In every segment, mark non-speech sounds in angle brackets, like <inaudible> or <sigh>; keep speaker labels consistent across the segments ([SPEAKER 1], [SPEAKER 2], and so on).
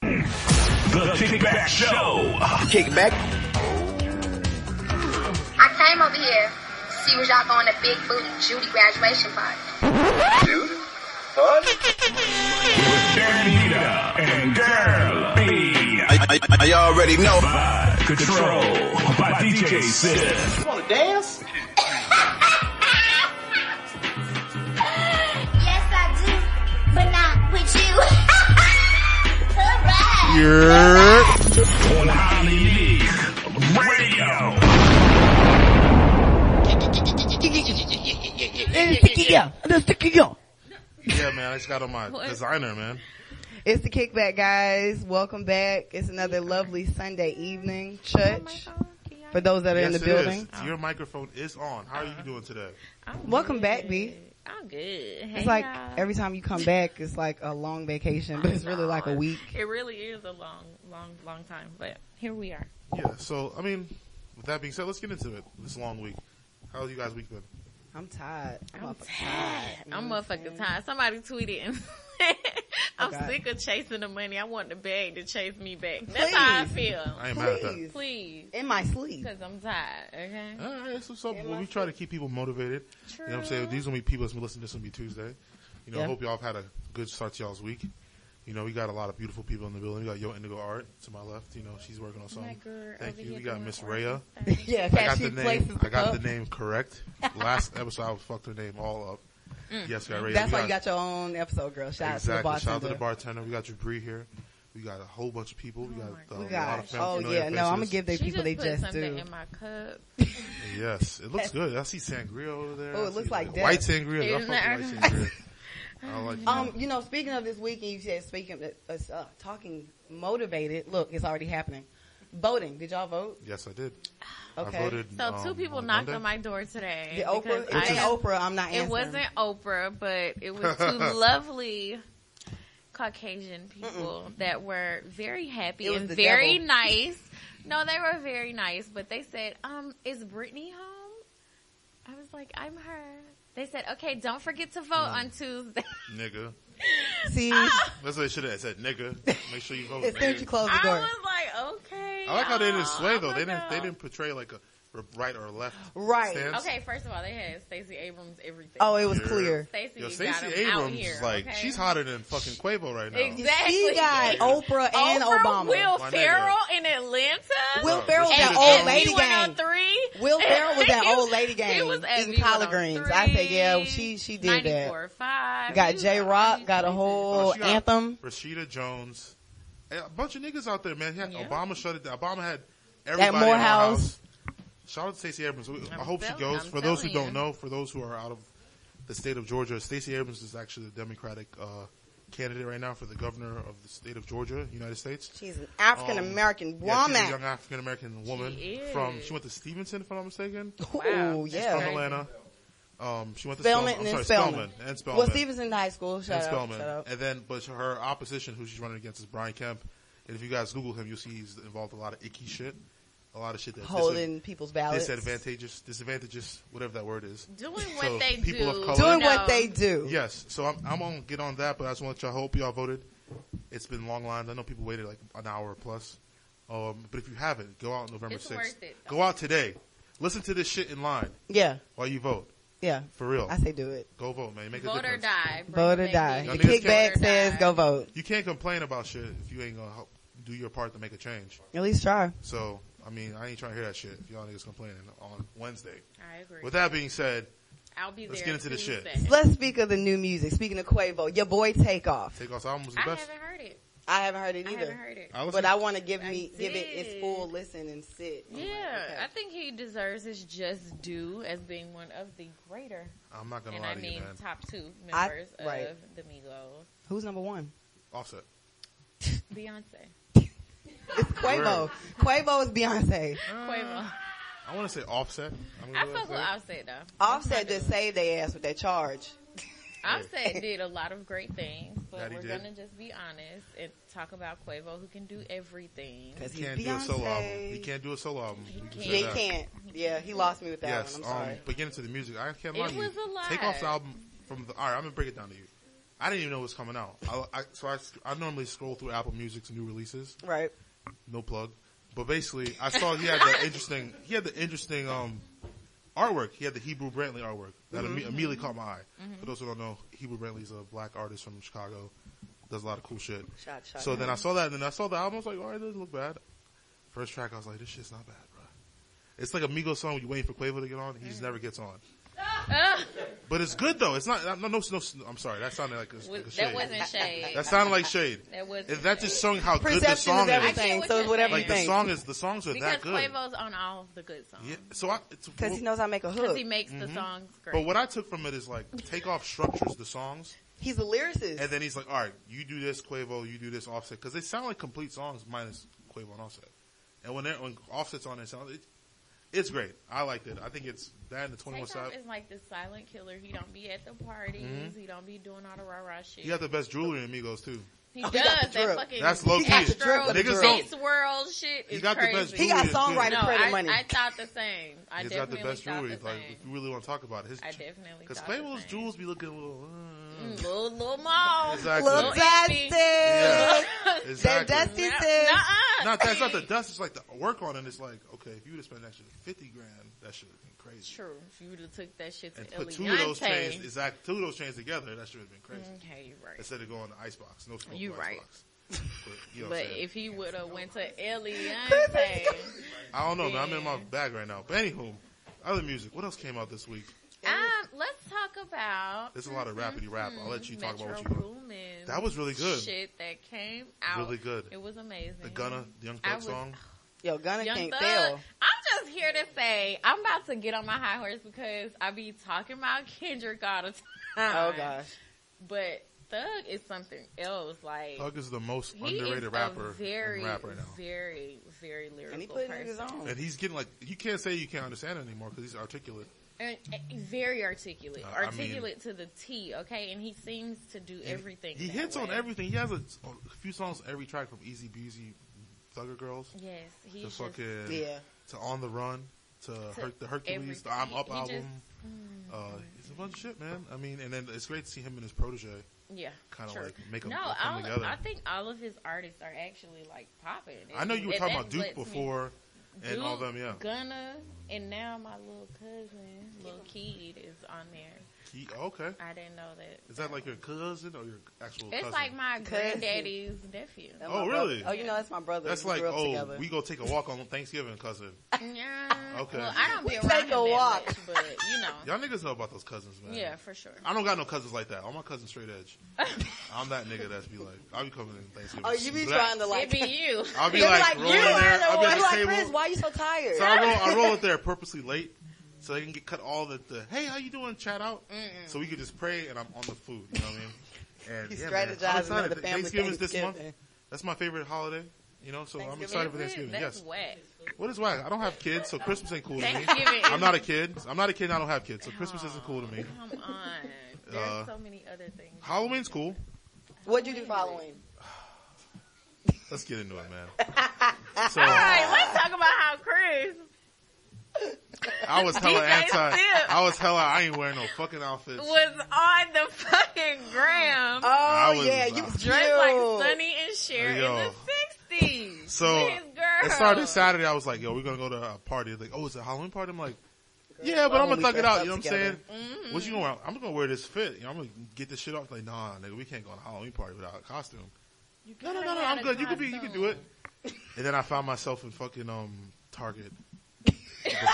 [SPEAKER 1] presenting The Kickback Show.
[SPEAKER 2] Kickback.
[SPEAKER 3] I came over here to see was y'all going to Big Booty Judy graduation party.
[SPEAKER 2] Dude. Fun?
[SPEAKER 1] Bandita and Girl B.
[SPEAKER 2] I, I, I already know.
[SPEAKER 1] By Control by DJ Sid.
[SPEAKER 4] Want to dance?
[SPEAKER 5] Yes, I do, but not with you. <laughs> Hooray!
[SPEAKER 1] On Holly League Radio.
[SPEAKER 6] It's the kick-yo. It's the kick-yo.
[SPEAKER 7] Yeah, man, I just got on my designer, man.
[SPEAKER 6] It's the kickback, guys. Welcome back. It's another lovely Sunday evening church. For those that are in the
[SPEAKER 7] Yes, it is.
[SPEAKER 6] building.
[SPEAKER 7] Your microphone is on. How are you doing today?
[SPEAKER 6] Welcome back, B.
[SPEAKER 8] I'm good. Hey,
[SPEAKER 6] It's like
[SPEAKER 8] y'all.
[SPEAKER 6] every time you come back, it's like a long vacation, but it's really like a week.
[SPEAKER 8] it really is a long, long, long time, but here we are.
[SPEAKER 7] Yeah, so, I mean, with that being said, let's get into it. This long week. How you guys' week been?
[SPEAKER 6] I'm tired. I'm,
[SPEAKER 8] I'm
[SPEAKER 6] up-
[SPEAKER 8] tired.
[SPEAKER 6] Mm-hmm.
[SPEAKER 8] I'm motherfucking tired. Somebody tweeted and <laughs> I'm
[SPEAKER 6] Okay.
[SPEAKER 8] sick of chasing the money. I want the bag to chase me back. That's how I feel.
[SPEAKER 7] I ain't mad at that.
[SPEAKER 6] Please.
[SPEAKER 8] Please.
[SPEAKER 6] In my sleep. <laughs>
[SPEAKER 8] Cause I'm tired, okay?
[SPEAKER 7] Alright, so, so we try to keep people motivated. You know what I'm saying? These are gonna be people that's gonna listen to this on be Tuesday. You know, I
[SPEAKER 6] Yeah.
[SPEAKER 7] hope y'all have had a good start to y'all's week. You know, we got a lot of beautiful people in the building. We got Yo Indigo Art to my left. You know, she's working on something. Thank you. We got Miss Rhea.
[SPEAKER 6] Yeah,
[SPEAKER 7] I got
[SPEAKER 6] cause she
[SPEAKER 7] the
[SPEAKER 6] places
[SPEAKER 7] name. I got
[SPEAKER 6] up.
[SPEAKER 7] the name correct. Last episode, I fucked her name all up. Yes, we got Rhea.
[SPEAKER 6] Mm. That's
[SPEAKER 7] We
[SPEAKER 6] why you got your own episode, girl. Shout out to the
[SPEAKER 7] Exactly.
[SPEAKER 6] bartender.
[SPEAKER 7] Shout out to the bartender. We got Jabri here. We got a whole bunch of people. We got uh,
[SPEAKER 6] We
[SPEAKER 7] a lot of
[SPEAKER 6] got,
[SPEAKER 7] fam-
[SPEAKER 6] oh
[SPEAKER 7] familiar
[SPEAKER 6] yeah, no, I'm gonna
[SPEAKER 7] faces.
[SPEAKER 6] give the
[SPEAKER 8] She
[SPEAKER 6] people
[SPEAKER 8] just
[SPEAKER 6] they
[SPEAKER 8] put
[SPEAKER 6] just
[SPEAKER 8] something
[SPEAKER 6] do.
[SPEAKER 8] in my cup.
[SPEAKER 7] Yes, it
[SPEAKER 6] <laughs>
[SPEAKER 7] looks good. I see sangria over there.
[SPEAKER 6] Oh, it
[SPEAKER 7] I see,
[SPEAKER 6] looks like death.
[SPEAKER 7] white sangria. I
[SPEAKER 8] Isn't
[SPEAKER 7] fucking
[SPEAKER 8] that
[SPEAKER 7] like sangria. I
[SPEAKER 6] <laughs>
[SPEAKER 7] like
[SPEAKER 6] Um, you know, speaking of this weekend, you said speaking of uh, uh, talking motivated. Look, it's already happening. Voting. Did y'all vote?
[SPEAKER 7] Yes, I did.
[SPEAKER 6] Okay.
[SPEAKER 7] I voted.
[SPEAKER 8] So
[SPEAKER 7] um,
[SPEAKER 8] two people
[SPEAKER 7] on
[SPEAKER 8] knocked
[SPEAKER 7] Monday.
[SPEAKER 8] on my door today.
[SPEAKER 6] The Oprah.
[SPEAKER 8] because
[SPEAKER 6] It wasn't
[SPEAKER 8] I am-
[SPEAKER 6] Oprah. I'm not answering.
[SPEAKER 8] It wasn't Oprah, but it was two
[SPEAKER 7] <laughs>
[SPEAKER 8] lovely Caucasian people that were very happy
[SPEAKER 6] It was
[SPEAKER 8] and
[SPEAKER 6] the
[SPEAKER 8] very
[SPEAKER 6] devil.
[SPEAKER 8] nice. No, they were very nice, but they said, um, is Brittany home? I was like, I'm her. They said, okay, don't forget to vote
[SPEAKER 7] Mm. <laughs>
[SPEAKER 8] on Tuesday.
[SPEAKER 7] Nigga.
[SPEAKER 6] See,
[SPEAKER 7] That's what they should have said. Nigga. Make sure you
[SPEAKER 6] <laughs>
[SPEAKER 7] vote.
[SPEAKER 6] as soon as
[SPEAKER 7] nigga.
[SPEAKER 6] you close the
[SPEAKER 8] Ah! <laughs> I
[SPEAKER 6] door,
[SPEAKER 8] was like, okay.
[SPEAKER 7] I like how they didn't
[SPEAKER 8] aw,
[SPEAKER 7] sway
[SPEAKER 8] I'm
[SPEAKER 7] though. They
[SPEAKER 8] like,
[SPEAKER 7] didn't. They
[SPEAKER 8] oh.
[SPEAKER 7] didn't portray like a r- right or left.
[SPEAKER 6] right?
[SPEAKER 7] Stand-
[SPEAKER 8] Okay, first of all, they had Stacey Abrams everything.
[SPEAKER 6] Oh, it was
[SPEAKER 7] Yeah.
[SPEAKER 6] clear.
[SPEAKER 8] Stacey,
[SPEAKER 7] Yo,
[SPEAKER 8] got
[SPEAKER 7] Stacey
[SPEAKER 8] 'em out
[SPEAKER 7] Abrams
[SPEAKER 8] here,
[SPEAKER 7] is like
[SPEAKER 8] okay?
[SPEAKER 7] she's hotter than fucking Quavo right now.
[SPEAKER 8] Exactly.
[SPEAKER 6] She got Oprah and
[SPEAKER 8] Oprah,
[SPEAKER 6] Obama.
[SPEAKER 8] Will
[SPEAKER 7] My nigga.
[SPEAKER 8] Ferrell in Atlanta.
[SPEAKER 6] Will
[SPEAKER 7] Bro,
[SPEAKER 6] Ferrell was
[SPEAKER 7] she
[SPEAKER 6] at
[SPEAKER 7] was
[SPEAKER 6] old
[SPEAKER 7] at
[SPEAKER 6] lady game.
[SPEAKER 8] V103. <laughs>
[SPEAKER 6] Will Ferrell was at
[SPEAKER 8] He-
[SPEAKER 6] old lady
[SPEAKER 8] He
[SPEAKER 6] game
[SPEAKER 8] was at
[SPEAKER 6] eating collard greens. I said, yeah, she she did that.
[SPEAKER 8] 94.5.
[SPEAKER 6] Got
[SPEAKER 8] He
[SPEAKER 6] J
[SPEAKER 8] was
[SPEAKER 6] Rock.
[SPEAKER 8] all
[SPEAKER 6] Got a
[SPEAKER 8] these
[SPEAKER 6] whole
[SPEAKER 7] she got-
[SPEAKER 6] anthem.
[SPEAKER 7] Rashida Jones, and a bunch of niggas out there, man. He had-
[SPEAKER 8] Yeah.
[SPEAKER 7] Obama shut it down. Obama had everybody at
[SPEAKER 6] Morehouse.
[SPEAKER 7] Morehouse. Shout out to Stacey Abrams. We- I
[SPEAKER 8] I'm
[SPEAKER 7] hope she
[SPEAKER 8] tell-
[SPEAKER 7] goes.
[SPEAKER 8] I'm
[SPEAKER 7] for those who
[SPEAKER 8] telling
[SPEAKER 7] don't
[SPEAKER 8] you.
[SPEAKER 7] know, for those who are out of the state of Georgia, Stacey Abrams is actually the Democratic uh, candidate right now for the governor of the state of Georgia, United States.
[SPEAKER 6] She's an African American
[SPEAKER 7] Um, Yeah, she's a
[SPEAKER 6] woman.
[SPEAKER 7] young African American woman
[SPEAKER 8] She
[SPEAKER 7] from.
[SPEAKER 8] is.
[SPEAKER 7] She went to Stevenson, if I'm not mistaken.
[SPEAKER 6] Ooh,
[SPEAKER 7] She's from
[SPEAKER 6] yeah.
[SPEAKER 8] Right.
[SPEAKER 7] Atlanta. Um, she went to
[SPEAKER 6] Spelman
[SPEAKER 7] Spelman. I'm
[SPEAKER 6] and
[SPEAKER 7] sorry,
[SPEAKER 6] Spelman.
[SPEAKER 7] Spelman. and Spelman
[SPEAKER 6] Well, Stevenson High School. Shout
[SPEAKER 7] and
[SPEAKER 6] out.
[SPEAKER 7] Spellman.
[SPEAKER 6] Shout out.
[SPEAKER 7] And then, but her opposition, who she's running against, is Brian Kemp. And if you guys Google him, you'll see he's involved in a lot of icky shit, a lot of shit that's
[SPEAKER 6] Holding people's ballots.
[SPEAKER 7] dis- disadvantageous, disadvantageous, whatever that word is.
[SPEAKER 8] Doing what
[SPEAKER 7] So,
[SPEAKER 8] they do.
[SPEAKER 7] people of color-
[SPEAKER 6] Doing
[SPEAKER 8] you know.
[SPEAKER 6] what they do.
[SPEAKER 7] Yes, so I'm, I'm gonna get on that, but I just want y'all hope y'all voted. It's been long lines. I know people waited like an hour plus. Um, but if you haven't, go out November
[SPEAKER 8] It's
[SPEAKER 7] 6th.
[SPEAKER 8] worth it, though.
[SPEAKER 7] go out today. Listen to this shit in line
[SPEAKER 6] Yeah.
[SPEAKER 7] while you vote.
[SPEAKER 6] Yeah.
[SPEAKER 7] For real.
[SPEAKER 6] I say do it.
[SPEAKER 7] Go vote, man. Make a
[SPEAKER 8] Vote or
[SPEAKER 7] difference.
[SPEAKER 8] die. Bring
[SPEAKER 6] Vote or
[SPEAKER 8] back
[SPEAKER 6] die.
[SPEAKER 7] Y'all
[SPEAKER 6] The
[SPEAKER 8] these-
[SPEAKER 7] niggas
[SPEAKER 6] kickback
[SPEAKER 8] vote or
[SPEAKER 6] says
[SPEAKER 8] die.
[SPEAKER 6] go vote.
[SPEAKER 7] You can't complain about shit if you ain't gonna help do your part to make a change.
[SPEAKER 6] At least try.
[SPEAKER 7] So, I mean, I ain't trying to hear that shit if y'all niggas complaining on Wednesday.
[SPEAKER 8] I agree.
[SPEAKER 7] With that being said,
[SPEAKER 8] I'll be there.
[SPEAKER 7] let's get into the shit.
[SPEAKER 8] Tuesday.
[SPEAKER 6] Let's speak of the new music. Speaking of Quavo, your boy Takeoff.
[SPEAKER 7] Takeoff's album was the
[SPEAKER 8] I
[SPEAKER 7] best.
[SPEAKER 8] haven't heard it.
[SPEAKER 6] I haven't heard it
[SPEAKER 8] I
[SPEAKER 6] either,
[SPEAKER 8] haven't heard it.
[SPEAKER 7] I listened-
[SPEAKER 6] but I want to give me
[SPEAKER 8] I
[SPEAKER 6] give it its
[SPEAKER 8] did.
[SPEAKER 6] full listen and sit. I'm like,
[SPEAKER 8] Yeah,
[SPEAKER 6] okay.
[SPEAKER 8] I think he deserves his just due as being one of the greater,
[SPEAKER 7] I'm not gonna
[SPEAKER 8] and
[SPEAKER 7] lie
[SPEAKER 8] I
[SPEAKER 7] to you,
[SPEAKER 8] mean
[SPEAKER 7] man.
[SPEAKER 8] top two
[SPEAKER 6] I-
[SPEAKER 8] members
[SPEAKER 6] right.
[SPEAKER 8] of the Migos.
[SPEAKER 6] Who's
[SPEAKER 7] <laughs>
[SPEAKER 6] number one?
[SPEAKER 7] Offset.
[SPEAKER 8] Beyonce,
[SPEAKER 6] It's Quavo.
[SPEAKER 7] Word.
[SPEAKER 6] Quavo is Beyonce.
[SPEAKER 8] Quavo.
[SPEAKER 7] I want to say Offset. I'm
[SPEAKER 8] I
[SPEAKER 7] gonna go
[SPEAKER 8] fuck with
[SPEAKER 7] that.
[SPEAKER 8] Offset though.
[SPEAKER 6] Offset just saved their ass with that charge.
[SPEAKER 8] Offset did a lot of great things, but
[SPEAKER 7] That he
[SPEAKER 8] we're
[SPEAKER 7] did.
[SPEAKER 8] gonna just be honest and talk about Quavo, who can do everything.
[SPEAKER 6] Cause
[SPEAKER 7] He
[SPEAKER 6] he's
[SPEAKER 7] can't do a solo album. He
[SPEAKER 6] Beyonce.
[SPEAKER 7] can't do a solo album. We can
[SPEAKER 8] can't.
[SPEAKER 7] say
[SPEAKER 6] Yeah, he
[SPEAKER 7] that.
[SPEAKER 6] can't. Yeah, he lost me with that
[SPEAKER 7] Yes.
[SPEAKER 6] one. I'm
[SPEAKER 7] um,
[SPEAKER 6] sorry.
[SPEAKER 7] but getting to the music, I can't lie
[SPEAKER 8] It
[SPEAKER 7] to you.
[SPEAKER 8] was a lot.
[SPEAKER 7] Takeoff's album from the. All right, I'm gonna break it down to you. I didn't even know it was coming out. I, I, so I, sc- I normally scroll through Apple Music's new releases.
[SPEAKER 6] Right.
[SPEAKER 7] No plug. But basically, I saw he had the interesting, he had the interesting, um, artwork. He had the Hebrew Brantley artwork that imme- immediately caught my eye. For those who don't know, Hebrew Brantley's a black artist from Chicago. Does a lot of cool shit.
[SPEAKER 6] Shot, shot.
[SPEAKER 7] So then I saw that, and then I saw the album. I was like, all right, it doesn't look bad. First track, I was like, this shit's not bad, bro. It's like a Migos song. You waiting for Quavo to get on, he just never gets on.
[SPEAKER 8] <laughs>
[SPEAKER 7] but it's good though. It's not no no. no I'm sorry, that sounded like a, like a
[SPEAKER 4] That
[SPEAKER 7] shade.
[SPEAKER 4] wasn't shade.
[SPEAKER 7] That sounded like shade.
[SPEAKER 4] That wasn't.
[SPEAKER 7] If that just showing how good the
[SPEAKER 6] Perception
[SPEAKER 7] song
[SPEAKER 6] is
[SPEAKER 7] is.
[SPEAKER 6] everything.
[SPEAKER 8] I get
[SPEAKER 6] So it's
[SPEAKER 8] what you're
[SPEAKER 6] whatever
[SPEAKER 8] saying.
[SPEAKER 6] you
[SPEAKER 7] Like the
[SPEAKER 6] think.
[SPEAKER 7] song is the songs are
[SPEAKER 8] Because
[SPEAKER 7] that good.
[SPEAKER 8] Quavo's on all the good songs.
[SPEAKER 7] Yeah. So I it's-
[SPEAKER 6] Because he knows how to make a
[SPEAKER 8] Because
[SPEAKER 6] hook.
[SPEAKER 8] he makes the songs great.
[SPEAKER 7] But what I took from it is like take off structures the songs,
[SPEAKER 6] He's a lyricist.
[SPEAKER 7] and then he's like, all right, you do this Quavo, you do this Offset, because they sound like complete songs minus Quavo and Offset. And when they're when Offset's on it, sound it, it's great. I liked it. I think it's that and the Twenty One
[SPEAKER 8] Takeoff
[SPEAKER 7] Savage.
[SPEAKER 8] is like the silent killer. He don't be at the parties. He don't be doing all the rah rah shit.
[SPEAKER 7] Mm-hmm. He got the best jewelry in Migos too. <laughs>
[SPEAKER 8] He
[SPEAKER 6] Oh, he got the
[SPEAKER 8] does that
[SPEAKER 6] drip.
[SPEAKER 8] fucking
[SPEAKER 7] That's low key.
[SPEAKER 6] got the drip,
[SPEAKER 8] Astro
[SPEAKER 6] got the
[SPEAKER 7] Niggas
[SPEAKER 6] drip.
[SPEAKER 8] Beats World shit.
[SPEAKER 7] He
[SPEAKER 8] Is
[SPEAKER 7] got
[SPEAKER 8] crazy.
[SPEAKER 7] the best.
[SPEAKER 6] He
[SPEAKER 7] jewelry in
[SPEAKER 6] got
[SPEAKER 7] Queens.
[SPEAKER 6] songwriting
[SPEAKER 8] No,
[SPEAKER 6] credit
[SPEAKER 8] I,
[SPEAKER 6] money.
[SPEAKER 8] I thought the same. I
[SPEAKER 7] He's got
[SPEAKER 8] definitely
[SPEAKER 7] the best
[SPEAKER 8] thought
[SPEAKER 7] jewelry.
[SPEAKER 8] the
[SPEAKER 7] Like,
[SPEAKER 8] same.
[SPEAKER 7] if you really want to talk about it, his
[SPEAKER 8] I definitely
[SPEAKER 7] because
[SPEAKER 8] thought the
[SPEAKER 7] Quavo's
[SPEAKER 8] same.
[SPEAKER 7] jewels be looking a little. uh,
[SPEAKER 6] <laughs>
[SPEAKER 8] Little little mall.
[SPEAKER 7] Exactly.
[SPEAKER 6] Mm. Little
[SPEAKER 8] Exactly.
[SPEAKER 6] dusty.
[SPEAKER 7] Yeah,
[SPEAKER 8] <laughs>
[SPEAKER 6] That
[SPEAKER 7] exactly.
[SPEAKER 6] dusty
[SPEAKER 8] Nuh-
[SPEAKER 6] said.
[SPEAKER 8] nuh-uh.
[SPEAKER 7] Not that's
[SPEAKER 8] <laughs>
[SPEAKER 7] not the dust. It's like the work on it. It's like okay, if you would have spent an extra fifty grand, that should have been crazy.
[SPEAKER 8] True. If you would have took that shit to
[SPEAKER 7] And put two of those chains,
[SPEAKER 8] Eliante.
[SPEAKER 7] exact two of those chains together, that should have been crazy.
[SPEAKER 8] Okay, you're right.
[SPEAKER 7] Instead of going to icebox, no smoke.
[SPEAKER 8] Mm-hmm. You
[SPEAKER 7] no
[SPEAKER 8] right. <laughs>
[SPEAKER 7] Icebox. But, you know what
[SPEAKER 8] But
[SPEAKER 7] I'm saying?
[SPEAKER 8] if he would have went to Eliante,
[SPEAKER 7] I don't know, man. I'm in my bag right now. But anywho, other music. What else came out this week?
[SPEAKER 8] um, let's talk about
[SPEAKER 7] There's a lot of rappity rap. I'll let you talk
[SPEAKER 8] Mm-hmm. Metro
[SPEAKER 7] about what you.
[SPEAKER 8] Boomin.
[SPEAKER 7] That was really good.
[SPEAKER 8] Shit that came out.
[SPEAKER 7] Really good.
[SPEAKER 8] It was amazing.
[SPEAKER 7] The Gunna the Young
[SPEAKER 8] I
[SPEAKER 7] Thug
[SPEAKER 8] was-
[SPEAKER 7] song.
[SPEAKER 6] Yo, Gunna
[SPEAKER 8] Young
[SPEAKER 6] can't
[SPEAKER 8] Thug.
[SPEAKER 6] fail.
[SPEAKER 8] I'm just here to say I'm about to get on my high horse because I be talking about Kendrick all the <laughs>
[SPEAKER 6] Oh
[SPEAKER 8] time.
[SPEAKER 6] gosh.
[SPEAKER 8] But Thug is something else. Like
[SPEAKER 7] Thug is the most
[SPEAKER 8] he is
[SPEAKER 7] underrated
[SPEAKER 8] a
[SPEAKER 7] rapper
[SPEAKER 8] very,
[SPEAKER 7] in rap right now.
[SPEAKER 8] very, very lyrical
[SPEAKER 6] And he put
[SPEAKER 8] person.
[SPEAKER 6] niggas on.
[SPEAKER 7] And he's getting like you can't say you can't understand it anymore because he's articulate.
[SPEAKER 8] and and very articulate,
[SPEAKER 7] Uh, I mean-
[SPEAKER 8] articulate to the T. Okay, and he seems to do everything.
[SPEAKER 7] He
[SPEAKER 8] that
[SPEAKER 7] hits on
[SPEAKER 8] way.
[SPEAKER 7] everything. He has a, a few songs every track from Easy Breezy, Thugger Girls,
[SPEAKER 8] Yes, he's
[SPEAKER 7] to
[SPEAKER 8] just,
[SPEAKER 7] fucking
[SPEAKER 6] Yeah.
[SPEAKER 7] to On the Run, to, Her- the Hercules, the I'm
[SPEAKER 8] everything.
[SPEAKER 7] Up
[SPEAKER 8] He
[SPEAKER 7] album.
[SPEAKER 8] just- hmm.
[SPEAKER 7] uh, it's a bunch of shit, man. I mean, and then it's great to see him and his protege.
[SPEAKER 8] yeah,
[SPEAKER 7] Kinda
[SPEAKER 8] sure.
[SPEAKER 7] like make 'em
[SPEAKER 8] no,
[SPEAKER 7] all come
[SPEAKER 8] all,
[SPEAKER 7] together.
[SPEAKER 8] I think all of his artists are actually like popping.
[SPEAKER 7] I know you were
[SPEAKER 8] And
[SPEAKER 7] talking
[SPEAKER 8] that
[SPEAKER 7] about Duke
[SPEAKER 8] lets me-
[SPEAKER 7] before, and all
[SPEAKER 8] Duke,
[SPEAKER 7] them, yeah.
[SPEAKER 8] Gunna, and now my little cousin, little kid, is on there.
[SPEAKER 7] He, oh, okay,
[SPEAKER 8] I didn't know that.
[SPEAKER 7] is that like your cousin or your actual
[SPEAKER 8] It's
[SPEAKER 7] cousin?
[SPEAKER 8] like my
[SPEAKER 6] Cousin.
[SPEAKER 8] granddaddy's nephew.
[SPEAKER 6] That's
[SPEAKER 7] Oh,
[SPEAKER 6] my brother.
[SPEAKER 7] really?
[SPEAKER 6] Oh, you know that's my brother.
[SPEAKER 7] That's
[SPEAKER 6] we
[SPEAKER 7] like
[SPEAKER 6] grew up
[SPEAKER 7] oh,
[SPEAKER 6] together.
[SPEAKER 7] we go take a walk on Thanksgiving,
[SPEAKER 8] <laughs>
[SPEAKER 7] cousin.
[SPEAKER 8] Yeah.
[SPEAKER 7] Okay.
[SPEAKER 8] Well, I don't be
[SPEAKER 6] We
[SPEAKER 8] around
[SPEAKER 6] take
[SPEAKER 8] him
[SPEAKER 6] a
[SPEAKER 8] that
[SPEAKER 6] walk.
[SPEAKER 8] much, but you
[SPEAKER 7] <laughs>
[SPEAKER 8] know,
[SPEAKER 7] Y'all niggas know about those cousins, man.
[SPEAKER 8] yeah, for sure.
[SPEAKER 7] I don't got no cousins like that. All my cousins straight edge. I'm that nigga that's be like, I'll be coming in Thanksgiving.
[SPEAKER 6] oh, you be
[SPEAKER 7] black.
[SPEAKER 6] trying to like. <laughs>
[SPEAKER 8] It be
[SPEAKER 7] <laughs>
[SPEAKER 8] you.
[SPEAKER 7] I'll be
[SPEAKER 6] They be
[SPEAKER 7] like, rolling
[SPEAKER 6] you
[SPEAKER 7] there.
[SPEAKER 6] are the
[SPEAKER 7] I'll be
[SPEAKER 6] one.
[SPEAKER 7] at the
[SPEAKER 6] Like,
[SPEAKER 7] table.
[SPEAKER 6] Chris, why are you so tired?
[SPEAKER 7] So I roll, I roll up there
[SPEAKER 6] <laughs>
[SPEAKER 7] purposely late, so they can get cut all the, the hey, how you doing? Chat out, so we could just pray, and I'm on the food. You know what I
[SPEAKER 6] <laughs>
[SPEAKER 7] mean? And
[SPEAKER 6] He's
[SPEAKER 7] yeah, man, I'm
[SPEAKER 6] strategizing
[SPEAKER 7] excited.
[SPEAKER 6] with the family.
[SPEAKER 7] Thanksgiving's this month.
[SPEAKER 6] Thanksgiving.
[SPEAKER 7] That's my favorite holiday. You know, so I'm excited for Thanksgiving.
[SPEAKER 8] That's
[SPEAKER 7] yes.
[SPEAKER 8] whack.
[SPEAKER 7] What is why? I don't have kids, so Christmas ain't cool to me.
[SPEAKER 8] Thanksgiving.
[SPEAKER 7] I'm not a kid. I'm not a kid. and I don't have kids, so Christmas isn't cool to me.
[SPEAKER 8] Come on. There's
[SPEAKER 7] Uh,
[SPEAKER 8] so many other
[SPEAKER 7] <laughs>
[SPEAKER 8] things.
[SPEAKER 7] Halloween's cool.
[SPEAKER 6] What'd you do following?
[SPEAKER 7] Let's get into it, man. So
[SPEAKER 8] Alright, let's talk about how Chris.
[SPEAKER 7] I was hella
[SPEAKER 8] DJ
[SPEAKER 7] anti.
[SPEAKER 8] Flip.
[SPEAKER 7] I was hella. I ain't wearing no fucking outfits.
[SPEAKER 8] was on the fucking gram.
[SPEAKER 6] Oh
[SPEAKER 7] I was-
[SPEAKER 6] yeah, you was Oh,
[SPEAKER 8] dressed
[SPEAKER 6] cute.
[SPEAKER 8] like Sunny and Cher in
[SPEAKER 7] Yo.
[SPEAKER 8] the 60s.
[SPEAKER 7] So
[SPEAKER 8] with his girl.
[SPEAKER 7] it started Saturday. I was like, "Yo, we're gonna go to a party." Like, "Oh, it's a Halloween party." I'm like, "Yeah, but
[SPEAKER 6] why
[SPEAKER 7] I'm gonna
[SPEAKER 6] won't we
[SPEAKER 7] thug it
[SPEAKER 6] dress
[SPEAKER 7] out."
[SPEAKER 6] up
[SPEAKER 7] You know what I'm saying?
[SPEAKER 6] together?
[SPEAKER 7] What you gonna? Wear? I'm gonna wear this fit. You know, I'm gonna get this shit off. Like, nah, nigga, we can't go on a Halloween party without a costume. No, no, no, no. I'm good. You can be. You can do it. And then I found myself in fucking um Target before the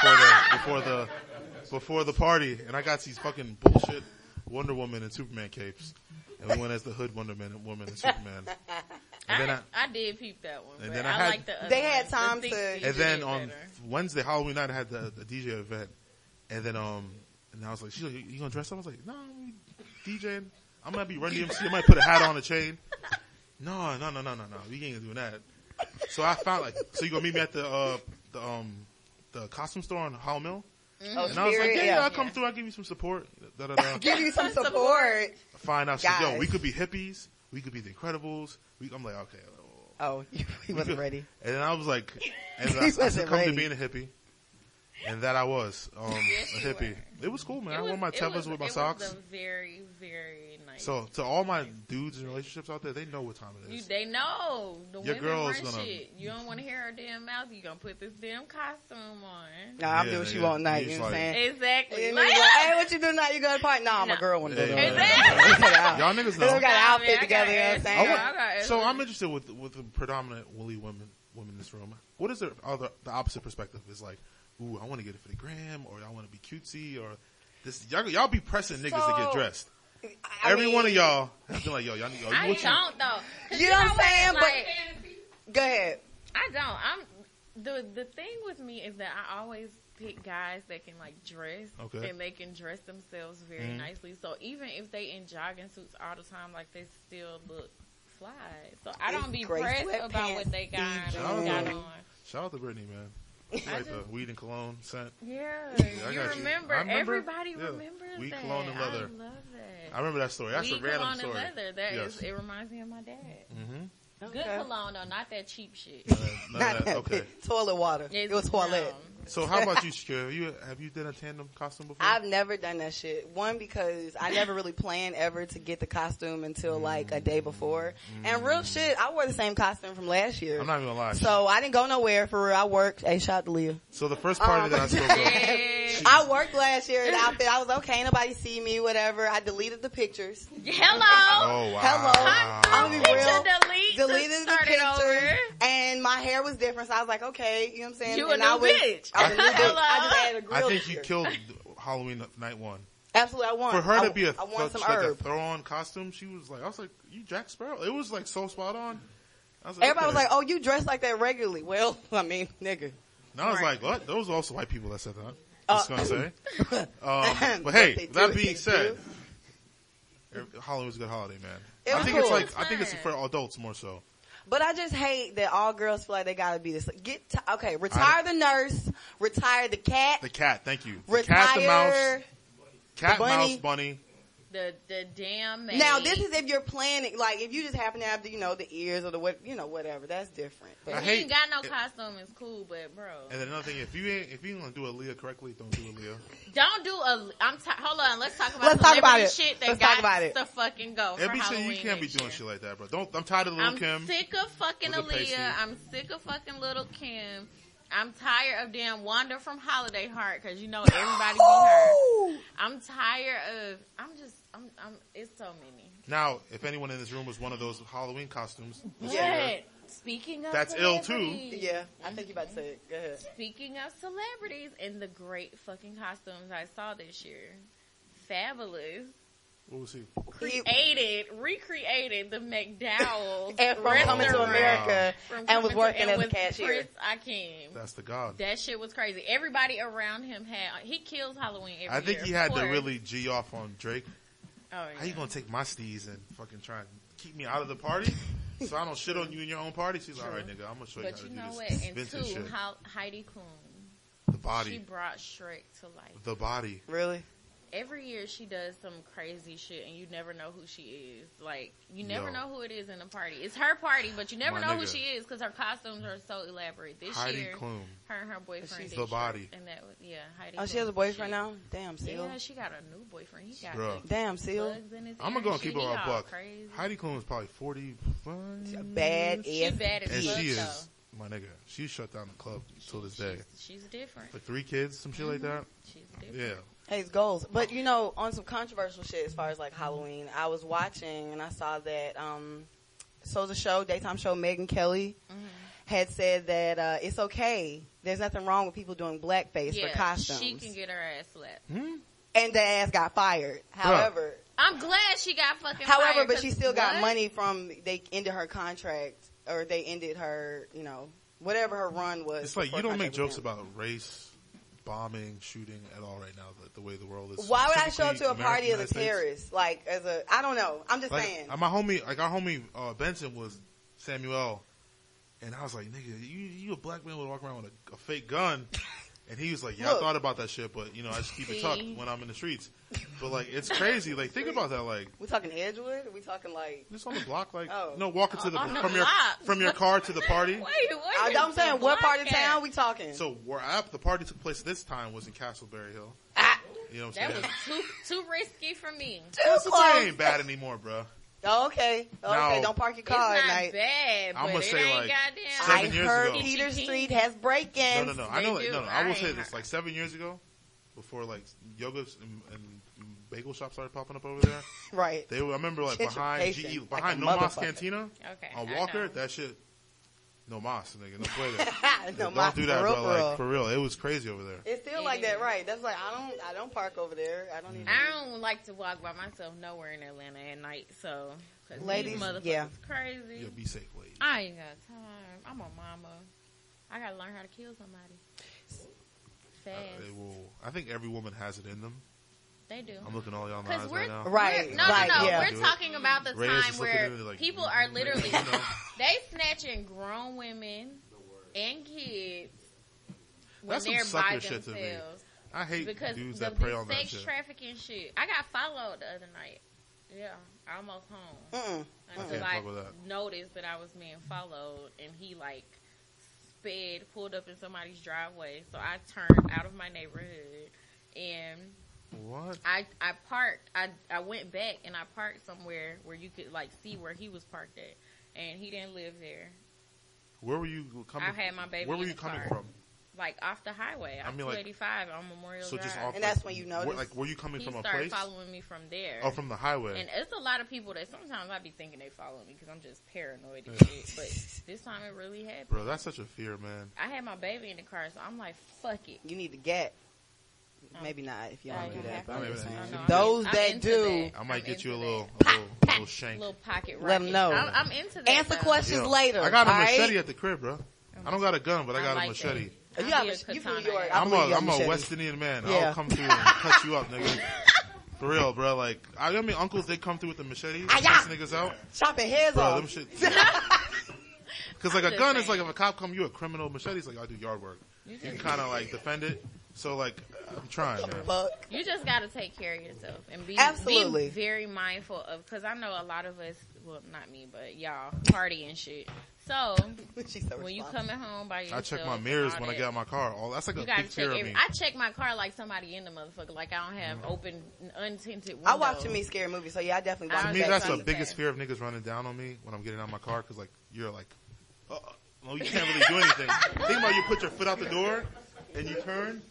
[SPEAKER 7] before the before the party, and I got these fucking bullshit Wonder Woman and Superman capes, and we went as the Hood Wonder Man, Woman and Superman. And then I,
[SPEAKER 8] I, I did peep that one.
[SPEAKER 7] And
[SPEAKER 8] but
[SPEAKER 7] then
[SPEAKER 8] I,
[SPEAKER 7] I had-
[SPEAKER 8] like the other
[SPEAKER 6] They had
[SPEAKER 8] one,
[SPEAKER 6] time
[SPEAKER 8] the
[SPEAKER 6] to-
[SPEAKER 8] 60s
[SPEAKER 7] and
[SPEAKER 8] did
[SPEAKER 7] then
[SPEAKER 8] it
[SPEAKER 7] on
[SPEAKER 8] better.
[SPEAKER 7] Wednesday, Halloween night, I had the, the DJ event, and then um, and I was like, "She's like, you you gonna dress up?" I was like, "No, I'm DJing. I'm gonna be Run DMC. I might put a hat on a chain." <laughs> No, no, no, no, no, no. We ain't doing that. So I found like, so you gonna meet me at the uh, the um, the costume store on Hall Mill?
[SPEAKER 6] Oh,
[SPEAKER 7] And I was like,
[SPEAKER 6] spirit,
[SPEAKER 7] "Yeah, yeah, I'll come
[SPEAKER 8] Yeah.
[SPEAKER 7] through. I'll give you some support." Da da da.
[SPEAKER 6] Give you some support.
[SPEAKER 7] Find out, she's like, yo,
[SPEAKER 6] Guys.
[SPEAKER 7] we could be hippies. We could be the Incredibles. We, I'm like, okay. oh,
[SPEAKER 6] Oh, <laughs> he wasn't ready.
[SPEAKER 7] and then I was
[SPEAKER 8] <laughs>
[SPEAKER 7] like, and
[SPEAKER 6] He
[SPEAKER 7] I, I
[SPEAKER 6] wasn't
[SPEAKER 7] succumbed to
[SPEAKER 6] ready.
[SPEAKER 7] being a hippie. And that I was, um,
[SPEAKER 8] <laughs> Yes,
[SPEAKER 7] a
[SPEAKER 8] you
[SPEAKER 7] hippie. It was cool, man.
[SPEAKER 8] It
[SPEAKER 7] I wore
[SPEAKER 8] was-
[SPEAKER 7] my
[SPEAKER 8] it
[SPEAKER 7] tevas
[SPEAKER 8] was-
[SPEAKER 7] with my
[SPEAKER 8] it was
[SPEAKER 7] socks.
[SPEAKER 8] a very, very nice Like
[SPEAKER 7] So to all my dudes in relationships out there, they know what time it
[SPEAKER 8] you,
[SPEAKER 7] is.
[SPEAKER 8] they know the
[SPEAKER 7] Your
[SPEAKER 8] women
[SPEAKER 7] girl's
[SPEAKER 8] run
[SPEAKER 7] gonna-
[SPEAKER 8] shit. You don't want to hear her damn mouth. You gonna put this damn costume on.
[SPEAKER 6] Nah, I'm
[SPEAKER 7] Yeah,
[SPEAKER 6] doing what you
[SPEAKER 7] yeah.
[SPEAKER 6] want night.
[SPEAKER 7] He's
[SPEAKER 6] You know what I'm
[SPEAKER 7] like-
[SPEAKER 6] saying?
[SPEAKER 8] Exactly.
[SPEAKER 6] And
[SPEAKER 8] Like,
[SPEAKER 6] then you go,
[SPEAKER 8] <laughs>
[SPEAKER 6] hey, what you do tonight? You go to the party? Nah, my
[SPEAKER 8] Nah.
[SPEAKER 6] girl want to <laughs> go to
[SPEAKER 7] Yeah,
[SPEAKER 6] the
[SPEAKER 7] yeah,
[SPEAKER 6] party. We got an
[SPEAKER 7] Y'all
[SPEAKER 8] <laughs>
[SPEAKER 7] niggas know.
[SPEAKER 6] outfit
[SPEAKER 8] Nah, man, I got
[SPEAKER 6] together, you know what I'm
[SPEAKER 8] ass.
[SPEAKER 7] I
[SPEAKER 6] saying?
[SPEAKER 8] Yeah,
[SPEAKER 7] want-
[SPEAKER 8] I got
[SPEAKER 7] so
[SPEAKER 8] it.
[SPEAKER 7] I'm interested with with the predominant woolly women women in this room. What is their other the opposite perspective? Is like, ooh, I want to get it for the gram, or I want to be cutesy, or this. Y'all, y'all be pressing niggas to get
[SPEAKER 6] So,
[SPEAKER 7] dressed.
[SPEAKER 6] I
[SPEAKER 7] Every
[SPEAKER 6] mean,
[SPEAKER 7] one of y'all has been like, yo, y'all need. Yo,
[SPEAKER 8] I
[SPEAKER 7] what you,
[SPEAKER 8] don't though. 'Cause
[SPEAKER 6] You know what I'm saying?
[SPEAKER 8] Like,
[SPEAKER 6] But- Go ahead.
[SPEAKER 8] I don't. I'm the the thing with me is that I always pick guys that can like dress
[SPEAKER 7] Okay.
[SPEAKER 8] and they can dress themselves very
[SPEAKER 7] Mhm.
[SPEAKER 8] nicely. So even if they in jogging suits all the time, like they still look fly. So I don't be
[SPEAKER 6] Gray
[SPEAKER 8] pressed about
[SPEAKER 6] sweatpants,
[SPEAKER 8] what they got,
[SPEAKER 6] Steve
[SPEAKER 8] got
[SPEAKER 7] Jobs.
[SPEAKER 8] on.
[SPEAKER 7] Shout out to Brittany, man. She like the weed and cologne scent.
[SPEAKER 8] Yeah,
[SPEAKER 7] I
[SPEAKER 8] you
[SPEAKER 7] got you.
[SPEAKER 8] remember,
[SPEAKER 7] I remember-
[SPEAKER 8] Everybody
[SPEAKER 7] yeah.
[SPEAKER 8] remembers
[SPEAKER 7] We
[SPEAKER 8] that.
[SPEAKER 7] cologne and leather.
[SPEAKER 8] I love that.
[SPEAKER 7] I remember that story. That's
[SPEAKER 8] we
[SPEAKER 7] a random
[SPEAKER 8] cologne
[SPEAKER 7] story.
[SPEAKER 8] and leather. That is.
[SPEAKER 7] yes.
[SPEAKER 8] it reminds me of my dad.
[SPEAKER 7] Mhm.
[SPEAKER 8] Good
[SPEAKER 6] Okay.
[SPEAKER 8] cologne though, not that cheap shit.
[SPEAKER 7] Uh, no,
[SPEAKER 6] Not
[SPEAKER 7] that-
[SPEAKER 6] that.
[SPEAKER 7] okay.
[SPEAKER 6] Toilet water. It was toilet.
[SPEAKER 8] no.
[SPEAKER 7] So how about you, Shakira? Have you have you done a tandem costume before?
[SPEAKER 6] I've never done that shit. One because I never really planned ever to get the costume until
[SPEAKER 7] Mm.
[SPEAKER 6] like a day before. And real shit, I wore the same costume from last year.
[SPEAKER 7] I'm not even gonna lie.
[SPEAKER 6] so I didn't go nowhere for real. I worked. Hey, shout out to Leah.
[SPEAKER 7] So the first party
[SPEAKER 6] Um,
[SPEAKER 7] that I spoke
[SPEAKER 6] <laughs>
[SPEAKER 7] of,
[SPEAKER 6] I worked last year in the outfit. I was okay. Nobody see me, whatever. I deleted the pictures.
[SPEAKER 8] <laughs> Hello.
[SPEAKER 7] oh wow,
[SPEAKER 6] Hello. I'm gonna be real.
[SPEAKER 8] delete.
[SPEAKER 6] Deleted the
[SPEAKER 8] start it
[SPEAKER 6] pictures.
[SPEAKER 8] over.
[SPEAKER 6] And my hair was different. So I was like, okay, you know what I'm saying?
[SPEAKER 8] You a
[SPEAKER 6] and I
[SPEAKER 8] new
[SPEAKER 6] was,
[SPEAKER 8] bitch.
[SPEAKER 7] <laughs>
[SPEAKER 6] I was a new bitch. I
[SPEAKER 8] Hello.
[SPEAKER 6] just added a
[SPEAKER 7] I
[SPEAKER 6] grill.
[SPEAKER 7] think you
[SPEAKER 6] here.
[SPEAKER 7] killed Halloween night one.
[SPEAKER 6] Absolutely, I want.
[SPEAKER 7] For her
[SPEAKER 6] I,
[SPEAKER 7] to be a,
[SPEAKER 6] I want
[SPEAKER 7] such
[SPEAKER 6] some
[SPEAKER 7] like a
[SPEAKER 6] herb.
[SPEAKER 7] throw-on costume, she was like, I was like, you Jack Sparrow. It was like so spot on. I was
[SPEAKER 6] Everybody was
[SPEAKER 7] okay.
[SPEAKER 6] like, "Oh, you dress like that regularly." Well, <laughs> I mean, nigga.
[SPEAKER 7] And I was
[SPEAKER 6] Right.
[SPEAKER 7] like, what? Those were also white people that said that. Just
[SPEAKER 6] Uh,
[SPEAKER 7] gonna
[SPEAKER 6] <laughs>
[SPEAKER 7] say. Um, but hey,
[SPEAKER 6] They
[SPEAKER 7] with that
[SPEAKER 6] do,
[SPEAKER 7] being
[SPEAKER 6] they
[SPEAKER 7] said,
[SPEAKER 6] do.
[SPEAKER 7] every- Halloween was a good holiday, man.
[SPEAKER 6] It
[SPEAKER 7] I
[SPEAKER 6] was
[SPEAKER 7] think it's
[SPEAKER 6] cool.
[SPEAKER 7] like I think it's for adults more so.
[SPEAKER 6] But I just hate that all girls feel like they gotta be this. Get t- okay, retire the nurse, retire the cat,
[SPEAKER 7] The cat, thank you. The
[SPEAKER 6] retire.
[SPEAKER 7] cat, the mouse, cat,
[SPEAKER 6] bunny.
[SPEAKER 7] mouse, bunny.
[SPEAKER 8] The the damn man.
[SPEAKER 6] now this is if you're planning, like if you just happen to have the, you know, the ears or the what, you know, whatever. That's different.
[SPEAKER 8] He
[SPEAKER 6] But
[SPEAKER 7] I hate-
[SPEAKER 8] ain't got no costume. It's cool, but bro,
[SPEAKER 7] And then another thing, if you ain't, if you ain't gonna do Aaliyah correctly, don't do Aaliyah.
[SPEAKER 8] don't do a. I'm t- hold on. Let's talk about.
[SPEAKER 6] Let's talk about
[SPEAKER 8] celebrity
[SPEAKER 6] it.
[SPEAKER 8] Shit that
[SPEAKER 6] Let's
[SPEAKER 8] got
[SPEAKER 6] talk about it.
[SPEAKER 8] To fucking go. For
[SPEAKER 7] Every shit
[SPEAKER 8] Halloween
[SPEAKER 7] you can't be
[SPEAKER 8] next
[SPEAKER 7] doing
[SPEAKER 8] year.
[SPEAKER 7] shit like that, bro. Don't. I'm tired of Lil
[SPEAKER 8] I'm
[SPEAKER 7] Kim.
[SPEAKER 8] sick of fucking
[SPEAKER 7] Little Pacey.
[SPEAKER 8] Aaliyah. I'm sick of fucking little Kim. I'm tired of damn Wanda from Holiday Heart because you know everybody be her.
[SPEAKER 6] Ooh!
[SPEAKER 8] I'm tired of. I'm just. I'm. I'm. It's so many.
[SPEAKER 7] Now, if anyone in this room was one of those Halloween costumes, this year,
[SPEAKER 8] But speaking of
[SPEAKER 7] That's ill, too.
[SPEAKER 8] celebrities-
[SPEAKER 6] yeah, I think you about to say it. Go ahead.
[SPEAKER 8] Speaking of celebrities and the great fucking costumes I saw this year, fabulous
[SPEAKER 7] what was he?
[SPEAKER 8] created recreated the McDowell
[SPEAKER 6] <laughs> And from coming to
[SPEAKER 7] Restaurant.
[SPEAKER 6] America
[SPEAKER 8] from
[SPEAKER 6] and was
[SPEAKER 8] Covington
[SPEAKER 6] working
[SPEAKER 8] and
[SPEAKER 6] as a
[SPEAKER 8] was
[SPEAKER 6] cashier.
[SPEAKER 8] Chris Akeem.
[SPEAKER 7] That's the God.
[SPEAKER 8] That shit was crazy. Everybody around him had he kills Halloween every
[SPEAKER 7] I think
[SPEAKER 8] year,
[SPEAKER 7] he
[SPEAKER 8] of
[SPEAKER 7] had to
[SPEAKER 8] course.
[SPEAKER 7] really g off on Drake.
[SPEAKER 8] Oh,
[SPEAKER 7] How you gonna take my steez and fucking try and keep me out of the party? So I don't shit on you in your own party. She's like, all right, nigga, I'm gonna show you
[SPEAKER 8] But
[SPEAKER 7] how
[SPEAKER 8] you
[SPEAKER 7] to
[SPEAKER 8] know
[SPEAKER 7] do
[SPEAKER 8] what?
[SPEAKER 7] this
[SPEAKER 8] And
[SPEAKER 7] vintage
[SPEAKER 8] two,
[SPEAKER 7] shit.
[SPEAKER 8] how Heidi Klum,
[SPEAKER 7] the
[SPEAKER 8] she
[SPEAKER 7] body,
[SPEAKER 8] brought Shrek to life.
[SPEAKER 7] the body.
[SPEAKER 6] Really?
[SPEAKER 8] every year she does some crazy shit and you never know who she is. Like you never
[SPEAKER 7] Yo.
[SPEAKER 8] know who it is in a party. It's her party, but you never
[SPEAKER 7] My
[SPEAKER 8] know who
[SPEAKER 7] nigga.
[SPEAKER 8] she is because her costumes are so elaborate. This
[SPEAKER 7] Heidi
[SPEAKER 8] year,
[SPEAKER 7] Klum.
[SPEAKER 8] her and her boyfriend,
[SPEAKER 6] She's
[SPEAKER 8] did
[SPEAKER 7] the
[SPEAKER 8] shit,
[SPEAKER 7] body.
[SPEAKER 8] and that was yeah. Heidi.
[SPEAKER 6] Oh, she
[SPEAKER 8] Klum
[SPEAKER 6] has a
[SPEAKER 8] did
[SPEAKER 6] boyfriend
[SPEAKER 8] shit.
[SPEAKER 6] now. Damn, seal.
[SPEAKER 8] Yeah, she got a new boyfriend. He got
[SPEAKER 7] Bruh.
[SPEAKER 8] big
[SPEAKER 6] Damn, seal.
[SPEAKER 8] bugs in his
[SPEAKER 7] I'm
[SPEAKER 8] ear
[SPEAKER 7] gonna
[SPEAKER 8] and
[SPEAKER 7] keep
[SPEAKER 8] shit.
[SPEAKER 7] her
[SPEAKER 8] He
[SPEAKER 7] on
[SPEAKER 8] all
[SPEAKER 7] buck.
[SPEAKER 8] Crazy.
[SPEAKER 7] Heidi Klum is probably 41,
[SPEAKER 6] Bad
[SPEAKER 8] She
[SPEAKER 6] ass.
[SPEAKER 8] bad as
[SPEAKER 7] and
[SPEAKER 8] fuck
[SPEAKER 7] she
[SPEAKER 8] though.
[SPEAKER 7] is my nigga. She shut down the club till this day.
[SPEAKER 8] She's, she's different.
[SPEAKER 7] Like three kids, some shit like that.
[SPEAKER 8] She's different.
[SPEAKER 7] Yeah.
[SPEAKER 6] Hayes goals. But you know, on some controversial shit as far as like Halloween, I was watching and I saw that um so the show, daytime show Megan Kelly
[SPEAKER 8] Mm-hmm.
[SPEAKER 6] had said that uh it's okay. There's nothing wrong with people doing blackface
[SPEAKER 8] Yeah,
[SPEAKER 6] for costumes.
[SPEAKER 8] she can get her ass slapped.
[SPEAKER 6] and the ass got fired. However,
[SPEAKER 8] I'm glad she got fucking.
[SPEAKER 6] however,
[SPEAKER 8] fired,
[SPEAKER 6] but
[SPEAKER 8] 'cause
[SPEAKER 6] she still got
[SPEAKER 8] what?
[SPEAKER 6] money from they ended her contract or they ended her, you know, whatever her run was.
[SPEAKER 7] It's like
[SPEAKER 6] before
[SPEAKER 7] you don't
[SPEAKER 6] her
[SPEAKER 7] make
[SPEAKER 6] contract with
[SPEAKER 7] jokes
[SPEAKER 6] them.
[SPEAKER 7] about race, bombing, shooting at all right now. The, the way the world is.
[SPEAKER 6] Why would I show up to a
[SPEAKER 7] Typically,
[SPEAKER 6] party
[SPEAKER 7] American
[SPEAKER 6] as a
[SPEAKER 7] United States.
[SPEAKER 6] terrorist? Like as a I don't know. I'm just saying.
[SPEAKER 7] Like, uh, my homie, like our homie uh, Benson was Samuel, and I was like, nigga, you you a black man would walk around with a, a fake gun, and he was like, yeah, I
[SPEAKER 6] Look.
[SPEAKER 7] thought about that shit, but you know, I just keep it tucked
[SPEAKER 8] See?
[SPEAKER 7] when I'm in the streets. But like, it's crazy. Like, think about that. Like,
[SPEAKER 6] We talking Edgewood? We talking like?
[SPEAKER 7] just on the block, like,
[SPEAKER 6] Oh.
[SPEAKER 7] no, walking to the
[SPEAKER 8] On the
[SPEAKER 7] from your
[SPEAKER 8] block.
[SPEAKER 7] from your car to the party.
[SPEAKER 8] <laughs> Wait, what?
[SPEAKER 6] I,
[SPEAKER 8] is
[SPEAKER 6] am saying
[SPEAKER 8] the
[SPEAKER 6] what
[SPEAKER 8] block
[SPEAKER 6] part of
[SPEAKER 8] at?
[SPEAKER 6] town we talking?
[SPEAKER 7] So where I, the party took place this time was in Castleberry Hill.
[SPEAKER 6] Ah,
[SPEAKER 7] You know what I'm
[SPEAKER 8] That was
[SPEAKER 7] saying?
[SPEAKER 8] too too risky for me.
[SPEAKER 7] That's the thing,
[SPEAKER 6] close.
[SPEAKER 7] it ain't bad anymore, bro.
[SPEAKER 6] Oh, okay.
[SPEAKER 7] Now-
[SPEAKER 6] okay, don't park your
[SPEAKER 8] It's
[SPEAKER 6] car
[SPEAKER 8] not
[SPEAKER 6] at night.
[SPEAKER 8] bad,
[SPEAKER 7] I'ma
[SPEAKER 8] but it
[SPEAKER 7] say,
[SPEAKER 8] ain't
[SPEAKER 7] like,
[SPEAKER 8] goddamn.
[SPEAKER 6] I
[SPEAKER 7] Seven years
[SPEAKER 6] heard
[SPEAKER 7] ago.
[SPEAKER 6] Peter Street has break-ins.
[SPEAKER 7] No, no, no. I
[SPEAKER 8] They
[SPEAKER 7] know.
[SPEAKER 8] do.
[SPEAKER 7] No, no. I will
[SPEAKER 8] I
[SPEAKER 7] say
[SPEAKER 8] ain't
[SPEAKER 7] this:
[SPEAKER 8] hurt.
[SPEAKER 7] like seven years ago, before like yoga and, and bagel shops started popping up over there,
[SPEAKER 6] <laughs> Right.
[SPEAKER 7] they were. I remember like behind
[SPEAKER 6] Gentrification,
[SPEAKER 7] GE,
[SPEAKER 6] like
[SPEAKER 7] behind
[SPEAKER 6] a
[SPEAKER 7] No Mas
[SPEAKER 6] motherfucker.
[SPEAKER 7] Cantina
[SPEAKER 8] Okay,
[SPEAKER 7] on
[SPEAKER 8] I
[SPEAKER 7] Walker.
[SPEAKER 8] know.
[SPEAKER 7] That shit, No Mas, nigga. Don't
[SPEAKER 8] <laughs>
[SPEAKER 7] play that.
[SPEAKER 6] no,
[SPEAKER 7] Don't
[SPEAKER 6] my,
[SPEAKER 7] do that,
[SPEAKER 6] for real,
[SPEAKER 7] bro.
[SPEAKER 6] for real.
[SPEAKER 7] Like for real, it was crazy over there.
[SPEAKER 6] It's still like that, right? That's like I don't, I don't park over there. I don't even.
[SPEAKER 8] I don't like to walk by myself nowhere in Atlanta at night, so 'cause
[SPEAKER 6] Ladies,
[SPEAKER 8] these motherfuckers
[SPEAKER 6] yeah.
[SPEAKER 8] crazy.
[SPEAKER 7] Yeah, be safe, lady.
[SPEAKER 8] I ain't got time. I'm a mama. I gotta learn how to kill somebody.
[SPEAKER 7] Uh,
[SPEAKER 8] Fast.
[SPEAKER 7] they will. I think every woman has it in them.
[SPEAKER 8] they do.
[SPEAKER 7] I'm looking all y'all in the eyes
[SPEAKER 8] Because we're,
[SPEAKER 7] right now.
[SPEAKER 8] we're-
[SPEAKER 6] Right,
[SPEAKER 8] no,
[SPEAKER 6] right,
[SPEAKER 8] no, no.
[SPEAKER 6] yeah.
[SPEAKER 8] We're talking about the
[SPEAKER 7] Ray is
[SPEAKER 8] time
[SPEAKER 7] just looking
[SPEAKER 8] where
[SPEAKER 7] at it like,
[SPEAKER 8] people are literally
[SPEAKER 7] You know?
[SPEAKER 8] <laughs> they snatching grown women and kids when
[SPEAKER 7] That's some
[SPEAKER 8] they're by
[SPEAKER 7] sucker shit to me.
[SPEAKER 8] themselves
[SPEAKER 7] I hate
[SPEAKER 8] because
[SPEAKER 7] dudes
[SPEAKER 8] the,
[SPEAKER 7] that prey
[SPEAKER 8] the
[SPEAKER 7] on that
[SPEAKER 8] sex
[SPEAKER 7] shit.
[SPEAKER 8] trafficking shit. I got followed the other night. Yeah, almost home
[SPEAKER 6] Mm-mm.
[SPEAKER 8] until
[SPEAKER 7] I
[SPEAKER 8] I,
[SPEAKER 7] can't fuck with
[SPEAKER 8] noticed that I was being followed, and he like sped, pulled up in somebody's driveway. So I turned out of my neighborhood, and
[SPEAKER 7] What?
[SPEAKER 8] I I parked. I I went back and I parked somewhere where you could like see where he was parked at, and he didn't live there.
[SPEAKER 7] Where were you coming?
[SPEAKER 8] I had my baby
[SPEAKER 7] Where were
[SPEAKER 8] in
[SPEAKER 7] you
[SPEAKER 8] the
[SPEAKER 7] coming
[SPEAKER 8] car.
[SPEAKER 7] from?
[SPEAKER 8] Like off the highway,
[SPEAKER 7] I
[SPEAKER 8] off
[SPEAKER 7] mean, like-
[SPEAKER 8] 285 on Memorial
[SPEAKER 7] So
[SPEAKER 8] Drive.
[SPEAKER 7] just off.
[SPEAKER 6] And
[SPEAKER 7] like,
[SPEAKER 6] that's when you
[SPEAKER 7] where-
[SPEAKER 6] noticed?
[SPEAKER 7] Like, were you coming
[SPEAKER 8] he
[SPEAKER 7] from a
[SPEAKER 8] started
[SPEAKER 7] place?
[SPEAKER 8] following me from there.
[SPEAKER 7] Oh, from the highway.
[SPEAKER 8] And it's a lot of people that sometimes I be thinking they follow me because I'm just paranoid and
[SPEAKER 7] Yeah.
[SPEAKER 8] shit. But this time it really happened.
[SPEAKER 7] Bro, that's such a fear, man.
[SPEAKER 8] I had my baby in the car, so I'm like, fuck it.
[SPEAKER 6] You need to get. Maybe not if Mm. Uh, you
[SPEAKER 8] I
[SPEAKER 6] don't do
[SPEAKER 8] don't
[SPEAKER 6] that.
[SPEAKER 8] have
[SPEAKER 6] but
[SPEAKER 8] to.
[SPEAKER 6] I'm just
[SPEAKER 7] I
[SPEAKER 6] saying.
[SPEAKER 7] don't
[SPEAKER 8] know.
[SPEAKER 6] Those
[SPEAKER 8] I'm
[SPEAKER 6] that
[SPEAKER 8] into
[SPEAKER 6] do,
[SPEAKER 8] that.
[SPEAKER 7] I might
[SPEAKER 8] I'm
[SPEAKER 7] get you a
[SPEAKER 8] into
[SPEAKER 7] little,
[SPEAKER 8] that.
[SPEAKER 7] a little, a
[SPEAKER 8] <laughs>
[SPEAKER 7] little shank.
[SPEAKER 8] little pocket
[SPEAKER 6] Let 'em
[SPEAKER 8] rocket.
[SPEAKER 6] know.
[SPEAKER 8] I'm, I'm into that.
[SPEAKER 6] answer
[SPEAKER 8] though.
[SPEAKER 6] questions
[SPEAKER 7] Yeah.
[SPEAKER 6] later.
[SPEAKER 7] I got a
[SPEAKER 6] all right?
[SPEAKER 7] machete at the crib, bro. I don't got a gun, but I
[SPEAKER 8] I
[SPEAKER 7] got a
[SPEAKER 8] like
[SPEAKER 7] machete.
[SPEAKER 8] that. I'll
[SPEAKER 6] You have
[SPEAKER 8] be
[SPEAKER 6] a-
[SPEAKER 8] a
[SPEAKER 6] you from
[SPEAKER 8] katana.
[SPEAKER 6] New York. I
[SPEAKER 7] I'm a,
[SPEAKER 6] believe you have
[SPEAKER 7] I'm a
[SPEAKER 6] machete.
[SPEAKER 7] West Indian man.
[SPEAKER 6] Yeah.
[SPEAKER 7] I'll come
[SPEAKER 6] <laughs>
[SPEAKER 7] through and cut you up, nigga. For real, bro. Like, I, I mean, uncles they come through with the machetes,
[SPEAKER 6] Ah,
[SPEAKER 7] chase
[SPEAKER 6] yeah.
[SPEAKER 7] niggas out,
[SPEAKER 6] chopping heads
[SPEAKER 7] bro. Them
[SPEAKER 6] off.
[SPEAKER 7] shit.
[SPEAKER 6] <laughs>
[SPEAKER 7] Because like a
[SPEAKER 8] just
[SPEAKER 7] gun is
[SPEAKER 8] saying.
[SPEAKER 7] like if a cop come, you a criminal. Machete's like I do yard work. You can kind of like defend it. So like, I'm trying, man.
[SPEAKER 6] Fuck. <laughs>
[SPEAKER 8] You just got to take care of yourself and be
[SPEAKER 6] Absolutely.
[SPEAKER 8] be very mindful of because I know a lot of us, well, not me, but y'all party and shit. So
[SPEAKER 6] She's so
[SPEAKER 8] when you
[SPEAKER 6] responsible.
[SPEAKER 8] coming home by yourself,
[SPEAKER 7] I check my
[SPEAKER 8] and
[SPEAKER 7] mirrors
[SPEAKER 8] all
[SPEAKER 7] when I
[SPEAKER 8] that,
[SPEAKER 7] get out my car. All that's like
[SPEAKER 8] You
[SPEAKER 7] a
[SPEAKER 8] gotta
[SPEAKER 7] big
[SPEAKER 8] check.
[SPEAKER 7] fear of
[SPEAKER 8] every-
[SPEAKER 7] me.
[SPEAKER 8] I check my car like somebody in the motherfucker. Like I don't have open, untinted. Windows.
[SPEAKER 6] Mm-hmm. I watch too many scary movies, so yeah, I definitely watch.
[SPEAKER 8] I
[SPEAKER 7] to me,
[SPEAKER 8] Okay,
[SPEAKER 6] that
[SPEAKER 7] that's
[SPEAKER 8] so
[SPEAKER 7] the
[SPEAKER 6] too.
[SPEAKER 8] you
[SPEAKER 7] biggest
[SPEAKER 8] said.
[SPEAKER 7] fear of niggas running down on me when I'm getting out my car because like you're like, uh, no, you can't really do anything. Think about you put your foot out the door and you turn,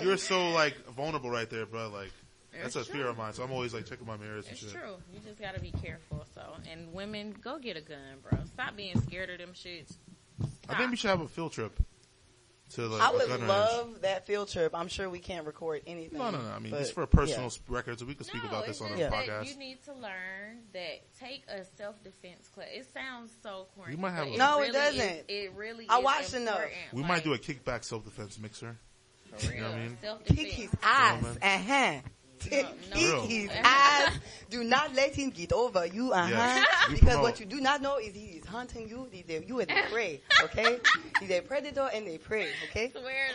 [SPEAKER 7] you're so like vulnerable right there, bro. Like that's
[SPEAKER 8] It's
[SPEAKER 7] a fear of mine. So I'm always like checking my mirrors and
[SPEAKER 8] It's
[SPEAKER 7] shit.
[SPEAKER 8] true. You just gotta be careful. So, and women, go get a gun, bro. Stop being scared of them shits.
[SPEAKER 7] I think we should have a field trip to like
[SPEAKER 6] I
[SPEAKER 7] a gun
[SPEAKER 6] would
[SPEAKER 7] range.
[SPEAKER 6] love that field trip. I'm sure we can't record anything.
[SPEAKER 7] No, no, no. I mean,
[SPEAKER 6] but-
[SPEAKER 7] it's for personal
[SPEAKER 6] yeah.
[SPEAKER 7] s- records. We could speak
[SPEAKER 8] no,
[SPEAKER 7] about
[SPEAKER 8] it's
[SPEAKER 7] this on
[SPEAKER 8] just
[SPEAKER 7] the
[SPEAKER 8] that
[SPEAKER 7] podcast.
[SPEAKER 8] You need to learn that take a self defense class. It sounds so corny.
[SPEAKER 7] We might have
[SPEAKER 8] but
[SPEAKER 7] a-
[SPEAKER 6] No, it
[SPEAKER 8] really
[SPEAKER 6] doesn't.
[SPEAKER 8] Is, it really.
[SPEAKER 6] I
[SPEAKER 8] is
[SPEAKER 6] watched enough.
[SPEAKER 8] important.
[SPEAKER 7] we might do a kickback self defense mixer. You know what I mean?
[SPEAKER 8] Self
[SPEAKER 6] Kiki's
[SPEAKER 8] defense.
[SPEAKER 6] eyes,
[SPEAKER 7] man.
[SPEAKER 6] uh huh.
[SPEAKER 8] no.
[SPEAKER 6] Kiki's
[SPEAKER 8] Real.
[SPEAKER 6] eyes. Do not let him get over you, uh huh.
[SPEAKER 7] Yes. We
[SPEAKER 6] Because
[SPEAKER 7] promote.
[SPEAKER 6] what you do not know is he is hunting you. He's a, you are the prey, okay? He's a predator and a prey, okay?
[SPEAKER 8] <laughs> Swear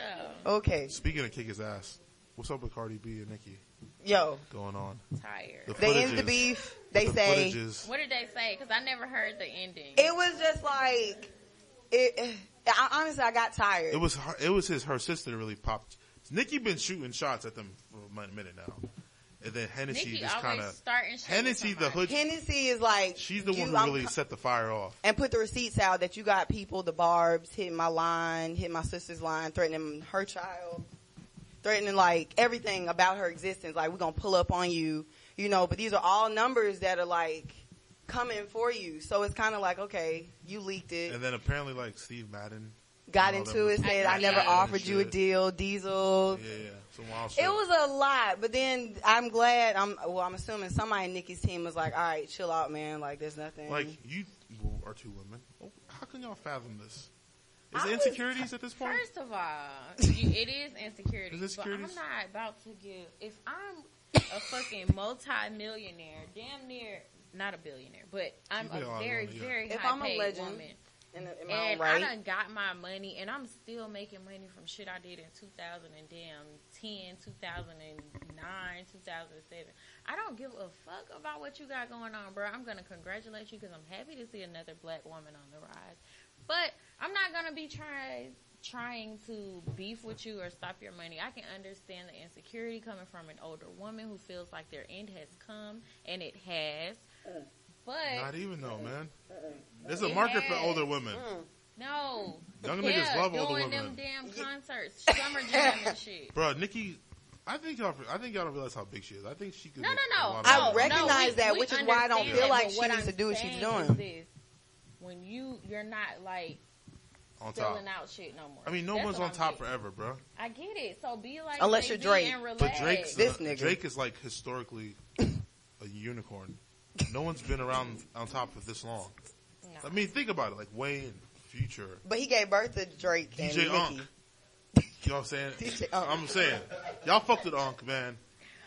[SPEAKER 8] though,
[SPEAKER 6] Okay,
[SPEAKER 7] Speaking of kick his ass, what's up with Cardi B and Nicki
[SPEAKER 6] yo,
[SPEAKER 7] going on?
[SPEAKER 8] I'm tired.
[SPEAKER 7] The
[SPEAKER 6] they end the
[SPEAKER 7] footages-
[SPEAKER 6] beef. They
[SPEAKER 7] the
[SPEAKER 6] say
[SPEAKER 7] footages-
[SPEAKER 8] What did they say? Because I never heard the ending.
[SPEAKER 6] it was just like it. I, honestly, I got tired.
[SPEAKER 7] It was her, it was his her sister that really popped. Nikki been shooting shots at them for a min- minute now, and then Hennessy
[SPEAKER 8] Nikki
[SPEAKER 7] just kind
[SPEAKER 8] always
[SPEAKER 7] of
[SPEAKER 8] starting shit. with
[SPEAKER 7] Hennessy the
[SPEAKER 8] somebody.
[SPEAKER 7] hood.
[SPEAKER 6] Hennessy is like
[SPEAKER 7] She's the
[SPEAKER 6] you-
[SPEAKER 7] one who
[SPEAKER 6] I'm
[SPEAKER 7] really
[SPEAKER 6] co-
[SPEAKER 7] set the fire off.
[SPEAKER 6] and put the receipts out that you got people, the barbs, hitting my line, hitting my sister's line, threatening her child, threatening like everything about her existence. Like we're gonna pull up on you, you know. But these are all numbers that are like coming for you. So it's kind of like okay, you leaked it,
[SPEAKER 7] And then apparently, like Steve Madden,
[SPEAKER 6] got
[SPEAKER 7] all
[SPEAKER 6] into
[SPEAKER 7] them-
[SPEAKER 6] it, said I,
[SPEAKER 8] I
[SPEAKER 6] never
[SPEAKER 8] got it.
[SPEAKER 6] offered you a
[SPEAKER 7] Shit.
[SPEAKER 6] deal, Diesel.
[SPEAKER 7] yeah, yeah, some wild shit.
[SPEAKER 6] It was a lot, but then I'm glad. I'm well. I'm assuming somebody in Nikki's team was like, "All right, chill out, man. Like, there's nothing."
[SPEAKER 7] like you are two women. Oh, How can y'all fathom this? Is
[SPEAKER 6] I
[SPEAKER 7] it
[SPEAKER 6] was-
[SPEAKER 7] insecurities at this point?
[SPEAKER 8] First of all,
[SPEAKER 7] <laughs>
[SPEAKER 8] you, it is insecurity.
[SPEAKER 7] Is it
[SPEAKER 8] but I'm
[SPEAKER 7] securities?
[SPEAKER 8] not about to give. If I'm a fucking multi-millionaire, damn near not a billionaire, but I'm
[SPEAKER 7] You get all
[SPEAKER 8] a
[SPEAKER 7] the
[SPEAKER 8] very,
[SPEAKER 7] money, yeah.
[SPEAKER 8] very
[SPEAKER 6] If
[SPEAKER 8] high
[SPEAKER 6] I'm a
[SPEAKER 8] paid
[SPEAKER 6] legend,
[SPEAKER 8] woman,
[SPEAKER 6] in, in my own
[SPEAKER 8] and
[SPEAKER 6] right.
[SPEAKER 8] I done got my money, and I'm still making money from shit I did in 2010, 2009, 2007. I don't give a fuck about what you got going on, bro. I'm gonna congratulate you because I'm happy to see another black woman on the rise, but I'm not gonna be trying trying to beef with you or stop your money. I can understand the insecurity coming from an older woman who feels like their end has come, and it has. But
[SPEAKER 7] Not e- even though, man. There's a market for older women.
[SPEAKER 8] no,
[SPEAKER 7] Young
[SPEAKER 8] Mm. yeah,
[SPEAKER 7] niggas love
[SPEAKER 8] doing
[SPEAKER 7] older
[SPEAKER 8] them
[SPEAKER 7] women,
[SPEAKER 8] damn concerts,
[SPEAKER 6] <laughs>
[SPEAKER 8] summer jam and shit.
[SPEAKER 7] bro. Nikki, I think y'all. I think y'all don't realize how big she is. I think she could.
[SPEAKER 8] No,
[SPEAKER 7] make
[SPEAKER 8] no,
[SPEAKER 7] a
[SPEAKER 8] no.
[SPEAKER 7] lot of
[SPEAKER 6] I
[SPEAKER 8] No,
[SPEAKER 7] money.
[SPEAKER 6] reckon- recognize
[SPEAKER 8] no,
[SPEAKER 6] that, which is why I don't
[SPEAKER 8] understand
[SPEAKER 6] feel
[SPEAKER 8] that,
[SPEAKER 6] like
[SPEAKER 8] but
[SPEAKER 6] she
[SPEAKER 8] what
[SPEAKER 6] needs
[SPEAKER 8] I'm
[SPEAKER 6] to do what she's
[SPEAKER 8] saying is
[SPEAKER 6] doing.
[SPEAKER 8] this. when you you're not like
[SPEAKER 7] on top.
[SPEAKER 8] filling out shit no more.
[SPEAKER 7] I mean, no
[SPEAKER 8] That's
[SPEAKER 7] one's
[SPEAKER 8] what
[SPEAKER 7] on
[SPEAKER 8] I'm
[SPEAKER 7] top
[SPEAKER 8] getting.
[SPEAKER 7] forever, bro.
[SPEAKER 8] I get it. So be like
[SPEAKER 6] Unless you're
[SPEAKER 8] Jay-Z
[SPEAKER 6] Drake.
[SPEAKER 8] and relax.
[SPEAKER 7] But Drake's
[SPEAKER 6] This
[SPEAKER 7] a-
[SPEAKER 6] nigga.
[SPEAKER 7] Drake is like historically a unicorn. No one's been around on top for this long.
[SPEAKER 8] No.
[SPEAKER 7] I mean, think about it. Like Wayne, Future,
[SPEAKER 6] But he gave birth to Drake and
[SPEAKER 7] DJ
[SPEAKER 6] Nicki.
[SPEAKER 7] Unk. You know what I'm saying?
[SPEAKER 6] DJ Unk.
[SPEAKER 7] I'm saying, y'all fucked with Unk, man.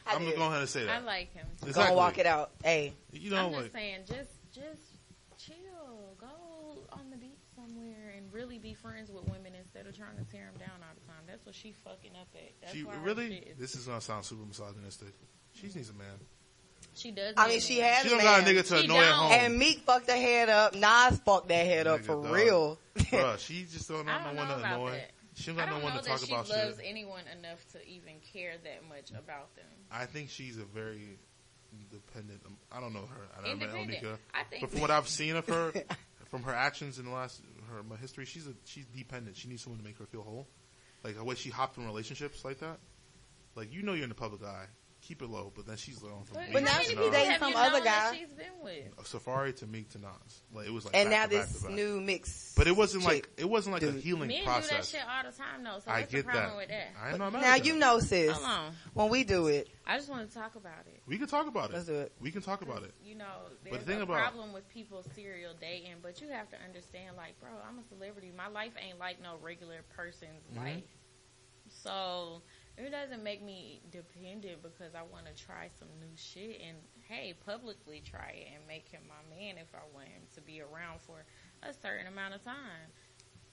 [SPEAKER 6] I
[SPEAKER 7] I'm gonna
[SPEAKER 6] did.
[SPEAKER 7] go ahead and say
[SPEAKER 8] I
[SPEAKER 7] that.
[SPEAKER 8] like him.
[SPEAKER 6] Gonna walk it out. Hey,
[SPEAKER 7] You know,
[SPEAKER 8] I'm
[SPEAKER 7] like
[SPEAKER 8] just saying, just just chill. Go on the beach somewhere and really be friends with women instead of trying to tear them down all the time. That's what she fucking up at. That's
[SPEAKER 7] she
[SPEAKER 8] why her shit
[SPEAKER 7] really.
[SPEAKER 8] is-
[SPEAKER 7] This is gonna sound super misogynistic. She needs a man.
[SPEAKER 8] she does.
[SPEAKER 6] I
[SPEAKER 8] need
[SPEAKER 6] mean,
[SPEAKER 8] a
[SPEAKER 6] she
[SPEAKER 8] man.
[SPEAKER 6] had
[SPEAKER 7] She
[SPEAKER 6] a
[SPEAKER 7] don't
[SPEAKER 6] man.
[SPEAKER 7] got a nigga to
[SPEAKER 8] She
[SPEAKER 7] annoy at
[SPEAKER 8] don't.
[SPEAKER 7] home.
[SPEAKER 6] and Meek fucked her head up. Nas fucked that head up
[SPEAKER 7] Nigga,
[SPEAKER 6] for
[SPEAKER 7] dog.
[SPEAKER 6] real.
[SPEAKER 7] Bruh, she just don't
[SPEAKER 8] I
[SPEAKER 7] have
[SPEAKER 8] don't
[SPEAKER 7] no one
[SPEAKER 8] know
[SPEAKER 7] to
[SPEAKER 8] about
[SPEAKER 7] annoy.
[SPEAKER 8] that.
[SPEAKER 7] She don't
[SPEAKER 8] I
[SPEAKER 7] got
[SPEAKER 8] don't
[SPEAKER 7] no one
[SPEAKER 8] know
[SPEAKER 7] to
[SPEAKER 8] that
[SPEAKER 7] talk
[SPEAKER 8] she
[SPEAKER 7] about
[SPEAKER 8] loves
[SPEAKER 7] shit.
[SPEAKER 8] anyone enough to even care that much about them.
[SPEAKER 7] I think she's a very independent. um, I don't know her. I don't know
[SPEAKER 8] Independent.
[SPEAKER 7] Onika.
[SPEAKER 8] I think-
[SPEAKER 7] But from what I've seen of
[SPEAKER 8] <laughs>
[SPEAKER 7] her, from her actions in the last her my history, she's a she's dependent. She needs someone to make her feel whole. Like the way she hopped in relationships like that. Like you know you're in the public eye. Keep it low, but then she's low from
[SPEAKER 8] But,
[SPEAKER 6] But
[SPEAKER 8] how
[SPEAKER 7] Meek
[SPEAKER 6] now
[SPEAKER 8] many
[SPEAKER 7] to
[SPEAKER 6] she be
[SPEAKER 8] people
[SPEAKER 7] Nas.
[SPEAKER 6] dating
[SPEAKER 8] have
[SPEAKER 6] some
[SPEAKER 8] you known
[SPEAKER 6] other
[SPEAKER 8] that
[SPEAKER 6] guy.
[SPEAKER 8] she's been with?
[SPEAKER 7] Safari to Meek to Nas. Like it was like
[SPEAKER 6] and
[SPEAKER 7] back
[SPEAKER 6] now
[SPEAKER 7] to back to
[SPEAKER 6] this
[SPEAKER 7] back.
[SPEAKER 6] new mix.
[SPEAKER 7] But it wasn't
[SPEAKER 6] chick.
[SPEAKER 7] like it wasn't like a
[SPEAKER 6] dude.
[SPEAKER 7] healing
[SPEAKER 8] Men do that
[SPEAKER 7] process.
[SPEAKER 8] shit all the time though, so
[SPEAKER 7] I
[SPEAKER 8] what's the
[SPEAKER 7] get
[SPEAKER 8] problem
[SPEAKER 7] that.
[SPEAKER 8] with that?
[SPEAKER 7] I am not mad
[SPEAKER 6] now
[SPEAKER 7] at
[SPEAKER 6] you
[SPEAKER 7] that.
[SPEAKER 6] know, sis.
[SPEAKER 8] Hold on.
[SPEAKER 6] When we do it,
[SPEAKER 8] I just want to talk about it.
[SPEAKER 7] We can talk about it.
[SPEAKER 6] Let's do it.
[SPEAKER 7] We can talk about it.
[SPEAKER 8] You know,
[SPEAKER 7] the
[SPEAKER 8] there's
[SPEAKER 7] thing
[SPEAKER 8] a
[SPEAKER 7] about-
[SPEAKER 8] problem with people serial dating, but you have to understand, like, bro, I'm a celebrity. My life ain't like no regular person's
[SPEAKER 7] Mm-hmm.
[SPEAKER 8] life. So it doesn't make me dependent because I want to try some new shit and, hey, publicly try it and make him my man if I want him to be around for a certain amount of time.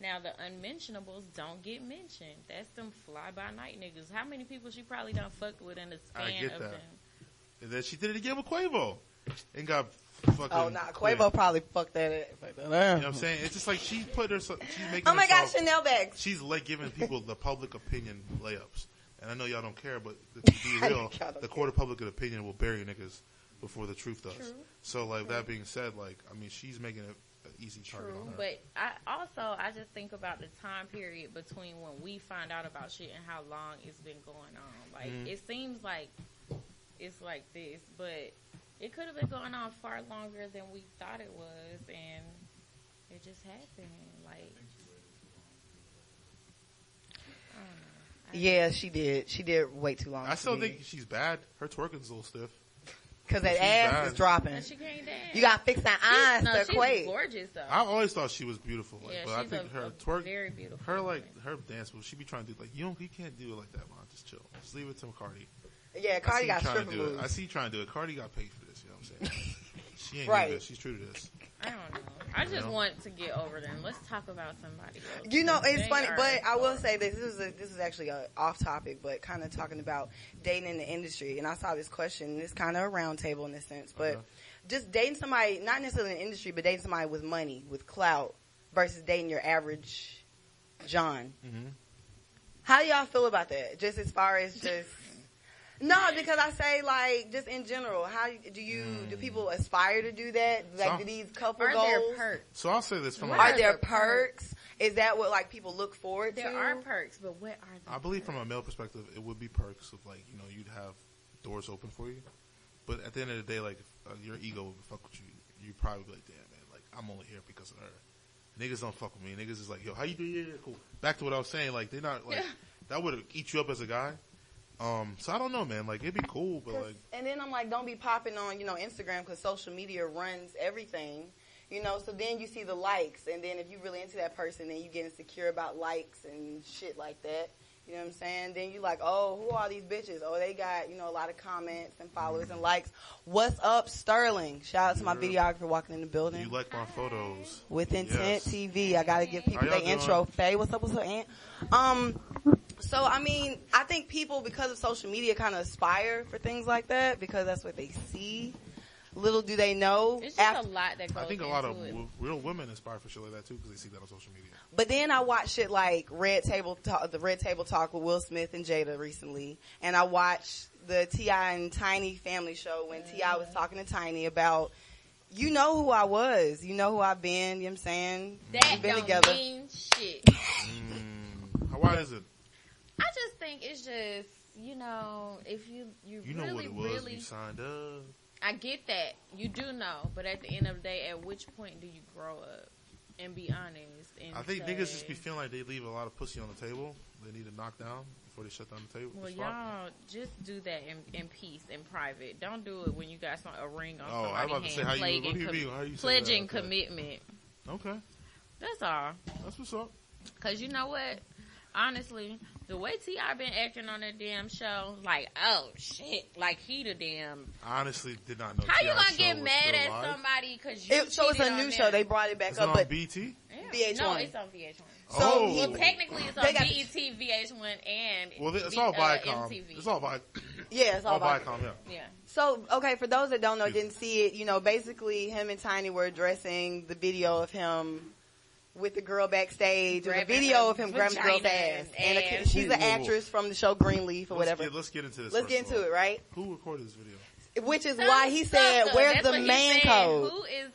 [SPEAKER 8] Now the unmentionables don't get mentioned. That's them fly by night niggas. How many people she probably done fucked with in the
[SPEAKER 7] I
[SPEAKER 8] span
[SPEAKER 7] get
[SPEAKER 8] of
[SPEAKER 7] that.
[SPEAKER 8] them?
[SPEAKER 7] And then she did it again with Quavo. And got fucking
[SPEAKER 6] oh nah,
[SPEAKER 7] yeah.
[SPEAKER 6] Quavo probably fucked that. Fucked that
[SPEAKER 7] You know what I'm saying? It's just like she put herself, she's making
[SPEAKER 6] Oh my gosh,
[SPEAKER 7] herself,
[SPEAKER 6] Chanel bags.
[SPEAKER 7] she's like giving people the public opinion layups. And I know y'all don't care, but to be
[SPEAKER 6] <laughs> I know
[SPEAKER 7] real,
[SPEAKER 6] y'all don't
[SPEAKER 7] the court of public opinion will bury niggas before the truth does. So like that being said, like, I mean, she's making it an easy target
[SPEAKER 8] True,
[SPEAKER 7] on her.
[SPEAKER 8] but I also I just think about the time period between when we find out about shit and how long it's been going on. Like
[SPEAKER 7] Mhm.
[SPEAKER 8] it seems like it's like this, but it could have been going on far longer than we thought it was, and it just happened. Like
[SPEAKER 6] Yeah, she did. She did wait too long.
[SPEAKER 7] I still
[SPEAKER 6] to me.
[SPEAKER 7] think she's bad. Her twerking's a little stiff.
[SPEAKER 6] because that
[SPEAKER 7] she's
[SPEAKER 6] ass
[SPEAKER 7] bad.
[SPEAKER 6] is dropping.
[SPEAKER 8] and she can't dance.
[SPEAKER 6] You gotta fix that eyes
[SPEAKER 8] no,
[SPEAKER 6] to
[SPEAKER 8] she's
[SPEAKER 6] quake.
[SPEAKER 8] gorgeous though.
[SPEAKER 7] I always thought she was beautiful, like,
[SPEAKER 8] yeah,
[SPEAKER 7] but I
[SPEAKER 8] she's
[SPEAKER 7] think
[SPEAKER 8] a,
[SPEAKER 7] her
[SPEAKER 8] a
[SPEAKER 7] twerk,
[SPEAKER 8] very beautiful.
[SPEAKER 7] her like
[SPEAKER 8] woman.
[SPEAKER 7] her dance move. She be trying to do like you don't, you can't do it like that, man. Just chill. Just leave it to Cardi. I
[SPEAKER 6] Yeah,
[SPEAKER 7] see
[SPEAKER 6] Cardi
[SPEAKER 7] you
[SPEAKER 6] got
[SPEAKER 7] trying
[SPEAKER 6] stripper
[SPEAKER 7] to do it. I
[SPEAKER 6] moves.
[SPEAKER 7] see you trying to do it. Cardi got paid for this. You know what I'm saying?
[SPEAKER 6] <laughs>
[SPEAKER 7] she ain't
[SPEAKER 6] Right.
[SPEAKER 7] do this. She's true to this.
[SPEAKER 8] I don't know. I just
[SPEAKER 7] know?
[SPEAKER 8] want to get over them. Let's talk about somebody else.
[SPEAKER 6] You know,
[SPEAKER 8] They
[SPEAKER 6] it's funny,
[SPEAKER 8] are
[SPEAKER 6] but I will
[SPEAKER 8] horrible.
[SPEAKER 6] say this. This is a, this is actually a off topic, but kind of talking about dating in the industry. And I saw this question. and It's kind of a round table in a sense, but
[SPEAKER 7] Okay.
[SPEAKER 6] just dating somebody, not necessarily in the industry, but dating somebody with money, with clout, versus dating your average John.
[SPEAKER 7] Mhm.
[SPEAKER 6] How do y'all feel about that? Just as far as
[SPEAKER 8] <laughs>
[SPEAKER 6] just. No, because I say like just in general, how do you do people aspire to do that? Like
[SPEAKER 7] Some.
[SPEAKER 6] do these couple
[SPEAKER 8] Are
[SPEAKER 6] goals?
[SPEAKER 8] there perks?
[SPEAKER 7] So I'll say this from
[SPEAKER 8] What
[SPEAKER 7] a,
[SPEAKER 6] Are there perks? Is that what like people look forward
[SPEAKER 8] There
[SPEAKER 6] to?
[SPEAKER 8] are perks, but what are the
[SPEAKER 7] I believe from a male perspective, it would be perks of like you know you'd have doors open for you, but at the end of the day, like if, uh, your ego would fuck with you. You probably be like, damn man, like I'm only here because of her. Niggas don't fuck with me. Niggas is like, yo, how you do? Yeah, yeah, cool. Back to what I was saying, like they're not like that would eat you up as a guy. Um, so I don't know, man. Like it'd be cool, but
[SPEAKER 6] 'Cause-
[SPEAKER 7] like
[SPEAKER 6] and then I'm like, don't be popping on you know Instagram because social media runs everything. You know, so then you see the likes, and then if you really into that person, then you get insecure about likes and shit like that. You know what I'm saying? Then you like, oh, who are these bitches? Oh, they got you know a lot of comments and followers and likes. What's up, Sterling? Shout out to my
[SPEAKER 7] Yeah.
[SPEAKER 6] videographer walking in the building.
[SPEAKER 7] you like my photos.
[SPEAKER 6] with Intent
[SPEAKER 7] Yes.
[SPEAKER 6] TV. I gotta give people
[SPEAKER 7] How y'all
[SPEAKER 6] their intro.
[SPEAKER 7] doing?
[SPEAKER 6] Faye, what's up? What's up, Aunt? Um, so I mean, I think people because of social media kind of aspire for things like that because that's what they see. Little do they know.
[SPEAKER 8] It's just
[SPEAKER 6] after-
[SPEAKER 8] a lot that goes.
[SPEAKER 7] I think a lot of
[SPEAKER 8] into it.
[SPEAKER 7] w- real women inspired for shit like that too because they see that on social media.
[SPEAKER 6] But then I watched shit like Red Table Talk, the Red Table Talk with Will Smith and Jada recently, and I watched the Ti and Tiny Family Show when Ti
[SPEAKER 8] Mm.
[SPEAKER 6] was talking to Tiny about, you know who I was, you know who I've been. You know what I'm saying
[SPEAKER 8] That
[SPEAKER 6] we've been
[SPEAKER 8] don't
[SPEAKER 6] together.
[SPEAKER 8] mean shit.
[SPEAKER 7] How wide is it?
[SPEAKER 8] I just think it's just you know if you you,
[SPEAKER 7] You know
[SPEAKER 8] really
[SPEAKER 7] what it was.
[SPEAKER 8] really
[SPEAKER 7] You signed up.
[SPEAKER 8] I get that you do know, but at the end of the day, at which point do you grow up and be honest? And
[SPEAKER 7] I think
[SPEAKER 8] say,
[SPEAKER 7] niggas just be feeling like they leave a lot of pussy on the table. They need to knock down before they shut down the table.
[SPEAKER 8] Well,
[SPEAKER 7] the spot.
[SPEAKER 8] y'all just do that in, in peace, in private. Don't do it when you got some, a ring on
[SPEAKER 7] Oh, I
[SPEAKER 8] somebody's
[SPEAKER 7] was about to say,
[SPEAKER 8] hand.
[SPEAKER 7] how you-
[SPEAKER 8] plaguing
[SPEAKER 7] what do you
[SPEAKER 8] com-
[SPEAKER 7] mean? How you say
[SPEAKER 8] pledging
[SPEAKER 7] that? Okay.
[SPEAKER 8] commitment.
[SPEAKER 7] Okay,
[SPEAKER 8] That's all.
[SPEAKER 7] that's what's up.
[SPEAKER 8] Cause you know what? Honestly, the way Ti been acting on that damn show, like oh shit, like he the damn.
[SPEAKER 7] I honestly did not know.
[SPEAKER 8] How you
[SPEAKER 7] T.I.'s
[SPEAKER 8] gonna get
[SPEAKER 7] show was
[SPEAKER 8] mad
[SPEAKER 7] still
[SPEAKER 8] at
[SPEAKER 7] live.
[SPEAKER 8] somebody? Cause you
[SPEAKER 6] It, so it's
[SPEAKER 8] cheated
[SPEAKER 6] a
[SPEAKER 8] on
[SPEAKER 6] new
[SPEAKER 8] them?
[SPEAKER 6] show. They brought it back
[SPEAKER 7] It's
[SPEAKER 6] up,
[SPEAKER 7] on
[SPEAKER 6] but
[SPEAKER 7] BT.
[SPEAKER 8] Yeah.
[SPEAKER 6] VH1.
[SPEAKER 8] No, it's on VH1.
[SPEAKER 6] so
[SPEAKER 7] oh,
[SPEAKER 6] he-
[SPEAKER 8] Well, technically, it's on
[SPEAKER 6] They got-
[SPEAKER 8] BET, VH1, and
[SPEAKER 7] well, th- it's
[SPEAKER 8] B-
[SPEAKER 7] all
[SPEAKER 8] uh,
[SPEAKER 7] Viacom.
[SPEAKER 8] MTV.
[SPEAKER 7] It's all Vi-
[SPEAKER 6] yeah, it's all,
[SPEAKER 7] all
[SPEAKER 6] about
[SPEAKER 7] Oh, Viacom. Yeah.
[SPEAKER 8] yeah.
[SPEAKER 6] So, okay, for those that don't know, didn't see it, you know, basically him and Tiny were addressing the video of him with the girl backstage, or the
[SPEAKER 8] Grabbing
[SPEAKER 6] video
[SPEAKER 8] her
[SPEAKER 6] of him grabbing the girl's
[SPEAKER 8] vagina
[SPEAKER 6] ass. And
[SPEAKER 8] and
[SPEAKER 6] a
[SPEAKER 8] ass.
[SPEAKER 6] kid- she's
[SPEAKER 7] Whoa,
[SPEAKER 6] an
[SPEAKER 7] whoa, whoa.
[SPEAKER 6] actress from the show Greenleaf or whatever.
[SPEAKER 7] Let's get, let's get into this.
[SPEAKER 6] Let's get into it, right?
[SPEAKER 7] Who recorded this video?
[SPEAKER 6] Which is
[SPEAKER 8] Some
[SPEAKER 6] why he said,
[SPEAKER 8] sucker.
[SPEAKER 6] "Where's
[SPEAKER 8] That's
[SPEAKER 6] the
[SPEAKER 8] what he
[SPEAKER 6] man
[SPEAKER 8] said.
[SPEAKER 6] code?"
[SPEAKER 8] Who is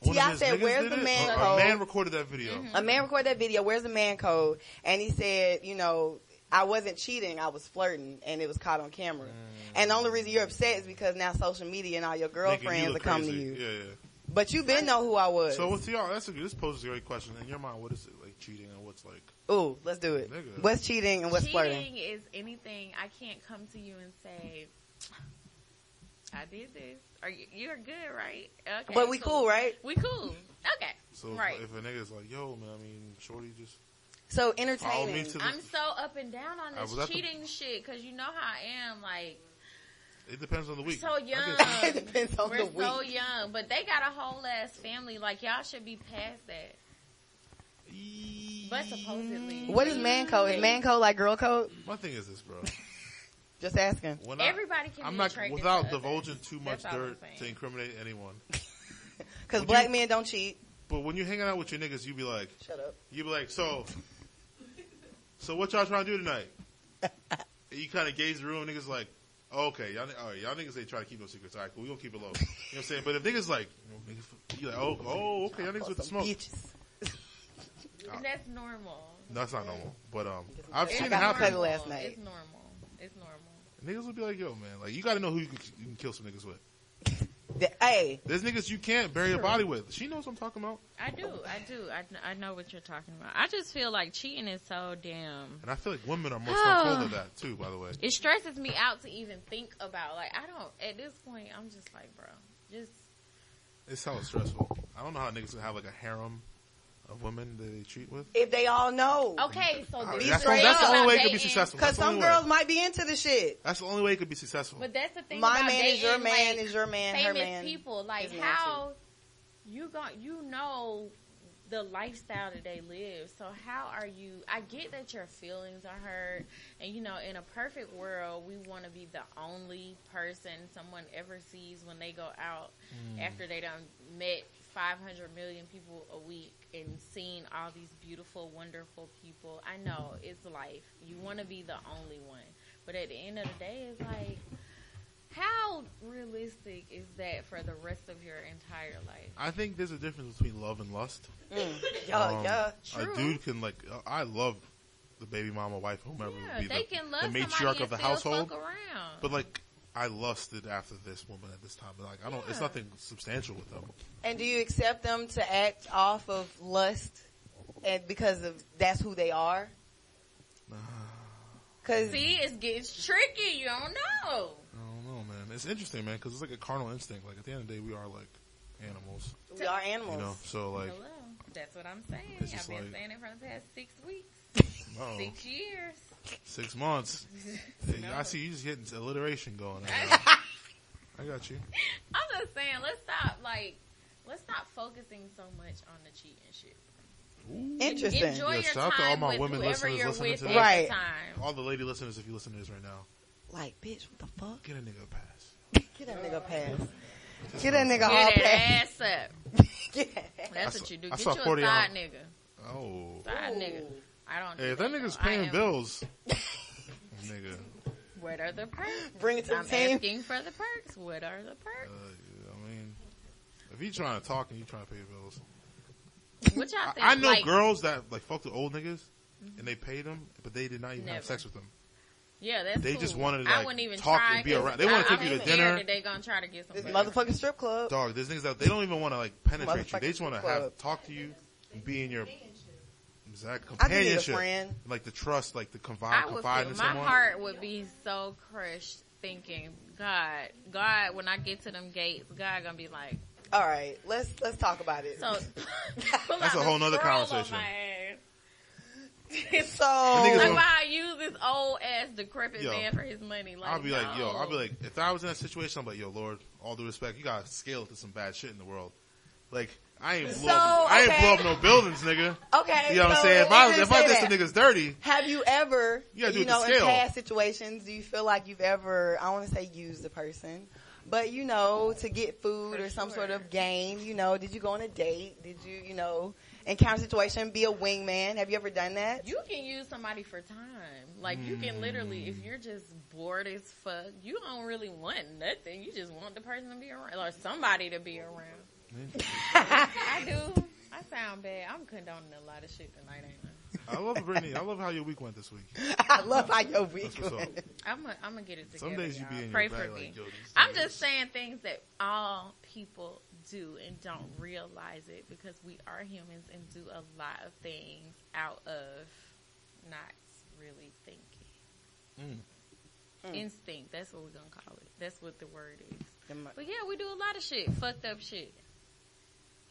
[SPEAKER 7] One of
[SPEAKER 6] T.I.
[SPEAKER 7] his
[SPEAKER 6] said,
[SPEAKER 7] niggas
[SPEAKER 6] "Where's
[SPEAKER 7] did
[SPEAKER 6] the
[SPEAKER 7] it?
[SPEAKER 6] man
[SPEAKER 7] A-
[SPEAKER 6] code?"
[SPEAKER 7] A man recorded that video.
[SPEAKER 6] A man recorded that video. Where's the man code? And he said, you know, I wasn't cheating. I was flirting, and it was caught on camera. And the only reason you're upset is because now social media and all your
[SPEAKER 7] Nigga, Mm. you
[SPEAKER 6] girlfriends
[SPEAKER 7] look
[SPEAKER 6] are coming
[SPEAKER 7] crazy.
[SPEAKER 6] to you.
[SPEAKER 7] Yeah, yeah.
[SPEAKER 6] But you been know who I was.
[SPEAKER 7] So what's y'all? That's a, this poses a great question. In your mind, what is it like cheating and what's like?
[SPEAKER 6] Ooh, let's do it.
[SPEAKER 7] Nigga.
[SPEAKER 6] What's cheating and what's flirting?
[SPEAKER 8] cheating is anything. I can't come to you and say, I did this. Are you, you're good, right? Okay,
[SPEAKER 6] But we cool, right?
[SPEAKER 8] We cool. Okay.
[SPEAKER 7] So
[SPEAKER 8] right.
[SPEAKER 7] if, if a nigga's like, yo, man, I mean, shorty just
[SPEAKER 6] So
[SPEAKER 7] follow me
[SPEAKER 6] entertaining. <laughs>
[SPEAKER 7] to the.
[SPEAKER 8] I'm so up and down on
[SPEAKER 7] I was at
[SPEAKER 8] this
[SPEAKER 7] the-
[SPEAKER 8] cheating shit because you know how I am. Like,
[SPEAKER 7] it depends on the week.
[SPEAKER 8] so
[SPEAKER 7] I get-
[SPEAKER 8] young.
[SPEAKER 6] it
[SPEAKER 7] <laughs>
[SPEAKER 6] depends on
[SPEAKER 8] We're
[SPEAKER 6] the
[SPEAKER 8] so
[SPEAKER 6] week.
[SPEAKER 8] young, but they got a whole ass family. Like, y'all should be past that. But supposedly,
[SPEAKER 6] What is man code? Is man code like girl code?
[SPEAKER 7] My thing is this, bro.
[SPEAKER 6] Just asking.
[SPEAKER 7] When
[SPEAKER 8] Everybody can
[SPEAKER 7] I, I'm
[SPEAKER 8] be
[SPEAKER 7] not
[SPEAKER 8] attracted
[SPEAKER 7] without
[SPEAKER 8] to others.
[SPEAKER 7] divulging too much
[SPEAKER 8] That's all I'm
[SPEAKER 7] dirt
[SPEAKER 8] saying.
[SPEAKER 7] to incriminate anyone.
[SPEAKER 6] Because
[SPEAKER 7] Would
[SPEAKER 6] black
[SPEAKER 7] you-
[SPEAKER 6] men don't cheat.
[SPEAKER 7] But when you're hanging out with your niggas, you be like,
[SPEAKER 6] Shut up.
[SPEAKER 7] you be like, so, so what y'all trying to do tonight? And you kind of gaze the room. Niggas like, oh, okay, y'all, ni- all right, y'all niggas ain't trying to keep no secrets. All right, cool, we gonna keep it low. You know what I'm saying? But if niggas like, you know, niggas- you like, oh, oh, okay, y'all niggas with the
[SPEAKER 6] Some
[SPEAKER 7] smoke.
[SPEAKER 6] bitches.
[SPEAKER 8] And that's normal.
[SPEAKER 7] That's not normal. But um, I've
[SPEAKER 6] I
[SPEAKER 7] seen it
[SPEAKER 6] got my
[SPEAKER 7] happen.
[SPEAKER 6] cousin last night.
[SPEAKER 8] It's normal. It's normal.
[SPEAKER 7] Niggas will be like, yo, man, like you got to know who you can, you can kill some niggas with.
[SPEAKER 6] The- Hey,
[SPEAKER 7] There's niggas you can't bury a body with. She knows what I'm talking about.
[SPEAKER 8] I do, I do, I, kn- I know what you're talking about. I just feel like cheating is so damn.
[SPEAKER 7] And I feel like women are more controlled of that too. By the way,
[SPEAKER 8] It stresses me out to even think about. Like I don't. At this point, I'm just like, bro, just
[SPEAKER 7] it's hella stressful. I don't know how niggas can have like a harem of women that they cheat with.
[SPEAKER 6] if they all know.
[SPEAKER 8] okay. So
[SPEAKER 7] Uh,
[SPEAKER 8] be
[SPEAKER 7] that's, the-
[SPEAKER 8] straight
[SPEAKER 7] that's the
[SPEAKER 8] about
[SPEAKER 7] only way it could be
[SPEAKER 8] dating.
[SPEAKER 7] successful.
[SPEAKER 6] Because
[SPEAKER 7] That's the
[SPEAKER 6] some
[SPEAKER 7] only way.
[SPEAKER 6] girls might be into the shit.
[SPEAKER 7] That's the only way it could be successful.
[SPEAKER 8] But that's the thing.
[SPEAKER 6] My
[SPEAKER 8] about
[SPEAKER 6] man is your
[SPEAKER 8] dating,
[SPEAKER 6] man
[SPEAKER 8] like,
[SPEAKER 6] is your man, her
[SPEAKER 8] Famous
[SPEAKER 6] man
[SPEAKER 8] people, like
[SPEAKER 6] is mine
[SPEAKER 8] how you gon' you know the lifestyle that they live. So how are you? I get that your feelings are hurt, and you know, in a perfect world, we want to be the only person someone ever sees when they go out after they done met. 500 million people a week and seen all these beautiful, wonderful people. I know it's life. You want to be the only one. But at the end of the day, it's like, how realistic is that for the rest of your entire life?
[SPEAKER 7] I think there's a difference between love and lust.
[SPEAKER 6] Yeah,
[SPEAKER 7] Um,
[SPEAKER 6] yeah.
[SPEAKER 7] A dude can like, uh, I love the baby mama, wife, whomever
[SPEAKER 8] Yeah,
[SPEAKER 7] would be
[SPEAKER 8] they
[SPEAKER 7] the,
[SPEAKER 8] can love
[SPEAKER 7] the matriarch
[SPEAKER 8] somebody
[SPEAKER 7] of the
[SPEAKER 8] and still
[SPEAKER 7] household.
[SPEAKER 8] Fuck around.
[SPEAKER 7] But like, I lusted after this woman at this time. But like, I don't. It's
[SPEAKER 8] Yeah.
[SPEAKER 7] nothing substantial with them.
[SPEAKER 6] And do you accept them to act off of lust and because of that's who
[SPEAKER 7] <sighs>
[SPEAKER 6] they are? Cause
[SPEAKER 8] See, it's gets tricky. You don't
[SPEAKER 7] I
[SPEAKER 8] know.
[SPEAKER 7] don't know, man. It's interesting, man, because it's like a carnal instinct. Like at the end of the day, we are like animals,
[SPEAKER 6] we are
[SPEAKER 7] you
[SPEAKER 6] animals.
[SPEAKER 7] know. So like,
[SPEAKER 8] Hello. That's what I'm saying.
[SPEAKER 7] It's
[SPEAKER 8] I've
[SPEAKER 7] just
[SPEAKER 8] been
[SPEAKER 7] like-
[SPEAKER 8] saying it for the past six weeks,
[SPEAKER 7] oh,
[SPEAKER 8] six years. <laughs>
[SPEAKER 7] six months. Hey, I see you just getting alliteration
[SPEAKER 8] <laughs>
[SPEAKER 7] going. on. I got you.
[SPEAKER 8] I'm just saying, let's stop. Like, let's stop focusing so much on the cheating shit.
[SPEAKER 6] Interesting.
[SPEAKER 8] Enjoy
[SPEAKER 7] Yeah,
[SPEAKER 8] your
[SPEAKER 7] shout out
[SPEAKER 8] time
[SPEAKER 7] to all my
[SPEAKER 8] with
[SPEAKER 7] women
[SPEAKER 8] whoever
[SPEAKER 7] listeners
[SPEAKER 8] you're
[SPEAKER 7] listening
[SPEAKER 8] with
[SPEAKER 7] to
[SPEAKER 8] at
[SPEAKER 7] this.
[SPEAKER 6] Right.
[SPEAKER 8] the time.
[SPEAKER 7] All the lady listeners, if you listen to this right now,
[SPEAKER 6] like, bitch, what the fuck? <laughs>
[SPEAKER 7] get a nigga a pass.
[SPEAKER 6] Get that nigga a pass. Get that nigga hall
[SPEAKER 8] Get that
[SPEAKER 6] pass.
[SPEAKER 8] ass up.
[SPEAKER 6] Get that ass.
[SPEAKER 8] That's
[SPEAKER 7] I
[SPEAKER 8] what
[SPEAKER 7] saw-
[SPEAKER 8] you do.
[SPEAKER 7] I
[SPEAKER 8] Get you
[SPEAKER 7] saw
[SPEAKER 8] a side
[SPEAKER 7] 40 on-
[SPEAKER 8] nigga.
[SPEAKER 7] Oh,
[SPEAKER 8] Side nigga. I don't. do
[SPEAKER 7] hey, if that
[SPEAKER 8] though.
[SPEAKER 7] nigga's
[SPEAKER 8] I
[SPEAKER 7] paying
[SPEAKER 8] am- <laughs>
[SPEAKER 7] bills, nigga.
[SPEAKER 8] What are the perks?
[SPEAKER 6] Bring it to
[SPEAKER 8] I'm
[SPEAKER 6] the team.
[SPEAKER 8] asking for the perks. What are the
[SPEAKER 7] Uh, <laughs>
[SPEAKER 8] perks?
[SPEAKER 7] I mean, if you trying to talk and you trying to pay your bills,
[SPEAKER 8] What y'all think?
[SPEAKER 7] I, I know
[SPEAKER 8] like, Mm-hmm.
[SPEAKER 7] girls that like fucked with old niggas and they paid them, but they did not even
[SPEAKER 8] Never.
[SPEAKER 7] have sex with them.
[SPEAKER 8] Yeah, that's
[SPEAKER 7] they
[SPEAKER 8] cool.
[SPEAKER 7] just wanted to,
[SPEAKER 8] I
[SPEAKER 7] like,
[SPEAKER 8] wouldn't even
[SPEAKER 7] talk
[SPEAKER 8] try
[SPEAKER 7] and be
[SPEAKER 8] 'cause
[SPEAKER 7] around. They wanna
[SPEAKER 8] I-
[SPEAKER 7] take
[SPEAKER 8] I'm
[SPEAKER 7] you to
[SPEAKER 8] scared
[SPEAKER 7] dinner.
[SPEAKER 8] that They gonna try to get some.
[SPEAKER 6] This
[SPEAKER 8] better.
[SPEAKER 6] motherfucking strip club.
[SPEAKER 7] Dog, there's niggas that they don't even want to like penetrate you. They just want to
[SPEAKER 6] Motherfucking
[SPEAKER 7] have
[SPEAKER 6] club.
[SPEAKER 7] talk to you, and be in your exact
[SPEAKER 6] I do need a
[SPEAKER 7] companionship,
[SPEAKER 6] friend.
[SPEAKER 7] like the trust, like the confide,
[SPEAKER 8] I would
[SPEAKER 7] confide
[SPEAKER 8] feel,
[SPEAKER 7] in
[SPEAKER 8] my
[SPEAKER 7] someone.
[SPEAKER 8] heart would be so crushed thinking, God, God, when I get to them gates, God gonna be like,
[SPEAKER 6] All right, let's let's talk about it.
[SPEAKER 8] so. <laughs>
[SPEAKER 7] That's a whole nother conversation.
[SPEAKER 6] <laughs> So
[SPEAKER 8] Like why I use this old ass decrepit
[SPEAKER 7] Yo.
[SPEAKER 8] man for his money? Like,
[SPEAKER 7] I'll be like, yo,
[SPEAKER 8] no.
[SPEAKER 7] I'll be like, if I was in that situation, I'm like, yo, Lord, all due respect, you gotta scale to some bad shit in the world. Like, I ain't blow,
[SPEAKER 6] So,
[SPEAKER 7] up, I ain't
[SPEAKER 6] okay.
[SPEAKER 7] blow up no buildings, nigga.
[SPEAKER 6] okay,
[SPEAKER 7] You know what I'm
[SPEAKER 6] so
[SPEAKER 7] saying? If I was,
[SPEAKER 6] even
[SPEAKER 7] if I
[SPEAKER 6] say
[SPEAKER 7] did some
[SPEAKER 6] that,
[SPEAKER 7] niggas dirty,
[SPEAKER 6] have you ever,
[SPEAKER 7] You gotta do
[SPEAKER 6] you
[SPEAKER 7] it to
[SPEAKER 6] know, in
[SPEAKER 7] scale.
[SPEAKER 6] past situations, do you feel like you've ever, I want to say, used a person, but you know, to get food or some sort of gain? You know, did you go on a date? Did you, you know, encounter a situation, be a wingman? Have you ever done that?
[SPEAKER 8] You can use somebody for time. Like you can literally, if you're just bored as fuck, you don't really want nothing. You just want the person to be around or somebody to be around. <laughs> I do. I sound bad. I'm condoning a lot of shit tonight, ain't I?
[SPEAKER 7] I love Brittany. I love how your week went this week.
[SPEAKER 6] <laughs> I love how your week.
[SPEAKER 7] That's what's up.
[SPEAKER 6] went.
[SPEAKER 8] I'm gonna I'm get it together.
[SPEAKER 7] Some days you
[SPEAKER 8] y'all.
[SPEAKER 7] be in
[SPEAKER 8] Pray
[SPEAKER 7] your bag
[SPEAKER 8] for me.
[SPEAKER 7] like, yo, these
[SPEAKER 8] I'm
[SPEAKER 7] niggas-
[SPEAKER 8] just saying things that all people do and don't realize it because we are humans and do a lot of things out of not really thinking.
[SPEAKER 7] Mm.
[SPEAKER 6] Mm.
[SPEAKER 8] Instinct. That's what we're gonna call it. That's what the word is. But yeah, we do a lot of shit, fucked up shit.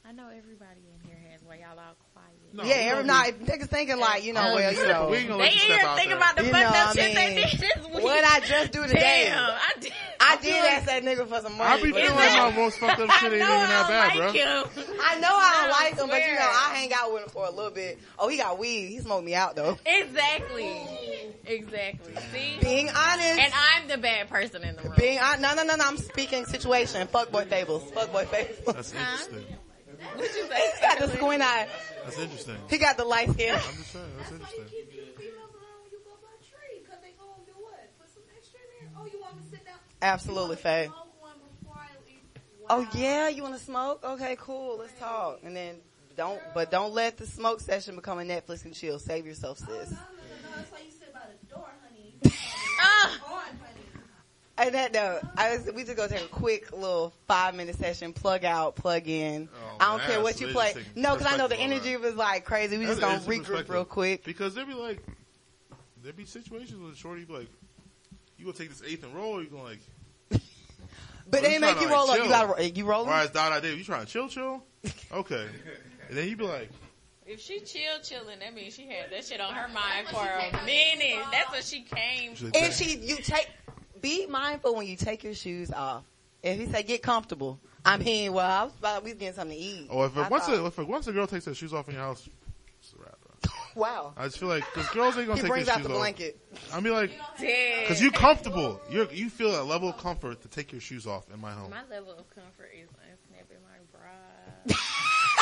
[SPEAKER 8] I know everybody in here has. Why y'all all quiet?
[SPEAKER 7] No,
[SPEAKER 6] yeah,
[SPEAKER 7] we
[SPEAKER 6] every
[SPEAKER 7] gonna
[SPEAKER 6] night niggas thinking like, you
[SPEAKER 7] Oh,
[SPEAKER 6] know, well, you
[SPEAKER 7] be- we ain't
[SPEAKER 6] know,
[SPEAKER 7] gonna
[SPEAKER 8] They
[SPEAKER 7] let
[SPEAKER 8] in
[SPEAKER 7] you step
[SPEAKER 8] here
[SPEAKER 7] out
[SPEAKER 8] thinking
[SPEAKER 7] there.
[SPEAKER 8] about the
[SPEAKER 6] You
[SPEAKER 8] fucked
[SPEAKER 6] know,
[SPEAKER 8] up
[SPEAKER 6] I
[SPEAKER 8] shit they
[SPEAKER 6] mean,
[SPEAKER 8] did this week.
[SPEAKER 6] what I just do today.
[SPEAKER 8] Damn, I did.
[SPEAKER 6] I did ask that nigga for some money.
[SPEAKER 7] I be
[SPEAKER 6] but-
[SPEAKER 7] feeling like my most
[SPEAKER 8] <laughs>
[SPEAKER 7] fucked up shit ain't even that bad, bro.
[SPEAKER 8] bro.
[SPEAKER 6] I know I don't
[SPEAKER 8] I
[SPEAKER 6] like him, but you
[SPEAKER 8] swear.
[SPEAKER 6] know, I hang out with him for a little bit. Oh, he got weed. He smoked me out though.
[SPEAKER 8] Exactly. Exactly. See?
[SPEAKER 6] Being honest.
[SPEAKER 8] And I'm the bad person in the room.
[SPEAKER 6] being honest. No, no, no, no. I'm speaking situation. Fuck boy fables. Fuck boy fables.
[SPEAKER 7] That's interesting.
[SPEAKER 8] What you
[SPEAKER 6] <laughs> He got the
[SPEAKER 8] say?
[SPEAKER 6] squint eye.
[SPEAKER 7] That's interesting.
[SPEAKER 6] He got the light
[SPEAKER 8] <laughs>
[SPEAKER 6] skin.
[SPEAKER 7] I'm just saying, that's interesting.
[SPEAKER 6] Absolutely, Faye. Oh yeah, you want to smoke? Okay, cool. Let's talk. And then don't, but don't let the smoke session become a Netflix and chill. Save yourself, sis. <laughs> And that though, I was, we just gonna take a quick little five minute session, plug out, plug in.
[SPEAKER 7] Oh,
[SPEAKER 6] I don't
[SPEAKER 7] man,
[SPEAKER 6] care
[SPEAKER 7] so
[SPEAKER 6] what you
[SPEAKER 7] they
[SPEAKER 6] play.
[SPEAKER 7] just taking
[SPEAKER 6] No, cause I know the
[SPEAKER 7] perspective on
[SPEAKER 6] energy was like crazy. We just gonna
[SPEAKER 7] That is the
[SPEAKER 6] regroup
[SPEAKER 7] perspective.
[SPEAKER 6] real quick.
[SPEAKER 7] Because there be like, there be situations where shorty be like, you gonna take this eighth and roll, or you gonna like,
[SPEAKER 6] But
[SPEAKER 7] Well,
[SPEAKER 6] they
[SPEAKER 7] you
[SPEAKER 6] make
[SPEAKER 7] tryna,
[SPEAKER 6] you
[SPEAKER 7] like,
[SPEAKER 6] roll up. You
[SPEAKER 7] chill.
[SPEAKER 6] gotta, ro- you roll
[SPEAKER 7] why is Dot Idea? You trying to chill, chill? Okay. And then you be like,
[SPEAKER 8] If she chill chilling, that means she had that shit on her mind for a minute. That's what she came.
[SPEAKER 7] she's like,
[SPEAKER 6] And she, you take, be mindful when you take your shoes off. If he say get comfortable, I mean, well, I was about, we was getting something to eat.
[SPEAKER 7] oh, if
[SPEAKER 6] I
[SPEAKER 7] a, once
[SPEAKER 6] thought,
[SPEAKER 7] a if a, once a girl takes her shoes off in your house, it's a wrap, bro.
[SPEAKER 6] wow.
[SPEAKER 7] I just feel like because girls ain't gonna
[SPEAKER 6] He
[SPEAKER 7] take
[SPEAKER 6] brings
[SPEAKER 7] their
[SPEAKER 6] out
[SPEAKER 7] shoes
[SPEAKER 6] the blanket.
[SPEAKER 7] off. I mean, like,
[SPEAKER 8] Dead.
[SPEAKER 7] because you comfortable, you you feel a level of comfort to take your shoes off in my home.
[SPEAKER 8] My level of comfort is unsnapping my
[SPEAKER 7] <laughs>
[SPEAKER 8] bra.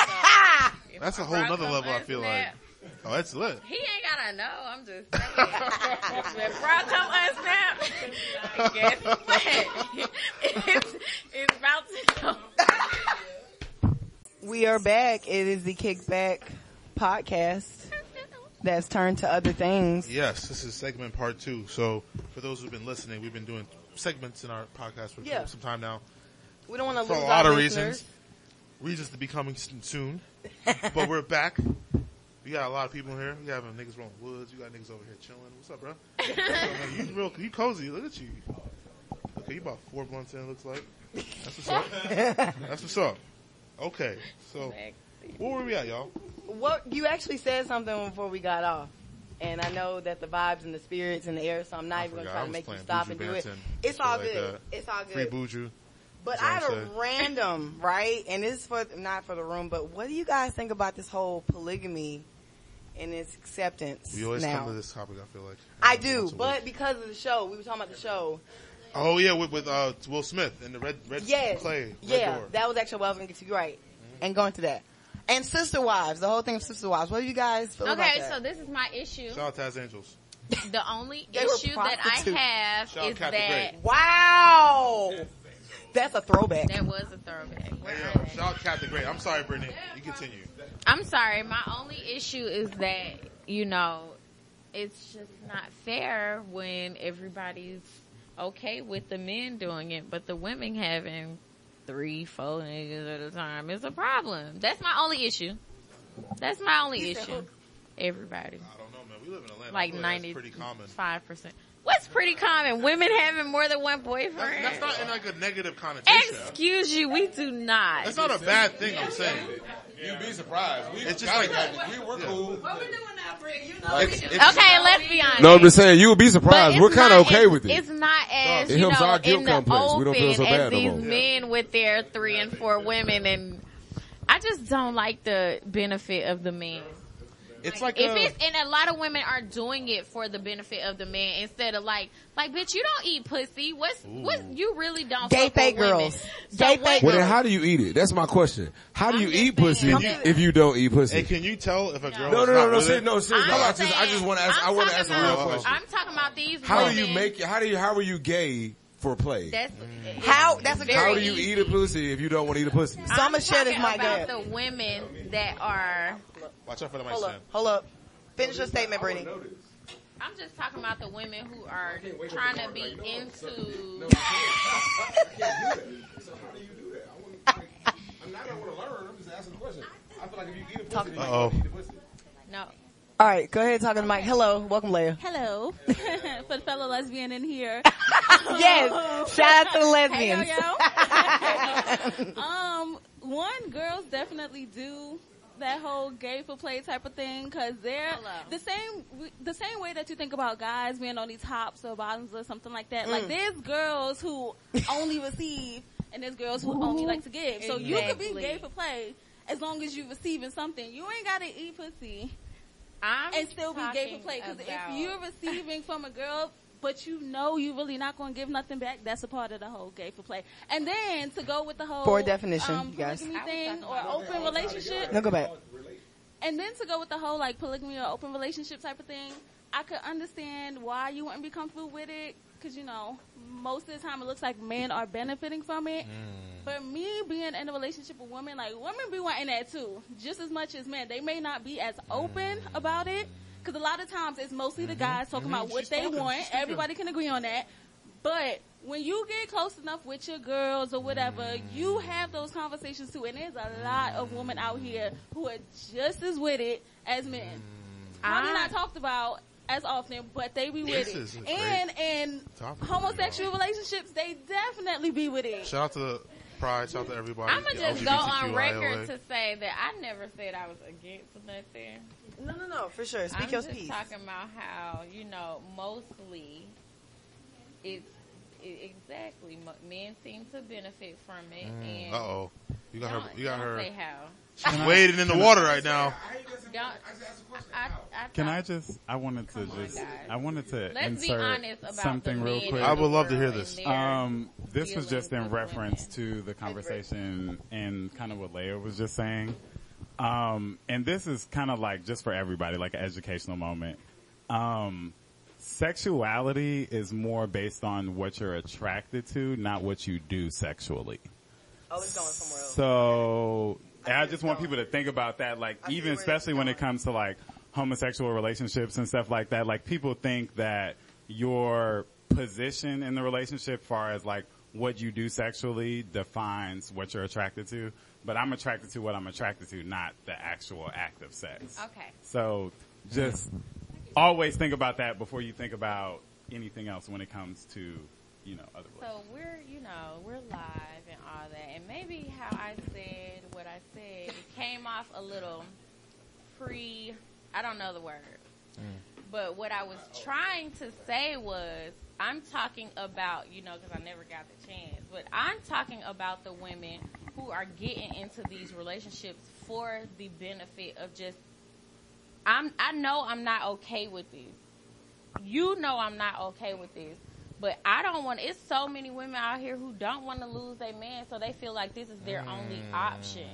[SPEAKER 8] So, if
[SPEAKER 7] That's a
[SPEAKER 8] my
[SPEAKER 7] whole
[SPEAKER 8] bra
[SPEAKER 7] nother
[SPEAKER 8] come
[SPEAKER 7] level. I feel like,
[SPEAKER 8] unsnapped,
[SPEAKER 7] oh, that's lit. <laughs>
[SPEAKER 8] He ain't gotta know. I'm just saying. When bra come unsnapped, guess what? it's, it's about to come.
[SPEAKER 6] We are back. It is the Kickback podcast that's turned to other things.
[SPEAKER 7] Yes, this is segment part two. So for those who've been listening, we've been doing segments in our podcast for
[SPEAKER 6] Yeah.
[SPEAKER 7] some time now
[SPEAKER 6] We don't want to
[SPEAKER 7] for
[SPEAKER 6] lose
[SPEAKER 7] a lot
[SPEAKER 6] our
[SPEAKER 7] of
[SPEAKER 6] listeners.
[SPEAKER 7] reasons. Reasons to be coming s- soon, but we're back. We got a lot of people here. We have niggas rolling woods. You got niggas over here chilling. What's
[SPEAKER 6] <laughs>
[SPEAKER 7] up, bro? you real, you cozy. Look at you. Okay, you about four blunts in. Looks like. That's what's up. That's what's up. Okay, so where were we at, y'all?
[SPEAKER 6] What you actually said something before we got off, and I know that the vibes and the spirits in the air, so I'm not
[SPEAKER 7] I
[SPEAKER 6] even going to
[SPEAKER 7] forgot.
[SPEAKER 6] try
[SPEAKER 7] I
[SPEAKER 6] to
[SPEAKER 7] was
[SPEAKER 6] make you
[SPEAKER 7] playing
[SPEAKER 6] stop
[SPEAKER 7] Buju
[SPEAKER 6] and do it.
[SPEAKER 7] Banton,
[SPEAKER 6] It's
[SPEAKER 7] shit
[SPEAKER 6] all
[SPEAKER 7] like
[SPEAKER 6] good.
[SPEAKER 7] that.
[SPEAKER 6] It's all
[SPEAKER 7] Free
[SPEAKER 6] good.
[SPEAKER 7] Buju.
[SPEAKER 6] But
[SPEAKER 7] That's what
[SPEAKER 6] I had
[SPEAKER 7] I'm
[SPEAKER 6] a
[SPEAKER 7] saying.
[SPEAKER 6] random, <laughs> right? And this is for not for the room, but what do you guys think about this whole polygamy and its acceptance
[SPEAKER 7] We always
[SPEAKER 6] now?
[SPEAKER 7] come to this topic. I feel like
[SPEAKER 6] I
[SPEAKER 7] Once a
[SPEAKER 6] do,
[SPEAKER 7] week.
[SPEAKER 6] but because of the show, we were talking about the show.
[SPEAKER 7] Oh yeah, with, with uh, Will Smith and the red red
[SPEAKER 6] Yes.
[SPEAKER 7] clay. Red
[SPEAKER 6] yeah,
[SPEAKER 7] door.
[SPEAKER 6] that was actually what I was gonna get to. You're right.
[SPEAKER 7] Mm-hmm.
[SPEAKER 6] And going to that. And Sister Wives, the whole thing of Sister Wives. What do you guys feel about
[SPEAKER 8] Okay,
[SPEAKER 6] that?
[SPEAKER 8] so this is my issue.
[SPEAKER 7] Shout out to Taz Angels.
[SPEAKER 8] The only
[SPEAKER 6] They were
[SPEAKER 8] issue that I
[SPEAKER 6] prostitutes.
[SPEAKER 8] have
[SPEAKER 7] Shout out
[SPEAKER 8] is
[SPEAKER 7] Kathy
[SPEAKER 8] that
[SPEAKER 7] Gray.
[SPEAKER 6] wow! That's a
[SPEAKER 8] <laughs>
[SPEAKER 6] throwback.
[SPEAKER 8] that was a throwback. Where
[SPEAKER 7] Hey,
[SPEAKER 8] are
[SPEAKER 7] yo,
[SPEAKER 8] they?
[SPEAKER 7] shout out to Kathy Gray. I'm sorry, Brittany. You continue.
[SPEAKER 8] I'm sorry. My only issue is that you know it's just not fair when everybody's okay with the men doing it, but the women having three, four niggas at a time is a problem. That's my only issue. That's my only issue. Everybody,
[SPEAKER 7] I don't know, man. We live in Atlanta.
[SPEAKER 8] like
[SPEAKER 7] so
[SPEAKER 8] ninety
[SPEAKER 7] That's pretty common.
[SPEAKER 8] five percent. What's pretty common? Women having more than one boyfriend.
[SPEAKER 7] That's not in like a negative connotation.
[SPEAKER 8] Excuse you, we do not.
[SPEAKER 7] That's not a bad thing. I'm saying.
[SPEAKER 9] You'd be surprised. We
[SPEAKER 7] It's just
[SPEAKER 9] kinda
[SPEAKER 7] like-
[SPEAKER 9] got it. we were
[SPEAKER 7] yeah.
[SPEAKER 9] cool.
[SPEAKER 6] What we doing now, Brick? You know
[SPEAKER 9] Like, it's-
[SPEAKER 8] Okay, let's be honest.
[SPEAKER 10] No, I'm just saying you would be
[SPEAKER 8] But
[SPEAKER 10] surprised.
[SPEAKER 8] it's
[SPEAKER 10] We're kind
[SPEAKER 8] not
[SPEAKER 10] of okay
[SPEAKER 8] as-
[SPEAKER 10] with it.
[SPEAKER 8] It's not as
[SPEAKER 10] It
[SPEAKER 8] you
[SPEAKER 10] helps
[SPEAKER 8] know,
[SPEAKER 10] our
[SPEAKER 8] in
[SPEAKER 10] guilt
[SPEAKER 8] the
[SPEAKER 10] complex. We don't feel so
[SPEAKER 8] open
[SPEAKER 10] bad
[SPEAKER 8] as
[SPEAKER 10] no
[SPEAKER 8] these
[SPEAKER 10] more.
[SPEAKER 8] men with their three and four women, and I just don't like the benefit of the man.
[SPEAKER 9] It's like
[SPEAKER 8] If
[SPEAKER 9] uh,
[SPEAKER 8] it's and a lot of women are doing it for the benefit of the man instead of like like bitch you don't eat pussy what's what you really don't
[SPEAKER 6] Gay
[SPEAKER 8] fuck with
[SPEAKER 6] fake
[SPEAKER 8] women.
[SPEAKER 6] girls.
[SPEAKER 8] So
[SPEAKER 6] Gay
[SPEAKER 8] what-
[SPEAKER 6] fake
[SPEAKER 10] Well, then how do you eat it? That's my question. How do
[SPEAKER 8] I'm
[SPEAKER 10] you
[SPEAKER 8] just
[SPEAKER 10] eat pussy
[SPEAKER 8] saying.
[SPEAKER 10] if you don't eat
[SPEAKER 7] Hey,
[SPEAKER 10] pussy?
[SPEAKER 7] can you tell if a girl?
[SPEAKER 10] No,
[SPEAKER 7] is
[SPEAKER 10] no,
[SPEAKER 7] not
[SPEAKER 10] no, no,
[SPEAKER 7] with
[SPEAKER 10] ser-
[SPEAKER 7] it?
[SPEAKER 10] no, seriously.
[SPEAKER 8] I'm
[SPEAKER 10] I just, I
[SPEAKER 8] saying-
[SPEAKER 10] just want to ask.
[SPEAKER 8] I'm
[SPEAKER 10] I want to
[SPEAKER 8] talking
[SPEAKER 10] ask a real
[SPEAKER 8] about-
[SPEAKER 10] question.
[SPEAKER 8] I'm talking about these.
[SPEAKER 10] How do
[SPEAKER 8] women.
[SPEAKER 10] you make? How do you? How are you gay for play?
[SPEAKER 8] That's
[SPEAKER 6] How? That's a
[SPEAKER 8] Very
[SPEAKER 10] How
[SPEAKER 6] very
[SPEAKER 10] do you eat a pussy if you don't want to eat a pussy?
[SPEAKER 6] So I'ma share this
[SPEAKER 8] talking
[SPEAKER 6] mic
[SPEAKER 8] about
[SPEAKER 6] up.
[SPEAKER 8] the women that are.
[SPEAKER 7] Watch out for the mic
[SPEAKER 6] Hold
[SPEAKER 7] stand.
[SPEAKER 6] up. Hold up. Finish your statement, Brittany.
[SPEAKER 8] I'm just talking about the women who are trying to be into.
[SPEAKER 9] I'm not gonna want to learn. I'm just asking a question. I feel like if you eat a pussy,
[SPEAKER 6] Talk-
[SPEAKER 9] you
[SPEAKER 7] Uh-oh.
[SPEAKER 9] might eat a pussy.
[SPEAKER 8] No.
[SPEAKER 6] All right, go ahead talk to the mic. Hello, welcome, Leia.
[SPEAKER 11] Hello, <laughs> for the fellow lesbian in
[SPEAKER 8] <laughs>
[SPEAKER 11] here. Oh,
[SPEAKER 6] Yes, shout out to the
[SPEAKER 11] Hey, yo,
[SPEAKER 6] lesbians.
[SPEAKER 8] <laughs>
[SPEAKER 11] yo. <laughs> um, one, girls definitely do that whole gay for play type of thing because they're
[SPEAKER 8] Hello.
[SPEAKER 11] the same the same way that you think about guys being on these tops or bottoms or something like that. Like
[SPEAKER 6] Mm.
[SPEAKER 11] there's girls who only receive and there's girls who only like to give. So you could be
[SPEAKER 8] Exactly.
[SPEAKER 11] gay for play as long as you receiving something. You ain't gotta eat pussy
[SPEAKER 8] I'm
[SPEAKER 11] and still be gay for play. Because if you're receiving from a girl, but you know you really not going to give nothing back, that's a part of the whole gay for play. And then to go with the whole
[SPEAKER 6] For definition,
[SPEAKER 11] um,
[SPEAKER 6] you guys.
[SPEAKER 11] polygamy
[SPEAKER 8] I was
[SPEAKER 11] thing
[SPEAKER 8] talking
[SPEAKER 11] or
[SPEAKER 8] about
[SPEAKER 11] open relationship,
[SPEAKER 6] No, go back.
[SPEAKER 11] and then to go with the whole like polygamy or open relationship type of thing, I could understand why you wouldn't be comfortable with it. Cause you know, most of the time it looks like men are benefiting from
[SPEAKER 7] Mm.
[SPEAKER 11] it. But me being in a relationship with women, like women be wanting that too, just as much as men. They may not be as open
[SPEAKER 7] Mm.
[SPEAKER 11] about it. Cause a lot of times it's mostly
[SPEAKER 7] Mm-hmm.
[SPEAKER 11] the guys talking about what they want. Everybody can agree on that. But when you get close enough with your girls or whatever,
[SPEAKER 7] Mm.
[SPEAKER 11] you have those conversations too. And there's a lot of women out here who are just as with it as men. Probably not talked about as often, but they be with
[SPEAKER 7] Mm. This is a
[SPEAKER 11] it.
[SPEAKER 7] great
[SPEAKER 11] And in
[SPEAKER 7] topic.
[SPEAKER 11] homosexual relationships, they definitely be with it.
[SPEAKER 7] Shout out to the pride. Shout out to everybody.
[SPEAKER 8] I'm gonna just go on
[SPEAKER 7] LGBTQIA.
[SPEAKER 8] record to say that I never said I was against nothing.
[SPEAKER 6] No, no, no, for sure. Speak
[SPEAKER 8] I'm
[SPEAKER 6] your
[SPEAKER 8] just
[SPEAKER 6] piece.
[SPEAKER 8] talking about how you know mostly it's it, exactly mo- men seem to benefit from it. And
[SPEAKER 7] Uh oh, you got her.
[SPEAKER 8] Don't-
[SPEAKER 7] You got
[SPEAKER 8] don't
[SPEAKER 7] her.
[SPEAKER 8] Say how.
[SPEAKER 7] She's wading in the water right now.
[SPEAKER 8] Don't, I, I,
[SPEAKER 12] Can I
[SPEAKER 8] talk-
[SPEAKER 12] just? I wanted to just. I wanted to
[SPEAKER 8] Let's be
[SPEAKER 12] insert
[SPEAKER 8] honest about
[SPEAKER 12] something
[SPEAKER 8] the
[SPEAKER 12] real
[SPEAKER 8] men
[SPEAKER 12] quick.
[SPEAKER 8] in
[SPEAKER 7] I would
[SPEAKER 8] the
[SPEAKER 7] love to hear
[SPEAKER 8] world and
[SPEAKER 7] this.
[SPEAKER 8] their-
[SPEAKER 12] Um, this was
[SPEAKER 8] dealings
[SPEAKER 12] just in
[SPEAKER 8] with
[SPEAKER 12] reference to the conversation and kind of what Leia was just saying. Um, and this is kind of like just for everybody, like an educational moment. Um, sexuality is more based on what you're attracted to, not what you do sexually.
[SPEAKER 6] Oh, it's going somewhere else.
[SPEAKER 12] So and
[SPEAKER 6] see
[SPEAKER 12] I
[SPEAKER 6] it's
[SPEAKER 12] just want
[SPEAKER 6] going.
[SPEAKER 12] people to think about that, like
[SPEAKER 6] I see
[SPEAKER 12] even
[SPEAKER 6] where it's
[SPEAKER 12] especially when
[SPEAKER 6] going.
[SPEAKER 12] it comes to like homosexual relationships and stuff like that. Like people think that your position in the relationship, far as like what you do sexually, defines what you're attracted to. But I'm attracted to what I'm attracted to, not the actual act of sex.
[SPEAKER 8] Okay.
[SPEAKER 12] So just always think about that before you think about anything else when it comes to you know other. relationships.
[SPEAKER 8] So we're, you know, we're live and all that, and maybe how I said what I said, it came off a little pre. I don't know the word, but what I was trying to say was, I'm talking about, you know, because I never got the chance, but I'm talking about the women who are getting into these relationships for the benefit of just. I'm. I know I'm not okay with this. You know I'm not okay with this But I don't want. It's so many women out here who don't want to lose their man, so they feel like this is their only option.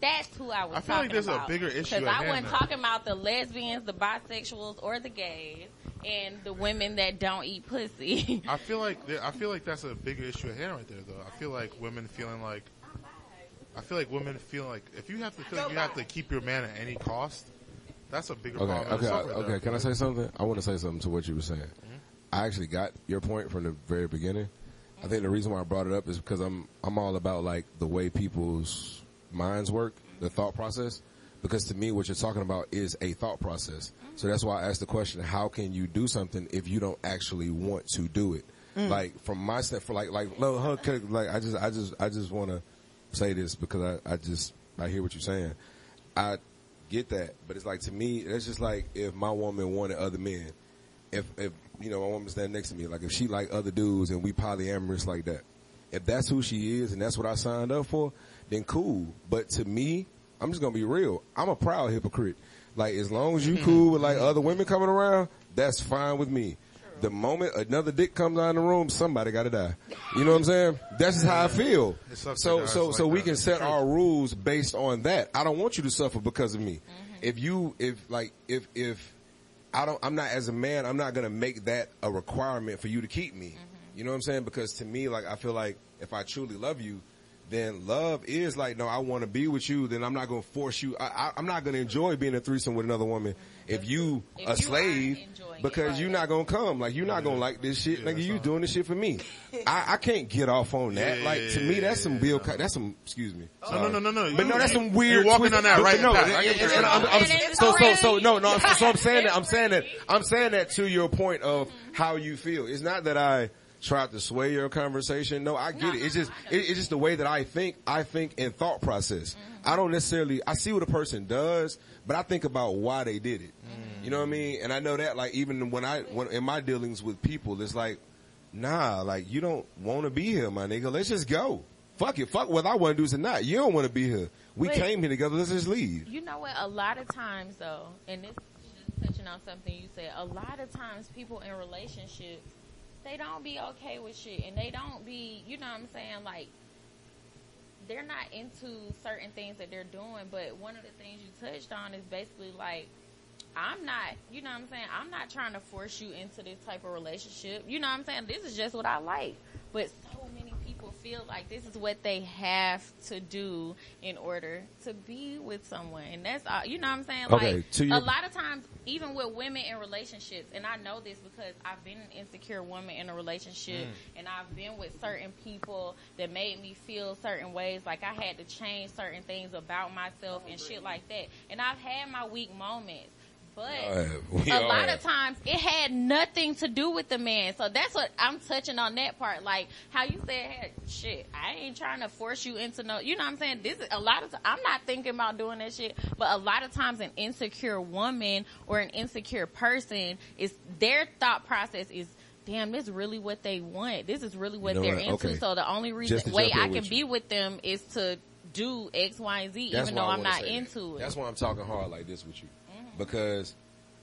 [SPEAKER 8] That's who I was.
[SPEAKER 7] Mm. I feel like
[SPEAKER 8] talking
[SPEAKER 7] there's a
[SPEAKER 8] about.
[SPEAKER 7] bigger issue
[SPEAKER 8] because
[SPEAKER 7] at
[SPEAKER 8] I wasn't
[SPEAKER 7] hand, though.
[SPEAKER 8] talking about the lesbians, the bisexuals, or the gays, and the women that don't eat pussy. <laughs>
[SPEAKER 7] I feel like there, I feel like that's a bigger issue at hand right there, though. I feel like women feeling like I feel like women feel like if you have to feel like you have to keep your man at any cost, that's a bigger
[SPEAKER 13] Okay,
[SPEAKER 7] problem.
[SPEAKER 13] okay,
[SPEAKER 7] itself right
[SPEAKER 13] okay.
[SPEAKER 7] there.
[SPEAKER 13] Can I say something? I want to say something to what you were saying. I actually got your point from the very beginning. I think the reason why I brought it up is because I'm I'm all about like the way people's minds work, the thought process. Because to me, what you're talking about is a thought process. So that's why I asked the question: How can you do something if you don't actually want to do it?
[SPEAKER 14] Mm.
[SPEAKER 13] Like from my step, for like like no, huh, okay, like I just I just I just want to say this because I I just I hear what you're saying. I get that, but it's like to me, that's just like if my woman wanted other men. If if you know my woman stand next to me, like if she like other dudes and we polyamorous like that, if that's who she is and that's what I signed up for, then cool. But to me, I'm just gonna be real. I'm a proud hypocrite. Like as long as you cool with like other women coming around, that's fine with me. The moment another dick comes out in the room, somebody gotta die. You know what I'm saying? That's just how I feel.
[SPEAKER 7] It
[SPEAKER 13] So
[SPEAKER 7] sucks
[SPEAKER 13] so
[SPEAKER 7] that guys
[SPEAKER 13] so
[SPEAKER 7] like
[SPEAKER 13] we
[SPEAKER 7] that.
[SPEAKER 13] can set our rules based on that. I don't want you to suffer because of me. If you if like if if I don't I'm not as a man, I'm not gonna make that a requirement for you to keep me.
[SPEAKER 14] Mm-hmm.
[SPEAKER 13] You know what I'm saying? Because to me, like I feel like if I truly love you, then love is like, no, I want to be with you. Then I'm not going to force you. I, I, I'm not going to enjoy being a threesome with another woman if you
[SPEAKER 14] If you
[SPEAKER 13] a
[SPEAKER 14] aren't
[SPEAKER 13] slave because you're not going to come. Like you're not going to like this shit. Nigga, you doing this shit for me. I, I can't get off on that.
[SPEAKER 7] Yeah,
[SPEAKER 13] like
[SPEAKER 7] yeah,
[SPEAKER 13] to me, that's some Bill, Co- that's some, excuse me.
[SPEAKER 7] Oh, No, no, no, no, no.
[SPEAKER 13] But
[SPEAKER 7] You-
[SPEAKER 13] no, that's some
[SPEAKER 7] you're
[SPEAKER 13] weird.
[SPEAKER 7] walking
[SPEAKER 13] twisted-
[SPEAKER 7] on that
[SPEAKER 13] but- but
[SPEAKER 7] right
[SPEAKER 13] No,
[SPEAKER 7] path.
[SPEAKER 13] and-
[SPEAKER 7] It's
[SPEAKER 13] and- and I'm- I'm-
[SPEAKER 7] great.
[SPEAKER 13] so so so no no. I'm- So I'm saying that I'm saying that I'm saying that to your point of how you feel. It's not that I tried to sway your conversation. No, I get it. It's just it, it's just the way that I think. I think in thought process.
[SPEAKER 7] Mm-hmm.
[SPEAKER 13] I don't necessarily. I see what a person does, but I think about why they did it.
[SPEAKER 7] Mm.
[SPEAKER 13] You know what I mean? And I know that like even when I when in my dealings with people, it's like nah, like you don't want to be here, my nigga. Let's just go. Fuck it. Fuck whether I want to do this or not. You don't want to be here. We
[SPEAKER 8] But-
[SPEAKER 13] came here together. Let's just leave.
[SPEAKER 8] You know what? A lot of times, though, and this is just touching on something you said. A lot of times, people in relationships, they don't be okay with shit, and they don't be, you know, what I'm saying, like, they're not into certain things that they're doing. But one of the things you touched on is basically like. I'm not, you know what I'm saying? I'm not trying to force you into this type of relationship. You know what I'm saying? This is just what I like. But so many people feel like this is what they have to do in order to be with someone. And that's, all, you know what I'm saying?
[SPEAKER 13] Okay,
[SPEAKER 8] like,
[SPEAKER 13] to your-
[SPEAKER 8] a lot of times, even with women in relationships, and I know this because I've been an insecure woman in a relationship
[SPEAKER 11] Mm.
[SPEAKER 8] and I've been with certain people that made me feel certain ways, like I had to change certain things about myself and shit like that. And I've had my weak moments. But
[SPEAKER 13] We
[SPEAKER 8] a
[SPEAKER 13] all
[SPEAKER 8] lot
[SPEAKER 13] have.
[SPEAKER 8] of times it had nothing to do with the man. So that's what I'm touching on that part. Like how you said, hey, shit, I ain't trying to force you into no, you know what I'm saying? This is a lot of, t- I'm not thinking about doing that shit, but a lot of times an insecure woman or an insecure person is their thought process is, damn, this really what they want. This is really what
[SPEAKER 13] know
[SPEAKER 8] they're
[SPEAKER 13] what?
[SPEAKER 8] into.
[SPEAKER 13] Okay.
[SPEAKER 8] So the only
[SPEAKER 13] Just to
[SPEAKER 8] reason,
[SPEAKER 13] jump
[SPEAKER 8] way
[SPEAKER 13] in
[SPEAKER 8] I
[SPEAKER 13] with
[SPEAKER 8] can
[SPEAKER 13] you.
[SPEAKER 8] be with them is to do X, Y, and Z, even though
[SPEAKER 13] why I
[SPEAKER 8] I'm
[SPEAKER 13] wanna
[SPEAKER 8] not
[SPEAKER 13] say that.
[SPEAKER 8] into it. Mm.
[SPEAKER 13] That's why I'm talking hard like this with you. Because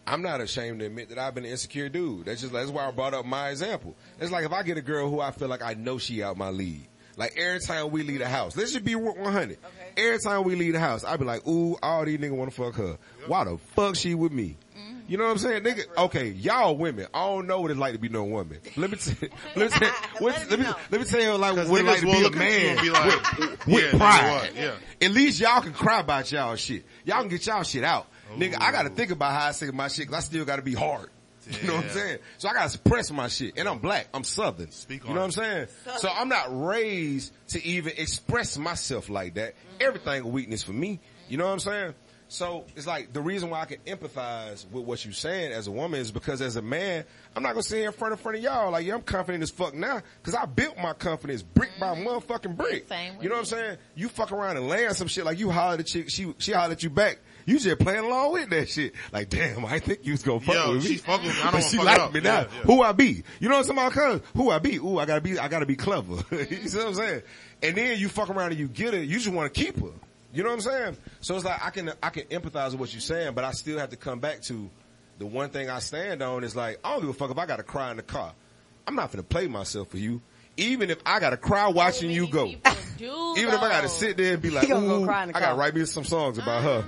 [SPEAKER 13] I'm not ashamed to admit that I've been an insecure dude. That's just that's why I brought up my example. It's like if I get a girl who I feel like I know she out my league. Like every time we leave the house, let's just be 100. Every time we leave the house, I be like, ooh, all these niggas want to fuck her. Why the fuck she with me?
[SPEAKER 8] Mm-hmm.
[SPEAKER 13] You know what I'm saying, nigga? Okay, y'all women, I don't know what it's like to be no woman. Let me t- <laughs>
[SPEAKER 8] <laughs>
[SPEAKER 13] let me tell let, me let me tell you like what
[SPEAKER 7] niggas
[SPEAKER 13] it's like to
[SPEAKER 7] will
[SPEAKER 13] be a
[SPEAKER 7] look at you
[SPEAKER 13] man
[SPEAKER 7] and be like,
[SPEAKER 13] with,
[SPEAKER 7] yeah,
[SPEAKER 13] with
[SPEAKER 7] nigga,
[SPEAKER 13] pride.
[SPEAKER 7] what? Yeah.
[SPEAKER 13] At least y'all can cry about y'all shit. Y'all can get y'all shit out. Nigga, I gotta think about how I say my shit 'cause I still gotta be hard. <laughs> You know what I'm
[SPEAKER 7] Yeah.
[SPEAKER 13] saying? So I gotta suppress my shit. And I'm black. I'm southern. you know what I'm saying? So I'm not raised to even express myself like that. Everything a weakness for me. You know what I'm saying? So it's like the reason why I can empathize with what you're saying as a woman is because as a man, I'm not gonna sit here in front in front of y'all like yeah, I'm confident as fuck now because I built my confidence brick by motherfucking brick.
[SPEAKER 14] Same with
[SPEAKER 13] you know what I'm saying? You fuck around and land some shit like you hollered at chick, she she hollered at you back. You just playing along with that shit. Like damn, I didn't think you was gonna fuck
[SPEAKER 7] Yo,
[SPEAKER 13] with me.
[SPEAKER 7] she fuck with me. I don't
[SPEAKER 13] but
[SPEAKER 7] wanna
[SPEAKER 13] she
[SPEAKER 7] fuck
[SPEAKER 13] like
[SPEAKER 7] it up.
[SPEAKER 13] me now.
[SPEAKER 7] Yeah, yeah.
[SPEAKER 13] Who I be? You know what I'm talking about? 'Cause Who I be? Ooh, I gotta be. I gotta be clever. <laughs> you see what I'm saying? And then you fuck around and you get her. You just want to keep her. You know what I'm saying? So it's like I can I can empathize with what you're saying, but I still have to come back to the one thing I stand on is like I don't give a fuck if I gotta cry in the car. I'm not gonna play myself for you. Even if I gotta cry watching you go. <laughs> Even if I gotta sit there and be like,
[SPEAKER 6] He gonna go
[SPEAKER 13] ooh,
[SPEAKER 6] cry in the
[SPEAKER 13] I gotta
[SPEAKER 6] car.
[SPEAKER 13] write me some songs about her.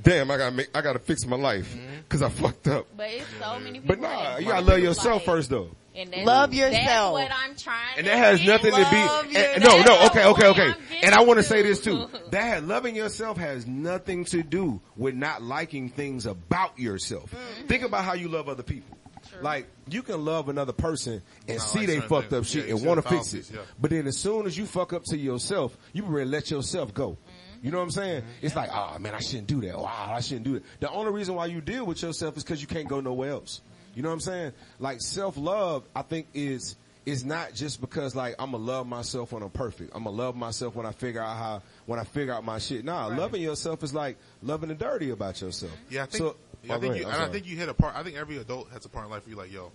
[SPEAKER 13] Damn, I gotta make, I gotta fix my life because I fucked up.
[SPEAKER 8] But it's so many people.
[SPEAKER 13] But nah, you gotta love yourself first though.
[SPEAKER 8] And that's,
[SPEAKER 6] Love
[SPEAKER 8] That's
[SPEAKER 6] yourself.
[SPEAKER 8] what I'm trying.
[SPEAKER 13] And that has nothing to be, and- no, no, okay, okay, okay. And I want to say this <laughs> too. That loving yourself has nothing to do with not liking things about yourself. Think about how you love other people. Like, you can love another person and
[SPEAKER 7] Not
[SPEAKER 13] see
[SPEAKER 7] like
[SPEAKER 13] they
[SPEAKER 7] certain
[SPEAKER 13] fucked up
[SPEAKER 7] things.
[SPEAKER 13] shit
[SPEAKER 7] Yeah, you
[SPEAKER 13] and
[SPEAKER 7] see
[SPEAKER 13] want
[SPEAKER 7] the
[SPEAKER 13] to fix it.
[SPEAKER 7] fallacies, yeah.
[SPEAKER 13] But then as soon as you fuck up to yourself, you better let yourself go.
[SPEAKER 7] Mm-hmm.
[SPEAKER 13] You know what I'm saying? It's like, ah, man, I shouldn't do that. Wow, I shouldn't do it. The only reason why you deal with yourself is because you can't go nowhere else. You know what I'm saying? Like self love, I think is is not just because like I'm gonna love myself when I'm perfect. I'm gonna love myself when I figure out how when I figure out my shit. Nah, loving yourself is like loving the dirty about yourself.
[SPEAKER 7] Yeah, I think.
[SPEAKER 13] So,
[SPEAKER 7] yeah, I
[SPEAKER 13] Oh,
[SPEAKER 7] think
[SPEAKER 13] go
[SPEAKER 7] you,
[SPEAKER 13] ahead. I'm
[SPEAKER 7] and I
[SPEAKER 13] sorry.
[SPEAKER 7] think you hit a part. I think every adult has a part in life where you're like, yo,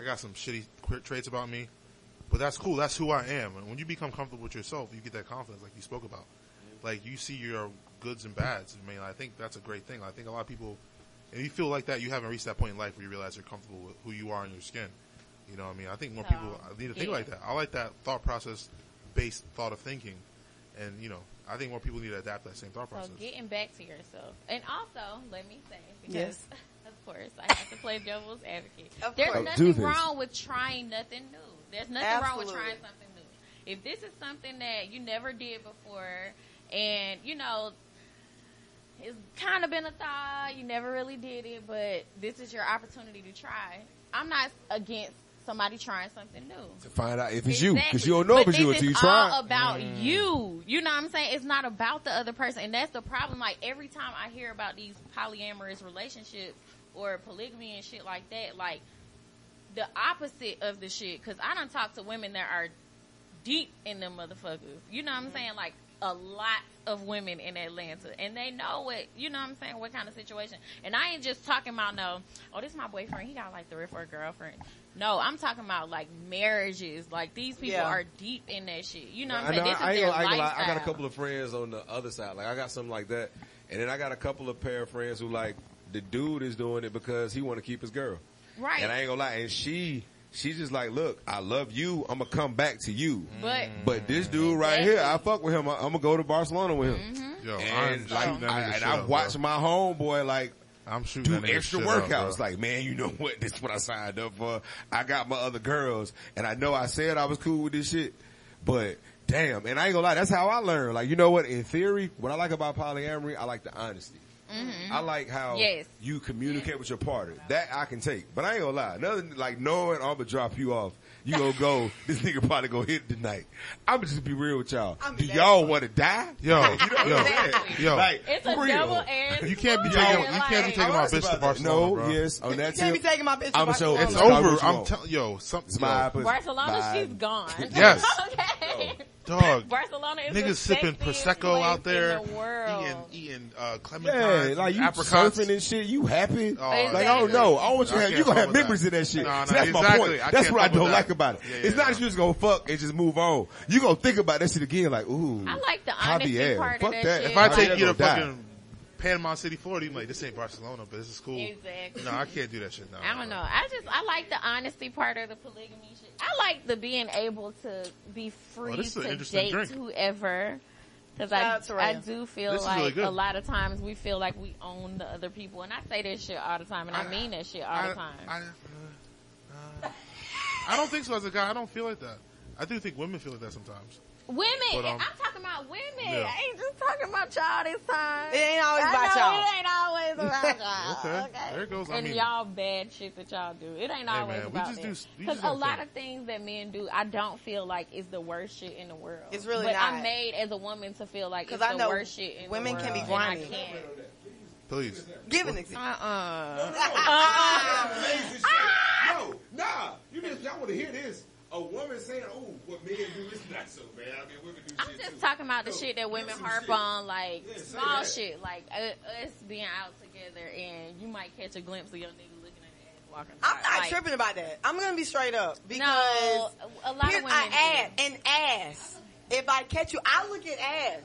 [SPEAKER 7] I got some shitty queer traits about me, but that's cool. That's who I am. And when you become comfortable with yourself, you get that confidence, like you spoke about. Like you see your goods and bads. I mean, I think that's a great thing. I think a lot of people, if you feel like that, you haven't reached that point in life where you realize you're comfortable with who you are in your skin. You know, what I mean, I think more people I need to think
[SPEAKER 9] yeah.
[SPEAKER 7] like that. I like that thought process based thought of thinking, and you know, I think more people need to adapt that same thought
[SPEAKER 8] So
[SPEAKER 7] process.
[SPEAKER 8] getting back to yourself, and also let me say, because
[SPEAKER 7] Yes.
[SPEAKER 8] <laughs> of course I have to play devil's advocate.
[SPEAKER 4] Of
[SPEAKER 8] There's
[SPEAKER 4] course.
[SPEAKER 8] nothing
[SPEAKER 4] Oh, Do this.
[SPEAKER 8] wrong with trying nothing new. There's nothing wrong with trying
[SPEAKER 4] Absolutely.
[SPEAKER 8] something new. If this is something that you never did before, and you know. It's kind of been a thought. You never really did it, but this is your opportunity to try. I'm not against somebody trying something new.
[SPEAKER 13] Find out if it's you because
[SPEAKER 8] Exactly.
[SPEAKER 13] you don't know if
[SPEAKER 8] But
[SPEAKER 13] it's
[SPEAKER 8] this
[SPEAKER 13] you until you
[SPEAKER 8] is
[SPEAKER 13] try.
[SPEAKER 8] All about you. You know what I'm saying? It's not about the other person, and that's the problem. Like every time I hear about these polyamorous relationships or polygamy and shit like that, like the opposite of the shit. Because I don't talk to women that are deep in them motherfuckers. You know what I'm saying? Like a lot of women in Atlanta, and they know what you know. what I'm saying what kind of situation. And I ain't just talking about no. Oh, this is my boyfriend. He got like three or four girlfriends. No, I'm talking about like marriages. Like these people
[SPEAKER 13] Yeah.
[SPEAKER 8] are deep in that shit. You know what
[SPEAKER 13] I
[SPEAKER 8] I'm saying?
[SPEAKER 13] know,
[SPEAKER 8] This
[SPEAKER 13] I,
[SPEAKER 8] is
[SPEAKER 13] ain't
[SPEAKER 8] their
[SPEAKER 13] gonna- I ain't
[SPEAKER 8] lifestyle.
[SPEAKER 13] gonna lie. I got a couple of friends on the other side. Like I got something like that, and then I got a couple of pair of friends who like the dude is doing it because he want to keep his girl.
[SPEAKER 8] Right.
[SPEAKER 13] And I ain't gonna lie. And she, she just like, look, I love you. I'm gonna come back to you.
[SPEAKER 8] But-
[SPEAKER 13] but this dude right here, I fuck with him. I, am gonna go to Barcelona with him.
[SPEAKER 8] Mm-hmm.
[SPEAKER 7] Yo, I'm
[SPEAKER 13] and like,
[SPEAKER 7] shooting that
[SPEAKER 13] I,
[SPEAKER 7] nigga shit
[SPEAKER 13] and I
[SPEAKER 7] up,
[SPEAKER 13] watched my homeboy like.
[SPEAKER 7] I'm shooting
[SPEAKER 13] do
[SPEAKER 7] that nigga
[SPEAKER 13] extra
[SPEAKER 7] shit up, bro.
[SPEAKER 13] workouts. like, man, you know <laughs> what? This is what I signed up for. I got my other girls, and I know I said I was cool with this shit, but damn. And I ain't gonna lie, that's how I learned. Like, you know what? In theory, what I like about polyamory, I like the honesty.
[SPEAKER 6] Mm-hmm.
[SPEAKER 8] Mhm.
[SPEAKER 13] I like how
[SPEAKER 8] Yes.
[SPEAKER 13] you communicate with your partner. That I can take. But I ain't gonna lie. Nothing like knowing I'm gonna drop you off. You gonna
[SPEAKER 6] <laughs>
[SPEAKER 13] go, this nigga probably gonna hit tonight. I'ma just be real with y'all. Do y'all wanna die?
[SPEAKER 6] <laughs>
[SPEAKER 7] <laughs> Yo, yo, yo.
[SPEAKER 6] It's a double-edged
[SPEAKER 7] You can't be
[SPEAKER 6] sword,
[SPEAKER 7] taking, you can't be
[SPEAKER 6] like-
[SPEAKER 7] taking
[SPEAKER 6] I'm
[SPEAKER 7] my
[SPEAKER 6] honest
[SPEAKER 7] bitch to
[SPEAKER 6] about that.
[SPEAKER 7] Barcelona,
[SPEAKER 13] No,
[SPEAKER 7] bro.
[SPEAKER 13] yes, on that
[SPEAKER 6] You can't be taking my bitch to
[SPEAKER 13] I'm gonna show-
[SPEAKER 6] Barcelona.
[SPEAKER 7] It's
[SPEAKER 13] Tell me what
[SPEAKER 7] over.
[SPEAKER 13] you
[SPEAKER 7] I'm
[SPEAKER 13] want.
[SPEAKER 7] telling yo, something.
[SPEAKER 13] It's my pussy.
[SPEAKER 8] Barcelona,
[SPEAKER 13] Bye.
[SPEAKER 8] she's gone.
[SPEAKER 7] Yes.
[SPEAKER 8] <laughs> okay.
[SPEAKER 7] Dog.
[SPEAKER 8] Barcelona is the
[SPEAKER 7] Niggas sipping
[SPEAKER 8] sexiest
[SPEAKER 7] prosecco
[SPEAKER 8] place
[SPEAKER 7] out there,
[SPEAKER 8] in the world.
[SPEAKER 7] eating, eating uh, clementines,
[SPEAKER 13] Yeah, like you
[SPEAKER 7] apricots.
[SPEAKER 13] surfing and shit. You happy?
[SPEAKER 7] Oh, yeah.
[SPEAKER 13] Like I don't know. I want you to
[SPEAKER 7] I
[SPEAKER 13] have. You gonna
[SPEAKER 7] can't fuck
[SPEAKER 13] have
[SPEAKER 7] with that.
[SPEAKER 13] memories of that shit.
[SPEAKER 7] No, no,
[SPEAKER 13] So that's my
[SPEAKER 7] exactly.
[SPEAKER 13] point.
[SPEAKER 7] I
[SPEAKER 13] that's
[SPEAKER 7] can't
[SPEAKER 13] what I
[SPEAKER 7] fuck with
[SPEAKER 13] don't
[SPEAKER 7] that.
[SPEAKER 13] like about it.
[SPEAKER 7] Yeah,
[SPEAKER 13] it's not you just gonna fuck and just move on. You gonna think about that shit again. Like ooh,
[SPEAKER 8] I like the honesty
[SPEAKER 13] Javier.
[SPEAKER 8] part of
[SPEAKER 13] fuck
[SPEAKER 8] that
[SPEAKER 13] that.
[SPEAKER 8] shit.
[SPEAKER 7] If I take
[SPEAKER 13] Javier
[SPEAKER 7] you to
[SPEAKER 13] gonna die.
[SPEAKER 7] fucking Panama City, Florida, you like, this ain't Barcelona, but this is cool.
[SPEAKER 8] Exactly.
[SPEAKER 7] No, I can't do that shit now.
[SPEAKER 8] I don't know. I just I like the honesty part of the polygamy shit. I like the being able to be free
[SPEAKER 7] Oh, this is an
[SPEAKER 8] to
[SPEAKER 7] interesting
[SPEAKER 8] date
[SPEAKER 7] drink.
[SPEAKER 8] whoever. Because
[SPEAKER 6] Shout
[SPEAKER 8] I,
[SPEAKER 6] out to
[SPEAKER 8] I
[SPEAKER 6] Raya.
[SPEAKER 8] do feel
[SPEAKER 6] This is
[SPEAKER 8] like
[SPEAKER 6] really good.
[SPEAKER 8] a lot of times we feel like we own the other people, and I say that shit all the time, and I, mean that shit all
[SPEAKER 7] I-
[SPEAKER 8] the time.
[SPEAKER 7] I, uh, I don't think so as a guy. I don't feel like that. I do think women feel like that sometimes.
[SPEAKER 8] women,
[SPEAKER 7] But, um,
[SPEAKER 8] and I'm talking about women.
[SPEAKER 7] yeah.
[SPEAKER 8] I ain't just talking about y'all this time.
[SPEAKER 6] It ain't always
[SPEAKER 8] I
[SPEAKER 6] about
[SPEAKER 8] know
[SPEAKER 6] y'all.
[SPEAKER 8] It ain't always
[SPEAKER 7] <laughs>
[SPEAKER 8] about y'all.
[SPEAKER 7] Okay. There it goes. I
[SPEAKER 8] Ah, and
[SPEAKER 7] mean-
[SPEAKER 8] y'all bad shit that y'all do. It ain't
[SPEAKER 7] Hey,
[SPEAKER 8] always
[SPEAKER 7] man, we
[SPEAKER 8] about
[SPEAKER 7] just do- we
[SPEAKER 8] Because
[SPEAKER 7] just
[SPEAKER 8] a
[SPEAKER 7] don't
[SPEAKER 8] lot
[SPEAKER 7] think.
[SPEAKER 8] of things that men do, I don't feel like is the worst shit in the world.
[SPEAKER 6] It's really
[SPEAKER 8] but
[SPEAKER 6] not.
[SPEAKER 8] I'm made as a woman to feel like it's
[SPEAKER 6] 'Cause I
[SPEAKER 8] the
[SPEAKER 6] know
[SPEAKER 8] worst shit in
[SPEAKER 6] women
[SPEAKER 8] the
[SPEAKER 6] can
[SPEAKER 8] world.
[SPEAKER 6] be
[SPEAKER 8] and I
[SPEAKER 6] grimy.
[SPEAKER 8] can't.
[SPEAKER 7] Please.
[SPEAKER 6] Give an example.
[SPEAKER 8] Uh-uh. Ah!
[SPEAKER 13] No, nah. You just y'all want to hear this? A woman saying, "Oh, what men do is not so bad." I mean, women do
[SPEAKER 8] I'm just talking about the shit that women harp on, like small shit, like uh, us being out together, and you might catch a glimpse of your nigga looking at the ass walking.
[SPEAKER 6] I'm
[SPEAKER 8] by,
[SPEAKER 6] not
[SPEAKER 8] like,
[SPEAKER 6] tripping about that. I'm gonna be straight up because
[SPEAKER 8] a lot of
[SPEAKER 6] here's-
[SPEAKER 8] women
[SPEAKER 6] I add
[SPEAKER 8] do.
[SPEAKER 6] an ass. If I catch you, I look at ass.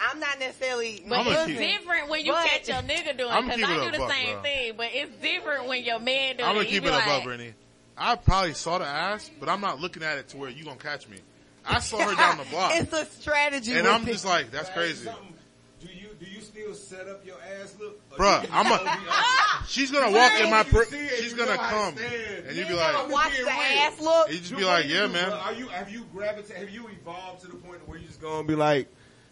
[SPEAKER 6] I'm not necessarily.
[SPEAKER 8] But
[SPEAKER 6] looking,
[SPEAKER 8] it's different when you
[SPEAKER 6] but-
[SPEAKER 8] catch your nigga doing
[SPEAKER 7] I'ma
[SPEAKER 8] because
[SPEAKER 7] keep it
[SPEAKER 8] I do
[SPEAKER 7] up,
[SPEAKER 8] the
[SPEAKER 7] buck,
[SPEAKER 8] same
[SPEAKER 7] bro.
[SPEAKER 8] thing, but it's different when your man doing
[SPEAKER 7] I'm
[SPEAKER 8] it.
[SPEAKER 7] gonna
[SPEAKER 8] You
[SPEAKER 7] keep
[SPEAKER 8] be
[SPEAKER 7] it
[SPEAKER 8] like,
[SPEAKER 7] above, Brittany. I probably saw the ass, but I'm not looking at it to where you gonna catch me. I saw her
[SPEAKER 6] <laughs>
[SPEAKER 7] down the block.
[SPEAKER 6] It's a strategy
[SPEAKER 7] And
[SPEAKER 6] with
[SPEAKER 7] I'm
[SPEAKER 6] it.
[SPEAKER 7] just like, that's
[SPEAKER 9] Like,
[SPEAKER 7] crazy.
[SPEAKER 9] something- Do you do you still set up your ass look? Or
[SPEAKER 7] Bruh,
[SPEAKER 9] you-
[SPEAKER 7] I'm a, she's gonna walk in my, per- she's gonna
[SPEAKER 9] know how
[SPEAKER 7] come,
[SPEAKER 9] it stand.
[SPEAKER 7] and you'd be
[SPEAKER 9] I'm
[SPEAKER 7] like,
[SPEAKER 9] just
[SPEAKER 6] watch
[SPEAKER 9] being
[SPEAKER 6] the
[SPEAKER 9] real.
[SPEAKER 6] ass look.
[SPEAKER 7] You just be
[SPEAKER 9] Do
[SPEAKER 7] like,
[SPEAKER 9] what
[SPEAKER 7] yeah,
[SPEAKER 9] do,
[SPEAKER 7] man.
[SPEAKER 9] bruh. Are you have you gravitated? Have you evolved to the point where you just
[SPEAKER 13] gonna be like,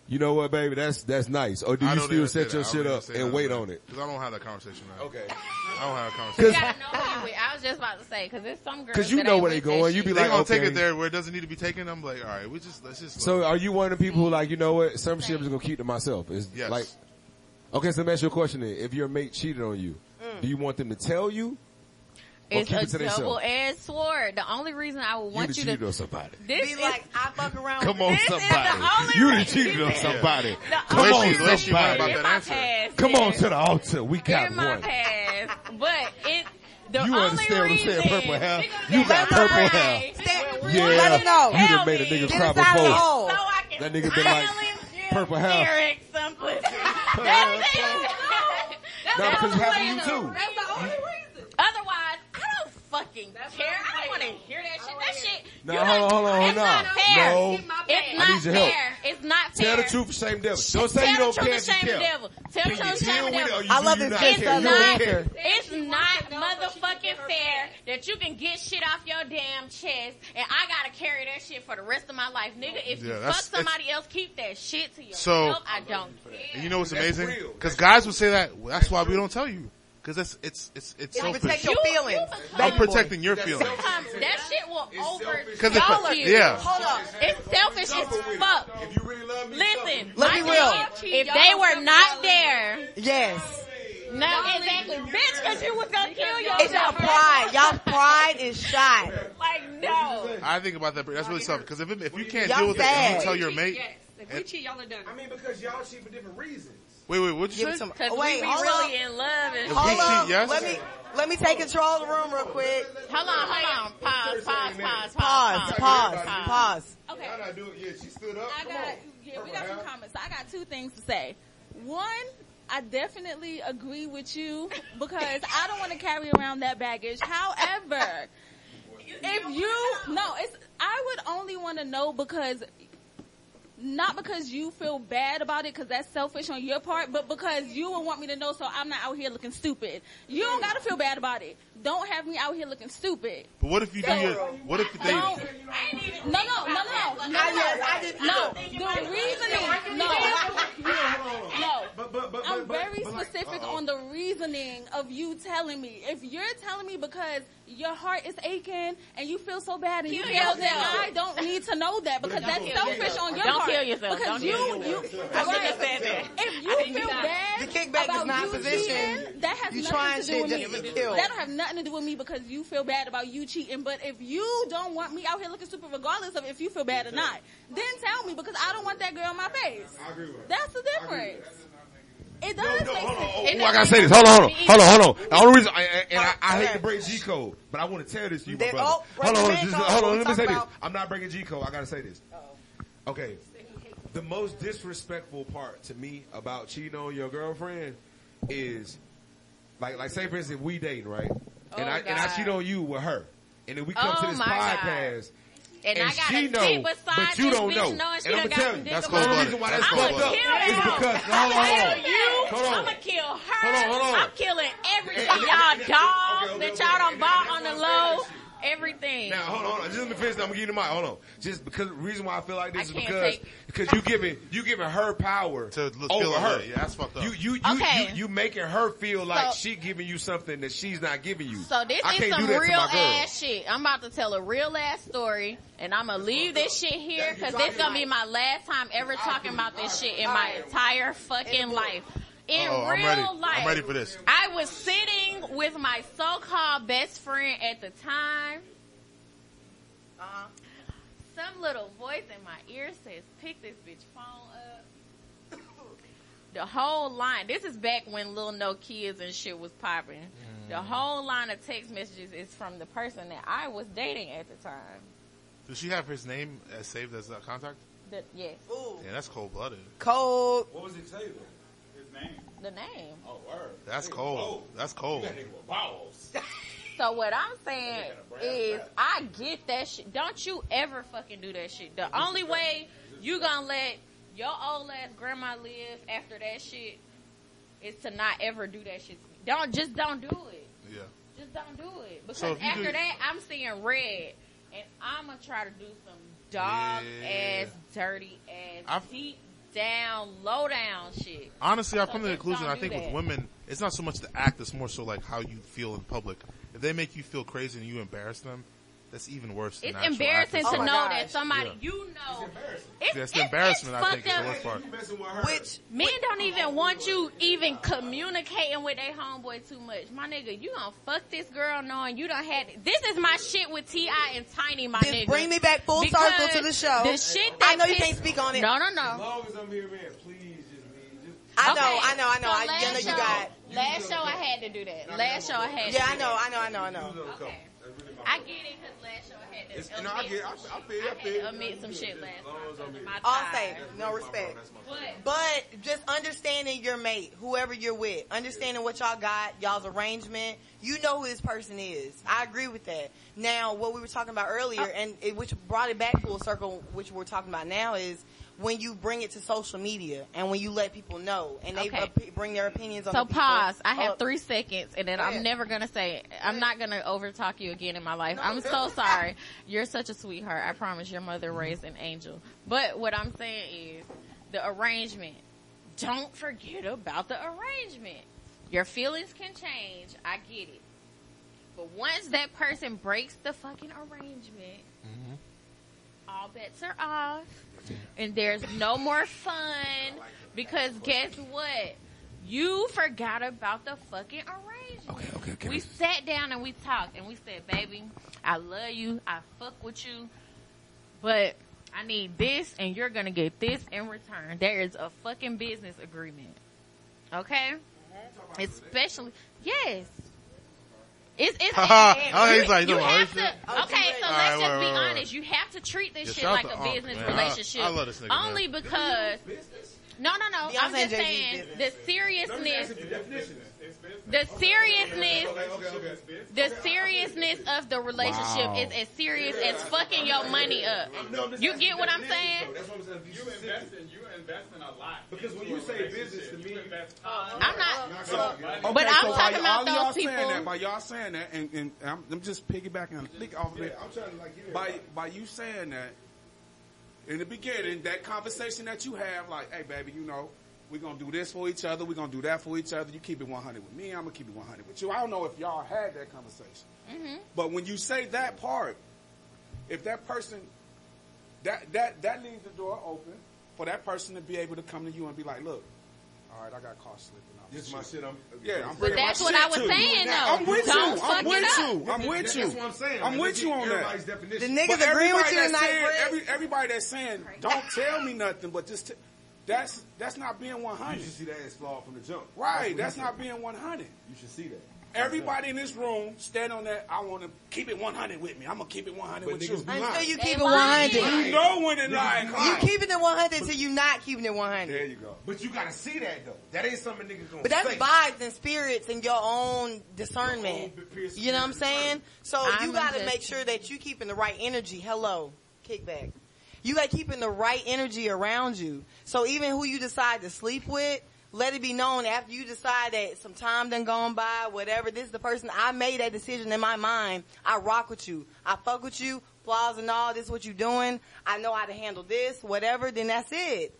[SPEAKER 13] you know what, baby, that's that's nice. Or do
[SPEAKER 7] I
[SPEAKER 13] you
[SPEAKER 7] don't even
[SPEAKER 13] still
[SPEAKER 7] say
[SPEAKER 13] set your
[SPEAKER 7] that. I
[SPEAKER 13] shit
[SPEAKER 7] don't even
[SPEAKER 13] up
[SPEAKER 7] say
[SPEAKER 13] and
[SPEAKER 7] that,
[SPEAKER 13] wait
[SPEAKER 7] man.
[SPEAKER 13] on it?
[SPEAKER 7] Cause I don't have that conversation now.
[SPEAKER 13] Okay.
[SPEAKER 7] I don't have a
[SPEAKER 8] You
[SPEAKER 7] conversation.
[SPEAKER 8] gotta know who you with. I was just about to say because there's some girls.
[SPEAKER 13] Because you
[SPEAKER 8] that
[SPEAKER 13] know
[SPEAKER 8] ain't
[SPEAKER 13] where they
[SPEAKER 8] with
[SPEAKER 13] going. You be
[SPEAKER 7] they
[SPEAKER 13] like,
[SPEAKER 7] gonna
[SPEAKER 13] okay.
[SPEAKER 7] take it there where it doesn't need to be taken. I'm like, all right, we just let's just.
[SPEAKER 13] So are you one of the people who like, you know what, some shit I'm just gonna keep to myself. It's
[SPEAKER 7] Yes.
[SPEAKER 13] like, okay, so let me ask you a question then. If your mate cheated on you,
[SPEAKER 8] Mm.
[SPEAKER 13] do you want them to tell you? Or
[SPEAKER 8] It's
[SPEAKER 13] keep it
[SPEAKER 8] a
[SPEAKER 13] to themselves?
[SPEAKER 8] double-edged sword. The only reason I would
[SPEAKER 13] You
[SPEAKER 8] want
[SPEAKER 13] done
[SPEAKER 8] you,
[SPEAKER 13] cheated
[SPEAKER 8] to
[SPEAKER 13] on somebody.
[SPEAKER 8] this is like
[SPEAKER 6] I
[SPEAKER 7] <laughs>
[SPEAKER 6] fuck around.
[SPEAKER 13] Come on,
[SPEAKER 8] this Is the
[SPEAKER 13] somebody.
[SPEAKER 8] only
[SPEAKER 13] You
[SPEAKER 8] re-
[SPEAKER 13] done cheated on
[SPEAKER 8] this is
[SPEAKER 13] somebody.
[SPEAKER 8] the
[SPEAKER 13] Come
[SPEAKER 8] only
[SPEAKER 13] on,
[SPEAKER 8] reason-
[SPEAKER 13] somebody.
[SPEAKER 8] In my past,
[SPEAKER 13] Come on
[SPEAKER 8] yes.
[SPEAKER 13] to the altar. We got
[SPEAKER 8] in my
[SPEAKER 13] one.
[SPEAKER 8] past, but it the
[SPEAKER 13] You
[SPEAKER 8] only
[SPEAKER 13] understand what I'm
[SPEAKER 8] reason
[SPEAKER 13] saying? Purple hair. You got purple hair. Yeah.
[SPEAKER 6] Let him know.
[SPEAKER 13] You done made a nigga
[SPEAKER 6] Get
[SPEAKER 13] cry
[SPEAKER 6] us out of the hole.
[SPEAKER 13] before. Oh, That nigga been like, purple hair.
[SPEAKER 8] Eric some <laughs> pussy.
[SPEAKER 13] That's
[SPEAKER 8] it. That's
[SPEAKER 13] No,
[SPEAKER 8] the
[SPEAKER 13] because it
[SPEAKER 8] only
[SPEAKER 13] happened to you
[SPEAKER 8] reason.
[SPEAKER 13] too.
[SPEAKER 8] That's the only reason. Otherwise, I don't fucking care. I don't want to hear that shit. That shit.
[SPEAKER 13] No, hold on, hold on, hold
[SPEAKER 8] It's not fair.
[SPEAKER 13] on. No.
[SPEAKER 8] It's
[SPEAKER 13] I
[SPEAKER 8] not
[SPEAKER 13] need your help.
[SPEAKER 8] fair. It's not fair.
[SPEAKER 13] Tell the truth, shame devil. Don't say
[SPEAKER 8] Tell
[SPEAKER 13] you
[SPEAKER 8] the
[SPEAKER 13] don't
[SPEAKER 8] truth
[SPEAKER 13] care.
[SPEAKER 8] and
[SPEAKER 13] if you
[SPEAKER 8] shame the
[SPEAKER 13] care.
[SPEAKER 8] devil. Tell
[SPEAKER 13] Do you
[SPEAKER 8] the truth and
[SPEAKER 13] deal
[SPEAKER 8] shame the
[SPEAKER 13] with it
[SPEAKER 8] devil.
[SPEAKER 13] or you- I love do you this not bitch care? that You don't
[SPEAKER 8] It's not,
[SPEAKER 13] care.
[SPEAKER 8] it's not motherfucking fair that you can get shit off your damn chest and I gotta carry that shit for the rest of my life, nigga. If
[SPEAKER 7] Yeah,
[SPEAKER 8] you fuck
[SPEAKER 7] that's-
[SPEAKER 8] somebody else, keep that shit to
[SPEAKER 7] So-
[SPEAKER 8] yourself. I don't care.
[SPEAKER 7] And you know what's
[SPEAKER 9] That's
[SPEAKER 7] amazing?
[SPEAKER 9] real.
[SPEAKER 7] Because guys would say that. Well, that's why we don't tell you. Because it's it's it's it's
[SPEAKER 8] It's
[SPEAKER 7] selfish.
[SPEAKER 8] protect your You- feelings. you become-
[SPEAKER 7] I'm
[SPEAKER 8] Baby boy.
[SPEAKER 7] protecting your
[SPEAKER 8] That's
[SPEAKER 7] feelings.
[SPEAKER 8] Sometimes that shit will
[SPEAKER 7] Because it's-
[SPEAKER 8] overpower you.
[SPEAKER 7] yeah.
[SPEAKER 8] Hold up. It's selfish as fuck.
[SPEAKER 9] If you really love me,
[SPEAKER 8] Listen,
[SPEAKER 6] Let me
[SPEAKER 8] my
[SPEAKER 6] real.
[SPEAKER 8] nigga, If they were not there,
[SPEAKER 6] Yes.
[SPEAKER 8] no, exactly, bitch, because you was gonna kill yourself.
[SPEAKER 6] It's y'all pride. Y'all pride is shot.
[SPEAKER 8] Like no.
[SPEAKER 7] I think about that. but That's really selfish. Because if it- if you can't
[SPEAKER 6] Y'all
[SPEAKER 7] deal with it, and
[SPEAKER 6] sad.
[SPEAKER 7] you tell your mate.
[SPEAKER 9] If
[SPEAKER 7] we
[SPEAKER 9] cheat, y'all are done. I mean, because y'all cheat for different reasons.
[SPEAKER 7] Wait, wait, what'd you
[SPEAKER 6] Give it
[SPEAKER 7] say?
[SPEAKER 6] some-
[SPEAKER 8] Because
[SPEAKER 6] Wait,
[SPEAKER 8] we be
[SPEAKER 6] hold
[SPEAKER 8] really
[SPEAKER 6] up.
[SPEAKER 8] in love and
[SPEAKER 7] If we
[SPEAKER 8] shit.
[SPEAKER 7] cheat, yes?
[SPEAKER 6] Let me let me take control of the room real quick.
[SPEAKER 8] Hold on, hold on. Pause, pause, pause,
[SPEAKER 6] Pause, pause, pause.
[SPEAKER 11] Okay.
[SPEAKER 9] Y'all not doing. Yeah, she stood up.
[SPEAKER 11] I
[SPEAKER 9] Come
[SPEAKER 11] got
[SPEAKER 9] on.
[SPEAKER 11] yeah, we got some comments. I got two things to say. One, I definitely agree with you because I don't want to carry around that baggage. However, if you no, it's I would only want to know because not because you feel bad about it because that's selfish on your part, but because you would want me to know so I'm not out here looking stupid. You don't gotta feel bad about it. Don't have me out here looking stupid.
[SPEAKER 7] But what if you do your? What if they?
[SPEAKER 11] Don't. No, no, no, no, no, no.
[SPEAKER 6] I just-
[SPEAKER 11] no. The reasoning, no, no.
[SPEAKER 9] But but but
[SPEAKER 11] I'm
[SPEAKER 9] but, but,
[SPEAKER 11] very
[SPEAKER 9] but like-
[SPEAKER 11] specific
[SPEAKER 9] uh-oh.
[SPEAKER 11] on the reasoning of you telling me. If you're telling me because your heart is aching and you feel so bad and you,
[SPEAKER 8] Kill
[SPEAKER 11] feel that
[SPEAKER 8] yourself.
[SPEAKER 11] I don't need to know that because
[SPEAKER 8] Don't
[SPEAKER 11] that's
[SPEAKER 8] kill
[SPEAKER 11] selfish
[SPEAKER 8] yourself.
[SPEAKER 11] on your
[SPEAKER 8] Don't
[SPEAKER 11] part.
[SPEAKER 8] kill yourself.
[SPEAKER 11] Because
[SPEAKER 8] Don't
[SPEAKER 11] you,
[SPEAKER 8] kill
[SPEAKER 11] you,
[SPEAKER 8] yourself.
[SPEAKER 11] right.
[SPEAKER 8] I should've said that.
[SPEAKER 11] If
[SPEAKER 8] I
[SPEAKER 11] you
[SPEAKER 8] think you
[SPEAKER 11] feel
[SPEAKER 8] got it.
[SPEAKER 11] bad,
[SPEAKER 6] The kickback
[SPEAKER 11] about
[SPEAKER 6] is not
[SPEAKER 11] you
[SPEAKER 6] positioned.
[SPEAKER 11] cheating, That has
[SPEAKER 6] You trying
[SPEAKER 11] nothing to do
[SPEAKER 6] shit
[SPEAKER 11] with
[SPEAKER 6] just
[SPEAKER 11] me.
[SPEAKER 6] to kill.
[SPEAKER 11] That don't have nothing to do with me because you feel bad about you cheating. But if you don't want me out here looking stupid, regardless of if you feel bad or not, then tell me because I don't want that girl in my face.
[SPEAKER 9] I agree with her.
[SPEAKER 11] That's the difference. It does make sense.
[SPEAKER 13] Oh, I gotta say this. Hold on, hold on, hold on, hold on. The only reason, I, I- and I, I hate to break G code, but I want to tell this to you, my
[SPEAKER 6] They-
[SPEAKER 13] brother.
[SPEAKER 6] oh, break
[SPEAKER 13] Hold on,
[SPEAKER 6] the man
[SPEAKER 13] just-
[SPEAKER 6] code.
[SPEAKER 13] hold on.
[SPEAKER 6] What
[SPEAKER 13] Let me
[SPEAKER 6] we
[SPEAKER 13] say this.
[SPEAKER 6] talking
[SPEAKER 13] I'm not breaking G code. I gotta say this. Okay. The most disrespectful part to me about cheating on your girlfriend is, like, like say for instance, we dating, right? and
[SPEAKER 8] Oh,
[SPEAKER 13] I and I
[SPEAKER 8] God.
[SPEAKER 13] cheat on you with her, and then we come
[SPEAKER 8] Oh,
[SPEAKER 13] to this
[SPEAKER 8] my God.
[SPEAKER 13] podcast.
[SPEAKER 8] And, I got
[SPEAKER 13] she
[SPEAKER 8] a
[SPEAKER 13] know,
[SPEAKER 8] dick beside
[SPEAKER 13] but you
[SPEAKER 8] this
[SPEAKER 13] don't
[SPEAKER 8] bitch
[SPEAKER 13] know.
[SPEAKER 8] knowing
[SPEAKER 13] and
[SPEAKER 8] she done
[SPEAKER 13] I'm
[SPEAKER 8] got
[SPEAKER 13] tell
[SPEAKER 8] some
[SPEAKER 13] you,
[SPEAKER 8] dick
[SPEAKER 13] that's the
[SPEAKER 8] about
[SPEAKER 13] only
[SPEAKER 8] it.
[SPEAKER 13] reason why that's
[SPEAKER 8] I'ma
[SPEAKER 13] fucked up.
[SPEAKER 8] kill
[SPEAKER 13] It's
[SPEAKER 8] y'all.
[SPEAKER 13] because
[SPEAKER 8] I'ma
[SPEAKER 13] hold on, hold on.
[SPEAKER 8] kill you.
[SPEAKER 13] Hold on.
[SPEAKER 8] I'ma kill her.
[SPEAKER 13] Hold on, hold on.
[SPEAKER 8] I'm killing everything. Y'all dogs that y'all done bought on the low. Everything.
[SPEAKER 13] Now hold on, hold on. Just let me finish. I'm gonna give you the mic. Hold on. Just because the reason why I feel like
[SPEAKER 8] I
[SPEAKER 13] this is
[SPEAKER 8] can't
[SPEAKER 13] because
[SPEAKER 8] take-
[SPEAKER 13] because you giving you giving her power to
[SPEAKER 7] look-
[SPEAKER 13] over
[SPEAKER 7] feel like
[SPEAKER 13] her.
[SPEAKER 7] that. Yeah, that's fucked up.
[SPEAKER 13] You you you,
[SPEAKER 8] Okay.
[SPEAKER 13] you you making her feel like
[SPEAKER 8] So-
[SPEAKER 13] she giving you something that she's not giving you.
[SPEAKER 8] So this
[SPEAKER 13] I
[SPEAKER 8] is
[SPEAKER 13] can't
[SPEAKER 8] some
[SPEAKER 13] do that
[SPEAKER 8] real
[SPEAKER 13] to my girl.
[SPEAKER 8] ass shit. I'm about to tell a real ass story, and I'm gonna leave this shit here because this gonna be my last time ever talking about this shit in my entire fucking life. In
[SPEAKER 7] Uh-oh,
[SPEAKER 8] real
[SPEAKER 7] I'm ready. I'm
[SPEAKER 8] life,
[SPEAKER 7] ready for this.
[SPEAKER 8] I was sitting with my so-called best friend at the time. Uh, some little voice in my ear says, "Pick this bitch phone up." <coughs> The whole line. This is back when little no kids and shit was popping. The whole line of text messages is from the person that I was dating at the time.
[SPEAKER 7] Does she have his name as saved as a contact?
[SPEAKER 8] The, yes,
[SPEAKER 7] Yeah, that's cold blooded.
[SPEAKER 6] Cold.
[SPEAKER 9] What was it say though? His name.
[SPEAKER 8] the name.
[SPEAKER 9] Oh, word.
[SPEAKER 7] That's
[SPEAKER 9] Nigga,
[SPEAKER 7] cold. That's cold.
[SPEAKER 9] That nigga with balls.
[SPEAKER 8] So what I'm saying is, I get that shit. Don't you ever fucking do that shit. The only way you gonna let your old ass grandma live after that shit is to not ever do that shit. Don't just don't do it.
[SPEAKER 7] Yeah.
[SPEAKER 8] Just don't do it because
[SPEAKER 7] So if you
[SPEAKER 8] after
[SPEAKER 7] do-
[SPEAKER 8] that, I'm seeing red, and I'm gonna try to do some dog ass, dirty ass, deep down, low down shit.
[SPEAKER 7] Honestly, I've
[SPEAKER 8] So
[SPEAKER 7] come to the
[SPEAKER 8] just
[SPEAKER 7] conclusion.
[SPEAKER 8] don't
[SPEAKER 7] I
[SPEAKER 8] do
[SPEAKER 7] think with
[SPEAKER 8] that.
[SPEAKER 7] women, it's not so much the act; it's more so like how you feel in public. If they make you feel crazy and you embarrass them, that's even worse. Than the
[SPEAKER 8] It's
[SPEAKER 7] actual act
[SPEAKER 8] embarrassing to
[SPEAKER 7] itself.
[SPEAKER 8] know that somebody you know. It's,
[SPEAKER 7] That's the
[SPEAKER 8] <laughs> it's-
[SPEAKER 7] embarrassment, I
[SPEAKER 8] it's
[SPEAKER 7] think, is the
[SPEAKER 8] fucked
[SPEAKER 7] worst
[SPEAKER 8] up.
[SPEAKER 7] part.
[SPEAKER 8] Which men don't even want you even communicating with their homeboy too much. My nigga, you gonna fuck this girl knowing you done had this is my shit with Ti and Tiny. My nigga,
[SPEAKER 6] Bring me back full
[SPEAKER 8] Because
[SPEAKER 6] circle to the show.
[SPEAKER 8] The shit that
[SPEAKER 6] I know you
[SPEAKER 8] pissed-
[SPEAKER 6] can't speak on it.
[SPEAKER 8] No, no, no.
[SPEAKER 9] As long as I'm here, man, please just leave. Just,
[SPEAKER 6] I
[SPEAKER 8] Okay,
[SPEAKER 6] know, I know, I know.
[SPEAKER 8] so
[SPEAKER 6] I, I know
[SPEAKER 8] last
[SPEAKER 6] you
[SPEAKER 8] show-
[SPEAKER 6] got.
[SPEAKER 8] Last show I had to do that. Last show I had.
[SPEAKER 6] Yeah,
[SPEAKER 8] to
[SPEAKER 6] I
[SPEAKER 8] do
[SPEAKER 6] know,
[SPEAKER 8] that.
[SPEAKER 6] I know, I know, I know.
[SPEAKER 8] I get it because last show I had to.
[SPEAKER 9] It's- no, I get- I- I feel- I
[SPEAKER 8] I
[SPEAKER 9] feel-
[SPEAKER 8] had to admit some shit last time. so my
[SPEAKER 6] All
[SPEAKER 8] time.
[SPEAKER 6] safe, no respect. But just understanding your mate, whoever you're with, understanding what y'all got, y'all's arrangement. You know who this person is. I agree with that. Now, what we were talking about earlier,
[SPEAKER 8] Uh,
[SPEAKER 6] and it, which brought it back full circle, which we're talking about now, is when you bring it to social media and when you let people know and they
[SPEAKER 8] Okay.
[SPEAKER 6] op- bring their opinions on.
[SPEAKER 8] So
[SPEAKER 6] the people Oh,
[SPEAKER 8] pause. I have
[SPEAKER 6] up.
[SPEAKER 8] three seconds, and then
[SPEAKER 6] Go
[SPEAKER 8] I'm
[SPEAKER 6] ahead.
[SPEAKER 8] never gonna say. It. I'm not gonna overtalk you again in my life.
[SPEAKER 6] <laughs>
[SPEAKER 8] I'm so sorry. You're such a sweetheart. I promise. Your mother raised an angel. But what I'm saying is, the arrangement. Don't forget about the arrangement. Your feelings can change. I get it. But once that person breaks the fucking arrangement, all bets are off and there's no more fun because guess what? You forgot about the fucking arrangement. Okay, okay, okay. We sat down and we talked and we said, baby, I love you. I fuck with you. But I need this and you're going to get this in return. There is a fucking business agreement. Okay? Especially, yes. It's,
[SPEAKER 7] <laughs>
[SPEAKER 8] it's,
[SPEAKER 7] Oh, he's like,
[SPEAKER 8] you
[SPEAKER 7] no,
[SPEAKER 8] have
[SPEAKER 7] he's
[SPEAKER 8] to,
[SPEAKER 7] like-
[SPEAKER 8] okay, so
[SPEAKER 7] All
[SPEAKER 8] let's
[SPEAKER 7] right,
[SPEAKER 8] just
[SPEAKER 7] wait,
[SPEAKER 8] be
[SPEAKER 7] wait, wait.
[SPEAKER 8] honest. You have to treat this
[SPEAKER 7] Yeah,
[SPEAKER 8] shit
[SPEAKER 7] shout
[SPEAKER 8] like
[SPEAKER 7] out
[SPEAKER 8] a
[SPEAKER 7] to Unc,
[SPEAKER 8] business
[SPEAKER 7] man. I-
[SPEAKER 8] relationship.
[SPEAKER 7] I love this nigga, man.
[SPEAKER 8] Only because. No, no, no.
[SPEAKER 6] Beyonce
[SPEAKER 8] I'm
[SPEAKER 6] and
[SPEAKER 8] just
[SPEAKER 6] Jay-Z
[SPEAKER 8] saying
[SPEAKER 6] business.
[SPEAKER 8] the seriousness. The
[SPEAKER 9] The
[SPEAKER 8] seriousness. The
[SPEAKER 9] Okay.
[SPEAKER 8] seriousness of the relationship
[SPEAKER 9] Wow.
[SPEAKER 8] is as serious as fucking your money up. You get what I'm saying?
[SPEAKER 9] That's what I'm saying. You investing, you investing a lot. Because when you say business to me, uh,
[SPEAKER 8] I'm not.
[SPEAKER 14] Okay,
[SPEAKER 8] but
[SPEAKER 14] so
[SPEAKER 8] I'm
[SPEAKER 14] while
[SPEAKER 8] talking
[SPEAKER 14] y'all-
[SPEAKER 8] about
[SPEAKER 14] y'all
[SPEAKER 8] those
[SPEAKER 14] Saying
[SPEAKER 8] people.
[SPEAKER 14] that, by y'all saying that, and, and I'm, I'm just piggybacking and think off of it. I'm trying to like by by you saying that in the beginning, that conversation that you have, like, hey, baby, you know, we're gonna do this for each other, we're gonna do that for each other. You keep it 100 with me, I'm gonna keep it 100 with you. I don't know if y'all had that conversation.
[SPEAKER 8] Mm-hmm.
[SPEAKER 14] But when you say that part, if that person that that that leaves the door open for that person to be able to come to you and be like, look, all right, I got caught slipping. I'm
[SPEAKER 9] This is my shit. I'm
[SPEAKER 14] yeah, I'm
[SPEAKER 9] But
[SPEAKER 14] bringing my
[SPEAKER 9] that's what
[SPEAKER 14] shit
[SPEAKER 9] I was
[SPEAKER 14] to you.
[SPEAKER 9] saying, though.
[SPEAKER 14] I'm with
[SPEAKER 9] Don't
[SPEAKER 14] you. I'm
[SPEAKER 9] fuck it
[SPEAKER 14] with
[SPEAKER 9] up.
[SPEAKER 14] you. I'm with
[SPEAKER 9] That's
[SPEAKER 14] you.
[SPEAKER 9] what I'm saying.
[SPEAKER 14] I'm
[SPEAKER 9] That's
[SPEAKER 14] with you on
[SPEAKER 9] everybody's
[SPEAKER 14] that.
[SPEAKER 9] definition. The niggas
[SPEAKER 14] But
[SPEAKER 9] agree with
[SPEAKER 14] everybody
[SPEAKER 9] you
[SPEAKER 14] that
[SPEAKER 9] tonight,
[SPEAKER 14] said-
[SPEAKER 9] Brett.
[SPEAKER 14] Every, everybody that's saying, "Don't tell me nothing," but just t- that's that's not being one
[SPEAKER 9] You
[SPEAKER 14] hundred.
[SPEAKER 9] should see that ass flaw from the jump.
[SPEAKER 14] Right. That's
[SPEAKER 9] what
[SPEAKER 14] not being one hundred.
[SPEAKER 9] You should see that.
[SPEAKER 14] Everybody in this room stand on that. I want to keep it 100 with me. I'm gonna keep it 100
[SPEAKER 9] But
[SPEAKER 14] with
[SPEAKER 9] niggas
[SPEAKER 14] you.
[SPEAKER 9] be Until lying.
[SPEAKER 6] you keep it 100.
[SPEAKER 14] You know when it
[SPEAKER 9] Niggas
[SPEAKER 14] lying.
[SPEAKER 9] be
[SPEAKER 14] Come on.
[SPEAKER 6] You keeping it 100 till you not keeping it 100.
[SPEAKER 14] There you go.
[SPEAKER 9] But you gotta see that though. That ain't something niggas gonna.
[SPEAKER 6] But that's
[SPEAKER 9] say.
[SPEAKER 6] vibes and spirits and your own discernment. You know what I'm saying? So
[SPEAKER 8] I'm
[SPEAKER 6] you gotta
[SPEAKER 8] just-
[SPEAKER 6] make sure that you keeping the right energy. Hello, kickback. You gotta keeping the right energy around you. So even who you decide to sleep with, let it be known after you decide that some time done gone by, whatever, this is the person I made that decision in my mind. I rock with you. I fuck with you, flaws and all, this is what you doing. I know how to handle this, whatever, then that's it.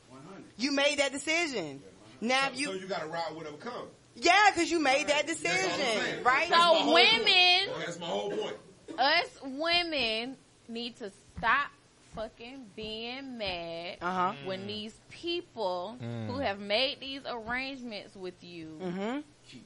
[SPEAKER 6] You made that decision. Now if you
[SPEAKER 9] So you gotta ride whatever comes.
[SPEAKER 6] yeah, because you made that decision, right?
[SPEAKER 9] That's my
[SPEAKER 8] So
[SPEAKER 9] whole
[SPEAKER 8] women,
[SPEAKER 9] point. That's my whole point.
[SPEAKER 8] us women need to stop fucking being mad
[SPEAKER 6] Uh-huh.
[SPEAKER 9] Mm.
[SPEAKER 8] when these people
[SPEAKER 6] Mm.
[SPEAKER 8] who have made these arrangements with you
[SPEAKER 6] Mhm.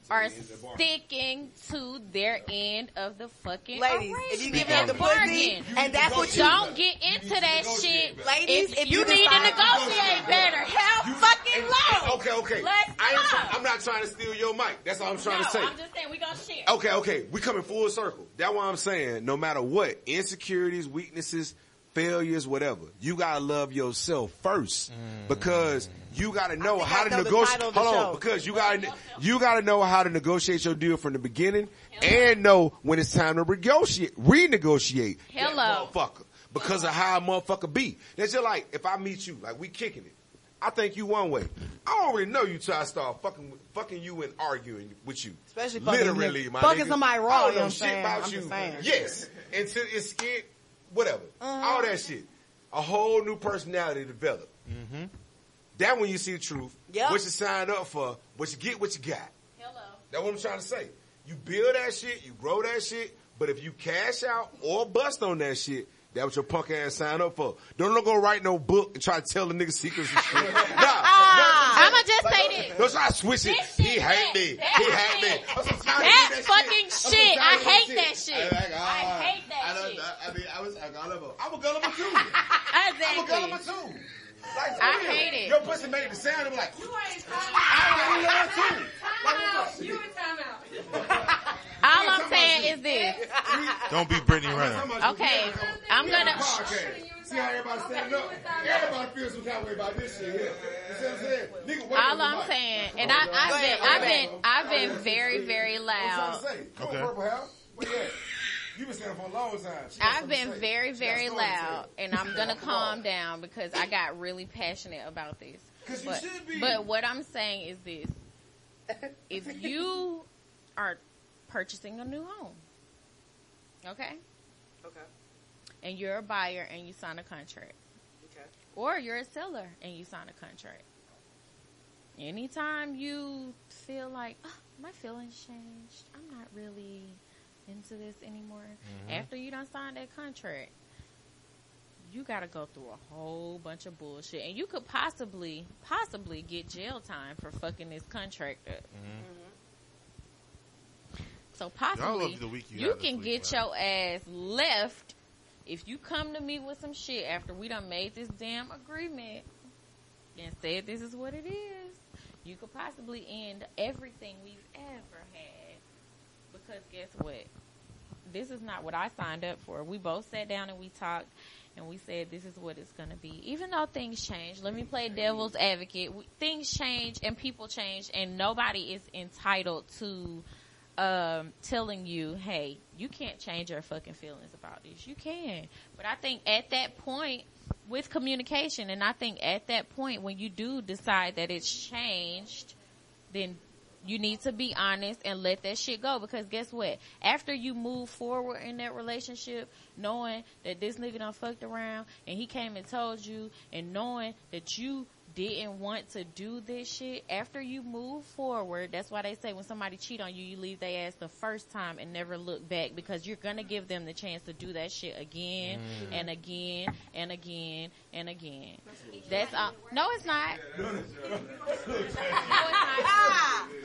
[SPEAKER 8] are
[SPEAKER 6] to the end of the bargain.
[SPEAKER 8] sticking to their end of the fucking
[SPEAKER 6] Ladies,
[SPEAKER 8] arrangement.
[SPEAKER 6] if you give up the pussy, and that's what you
[SPEAKER 8] don't get into that shit.
[SPEAKER 6] Ladies, if
[SPEAKER 8] you,
[SPEAKER 6] you
[SPEAKER 8] need to
[SPEAKER 6] decide-
[SPEAKER 8] negotiate better, hell fucking low.
[SPEAKER 9] Okay, okay.
[SPEAKER 8] Let's
[SPEAKER 9] I
[SPEAKER 8] go.
[SPEAKER 9] ain't try- I'm not trying to steal your mic. That's all I'm trying
[SPEAKER 8] no,
[SPEAKER 9] to say. Oh.
[SPEAKER 8] I'm just saying we gonna share.
[SPEAKER 13] Okay, okay. We coming full circle. That's why I'm saying, no matter what, insecurities, weaknesses, failures, whatever. You gotta love yourself first because you gotta know
[SPEAKER 6] think
[SPEAKER 13] how
[SPEAKER 6] Mm. I
[SPEAKER 13] to
[SPEAKER 6] know the
[SPEAKER 13] negotiate.
[SPEAKER 6] title of
[SPEAKER 13] Hold
[SPEAKER 6] the
[SPEAKER 13] on,
[SPEAKER 6] show.
[SPEAKER 13] because you gotta you gotta know how to negotiate your deal from the beginning and know when it's time to negotiate, renegotiate. that
[SPEAKER 8] Hello.
[SPEAKER 13] motherfucker, because of how a motherfucker be. That's just like if I meet you, like we kicking it. I think you one way. I already know you try to start fucking, with- fucking you and arguing with you.
[SPEAKER 6] Especially fucking
[SPEAKER 13] literally,
[SPEAKER 6] nigga-
[SPEAKER 13] my
[SPEAKER 6] fucking
[SPEAKER 13] nigga.
[SPEAKER 6] somebody raw,
[SPEAKER 13] I
[SPEAKER 6] you
[SPEAKER 13] don't
[SPEAKER 6] know
[SPEAKER 13] know
[SPEAKER 6] what I'm
[SPEAKER 13] shit
[SPEAKER 6] saying?
[SPEAKER 13] about
[SPEAKER 6] I'm
[SPEAKER 13] you.
[SPEAKER 6] just saying. Uh-huh.
[SPEAKER 13] Yes, until it's scared, whatever, all that shit. A whole new personality developed. Mm-hmm. That when you see the truth,
[SPEAKER 6] Yep.
[SPEAKER 13] what you sign up for, what you get, what you got. That's what I'm trying to say. You build that shit, you grow that shit, but if you cash out or bust on that shit, that what your punk ass sign up for. Don't go write no book and try to tell the nigga secrets and shit.
[SPEAKER 6] <laughs>
[SPEAKER 8] I'ma just say this.
[SPEAKER 13] Don't try to switch it.
[SPEAKER 8] This
[SPEAKER 13] He
[SPEAKER 8] shit,
[SPEAKER 13] hate me. He
[SPEAKER 8] that- that
[SPEAKER 13] hate me.
[SPEAKER 8] shit.
[SPEAKER 13] I'm so tired of
[SPEAKER 8] That
[SPEAKER 13] this
[SPEAKER 8] fucking
[SPEAKER 13] I'm so
[SPEAKER 8] shit. I
[SPEAKER 13] tired of
[SPEAKER 8] hate
[SPEAKER 13] this
[SPEAKER 8] that shit.
[SPEAKER 13] I'm like, ah.
[SPEAKER 8] I hate that
[SPEAKER 13] I don't-
[SPEAKER 8] shit.
[SPEAKER 13] I mean, I was a gullible. I'm a gullible too.
[SPEAKER 8] <laughs> Exactly.
[SPEAKER 13] I'm a gullible too. Like, for
[SPEAKER 8] I
[SPEAKER 13] real.
[SPEAKER 8] hate it.
[SPEAKER 13] Your pussy made the sound. I'm like,
[SPEAKER 8] I
[SPEAKER 13] love too.
[SPEAKER 8] You in All I'm saying is this.
[SPEAKER 7] Don't be Brittany Renner.
[SPEAKER 8] Okay, I'm gonna.
[SPEAKER 14] See how everybody's standing up? Everybody feels some kind of way about this shit. here. You see what I'm saying? Nigga, wait on
[SPEAKER 8] All
[SPEAKER 14] the
[SPEAKER 8] I'm
[SPEAKER 14] mic.
[SPEAKER 8] saying, and I, I've been, I've been, I've been
[SPEAKER 14] <laughs>
[SPEAKER 8] very, very
[SPEAKER 14] I'm
[SPEAKER 8] loud.
[SPEAKER 14] trying to say, come
[SPEAKER 8] Okay.
[SPEAKER 14] on, Purple Hair. Where you at? You been standing for a long time. She got
[SPEAKER 8] I've
[SPEAKER 14] something
[SPEAKER 8] been
[SPEAKER 14] to say.
[SPEAKER 8] very,
[SPEAKER 14] She got
[SPEAKER 8] very
[SPEAKER 14] stories to
[SPEAKER 8] loud,
[SPEAKER 14] tell.
[SPEAKER 8] and I'm gonna calm down because I got really passionate about this.
[SPEAKER 14] 'Cause you
[SPEAKER 8] But,
[SPEAKER 14] should be.
[SPEAKER 8] but what I'm saying is
[SPEAKER 14] <laughs>
[SPEAKER 8] this: if you are purchasing a new home, okay,
[SPEAKER 6] Okay.
[SPEAKER 8] and you're a buyer and you sign a contract,
[SPEAKER 6] Okay.
[SPEAKER 8] or you're a seller and you sign a contract. Anytime you feel like oh, my feelings changed, I'm not really into this anymore.
[SPEAKER 7] Mm-hmm.
[SPEAKER 4] Mhm.
[SPEAKER 8] After you done signed that contract, you got to go through a whole bunch of bullshit, and you could possibly, possibly get jail time for fucking this contract up. Mm-hmm. So possibly
[SPEAKER 7] Mm-hmm. love the week you
[SPEAKER 8] you
[SPEAKER 7] had this
[SPEAKER 8] can
[SPEAKER 7] week,
[SPEAKER 8] get
[SPEAKER 7] man.
[SPEAKER 8] your ass left if you come to me with some shit after we done made this damn agreement and said this is what it is. You could possibly end everything we've ever had because guess what? This is not what I signed up for. We both sat down and we talked and we said this is what it's going to be. Even though things change, let me play devil's advocate. We, things change and people change and nobody is entitled to um, telling you, hey, you can't change your fucking feelings about this. You can. But I think at that point with communication, and I think at that point when you do decide that it's changed, then you need to be honest and let that shit go because guess what? After you move forward in that relationship, knowing that this nigga done fucked around and he came and told you and knowing that you didn't want to do this shit, after you move forward, that's why they say when somebody cheat on you, you leave their ass the first time and never look back because you're gonna give them the chance to do that shit again
[SPEAKER 4] Mm.
[SPEAKER 8] and again and again and again. That's all. No, it's not.
[SPEAKER 6] Ah.
[SPEAKER 9] <laughs>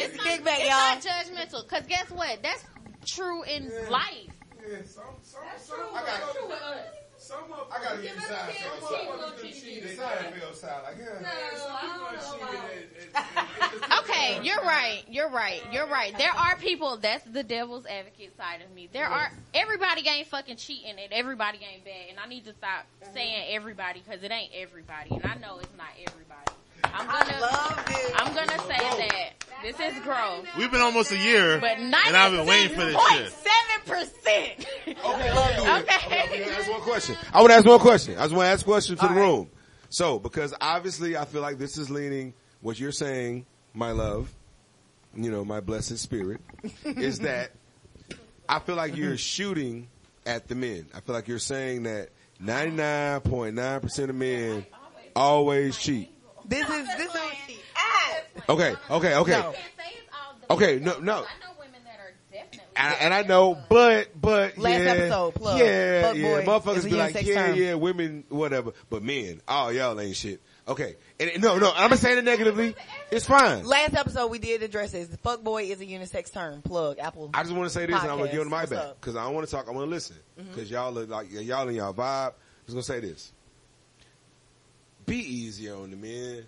[SPEAKER 6] It's
[SPEAKER 8] not-
[SPEAKER 6] kickback,
[SPEAKER 8] it's
[SPEAKER 6] y'all.
[SPEAKER 8] not judgmental. Because guess what? That's true in life.
[SPEAKER 14] Yeah, some, some, some, I got
[SPEAKER 8] true with us.
[SPEAKER 14] Some of I gotta get
[SPEAKER 8] Give
[SPEAKER 14] the
[SPEAKER 8] us
[SPEAKER 14] side.
[SPEAKER 8] kids,
[SPEAKER 14] Some
[SPEAKER 8] cheat,
[SPEAKER 14] of
[SPEAKER 8] little
[SPEAKER 14] them
[SPEAKER 8] cheating
[SPEAKER 14] cheat the
[SPEAKER 8] kids.
[SPEAKER 14] Seinfeld side. Like, yeah,
[SPEAKER 8] No,
[SPEAKER 14] some
[SPEAKER 8] I
[SPEAKER 14] people are
[SPEAKER 8] don't know
[SPEAKER 14] cheating
[SPEAKER 8] about-
[SPEAKER 14] and-
[SPEAKER 8] Okay, you're right. You're right. You're right. There are people. That's the devil's advocate side of me. There are everybody ain't fucking cheating and everybody ain't bad. And I need to stop saying everybody because it ain't everybody. And I know it's not everybody. I'm gonna. I'm gonna say that this is growth.
[SPEAKER 7] We've been almost a year,
[SPEAKER 8] But
[SPEAKER 7] and I've been waiting for this shit.
[SPEAKER 8] Seven percent. <laughs> Okay.
[SPEAKER 13] That's one question. I would ask one question. I just want to ask a question to the room. So, because obviously I feel like this is leaning what you're saying, my love, you know, my blessed spirit, is that I feel like you're shooting at the men. I feel like you're saying that 99.9% of men always cheat.
[SPEAKER 6] This is this is
[SPEAKER 13] Okay, okay, okay. Okay, no, no. And, and I know, but, but,
[SPEAKER 6] Last
[SPEAKER 13] yeah,
[SPEAKER 6] episode, plug.
[SPEAKER 13] yeah,
[SPEAKER 6] Fuck
[SPEAKER 13] yeah,
[SPEAKER 6] boy is
[SPEAKER 13] motherfuckers
[SPEAKER 6] a
[SPEAKER 13] be like,
[SPEAKER 6] unisex
[SPEAKER 13] yeah,
[SPEAKER 6] term.
[SPEAKER 13] yeah, women, whatever, but men, oh, y'all ain't shit. Okay, and and no, no, I'm not saying it negatively. It's fine.
[SPEAKER 6] Last episode we did address this. Fuckboy is a unisex term. Plug Apple.
[SPEAKER 13] I just want to say this, and I'm gonna
[SPEAKER 6] Podcast.
[SPEAKER 13] give it my
[SPEAKER 6] What's
[SPEAKER 13] back
[SPEAKER 6] up? Mm-hmm.
[SPEAKER 13] because I don't want to talk. I want to listen because y'all are like y'all in y'all vibe. I'm just gonna say this. Be easy on the men.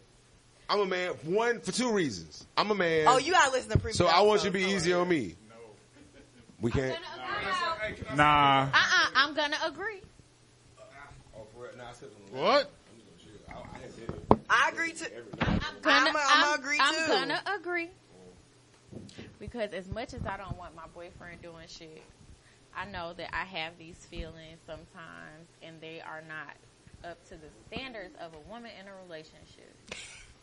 [SPEAKER 13] I'm a man. One for two reasons. I'm a man.
[SPEAKER 6] Oh, you gotta listen to previous
[SPEAKER 13] So I want you to be easy on me. We can't.
[SPEAKER 12] Nah.
[SPEAKER 8] Uh-uh, I'm gonna agree.
[SPEAKER 13] Oh,
[SPEAKER 7] What?
[SPEAKER 6] I agree to. I'm
[SPEAKER 8] gonna,
[SPEAKER 6] gonna, I'm,
[SPEAKER 8] I'm-
[SPEAKER 6] agree
[SPEAKER 8] I'm
[SPEAKER 6] too.
[SPEAKER 8] gonna agree. Because as much as I don't want my boyfriend doing shit, I know that I have these feelings sometimes and they are not up to the standards of a woman in a relationship.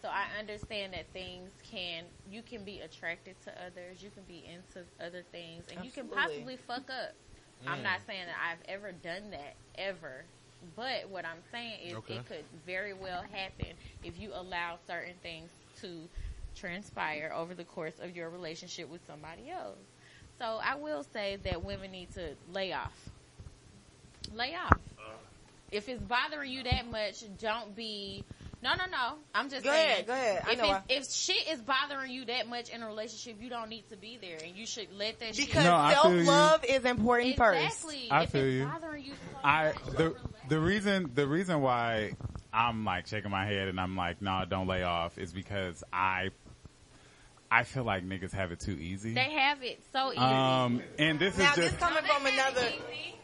[SPEAKER 8] So I understand that things can, you can be attracted to others, you can be into other things, and you can
[SPEAKER 15] Absolutely.
[SPEAKER 8] possibly fuck up. I'm
[SPEAKER 15] Mm.
[SPEAKER 8] not saying that I've ever done that, ever. But what I'm saying is
[SPEAKER 15] Okay.
[SPEAKER 8] it could very well happen if you allow certain things to transpire over the course of your relationship with somebody else. So I will say that women need to lay off. Lay off.
[SPEAKER 6] Uh.
[SPEAKER 8] If it's bothering you that much, don't be. No, no, no. I'm just
[SPEAKER 6] Go
[SPEAKER 8] saying.
[SPEAKER 6] ahead, go ahead. I
[SPEAKER 8] if,
[SPEAKER 6] know
[SPEAKER 8] it's- if shit is bothering you that much in a relationship, you don't need to be there, and you should let that shit.
[SPEAKER 6] Because
[SPEAKER 12] No, I feel you.
[SPEAKER 6] self-love is important first.
[SPEAKER 8] Exactly.
[SPEAKER 12] I
[SPEAKER 8] if
[SPEAKER 12] feel
[SPEAKER 8] it's
[SPEAKER 12] you.
[SPEAKER 8] bothering you
[SPEAKER 12] I the the reason the reason why I'm like shaking my head and I'm like, no, don't lay off is because I I feel like niggas have it too easy.
[SPEAKER 8] They have it so easy.
[SPEAKER 12] Um, and this
[SPEAKER 6] Now
[SPEAKER 12] is
[SPEAKER 6] this
[SPEAKER 12] just
[SPEAKER 6] coming from another.
[SPEAKER 8] they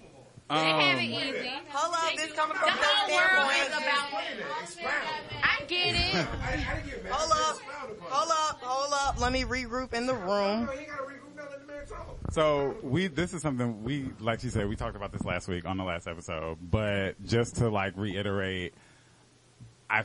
[SPEAKER 8] have it
[SPEAKER 12] um,
[SPEAKER 8] easy.
[SPEAKER 6] Hold on, this coming from
[SPEAKER 8] The
[SPEAKER 6] another
[SPEAKER 8] whole world
[SPEAKER 6] standpoint.
[SPEAKER 8] is about. I get it.
[SPEAKER 12] <laughs>
[SPEAKER 6] Hold up, hold up, hold up. Let me regroup in the room.
[SPEAKER 12] So we, this is something we, like she said, we talked about this last week on the last episode, but just to like reiterate, I,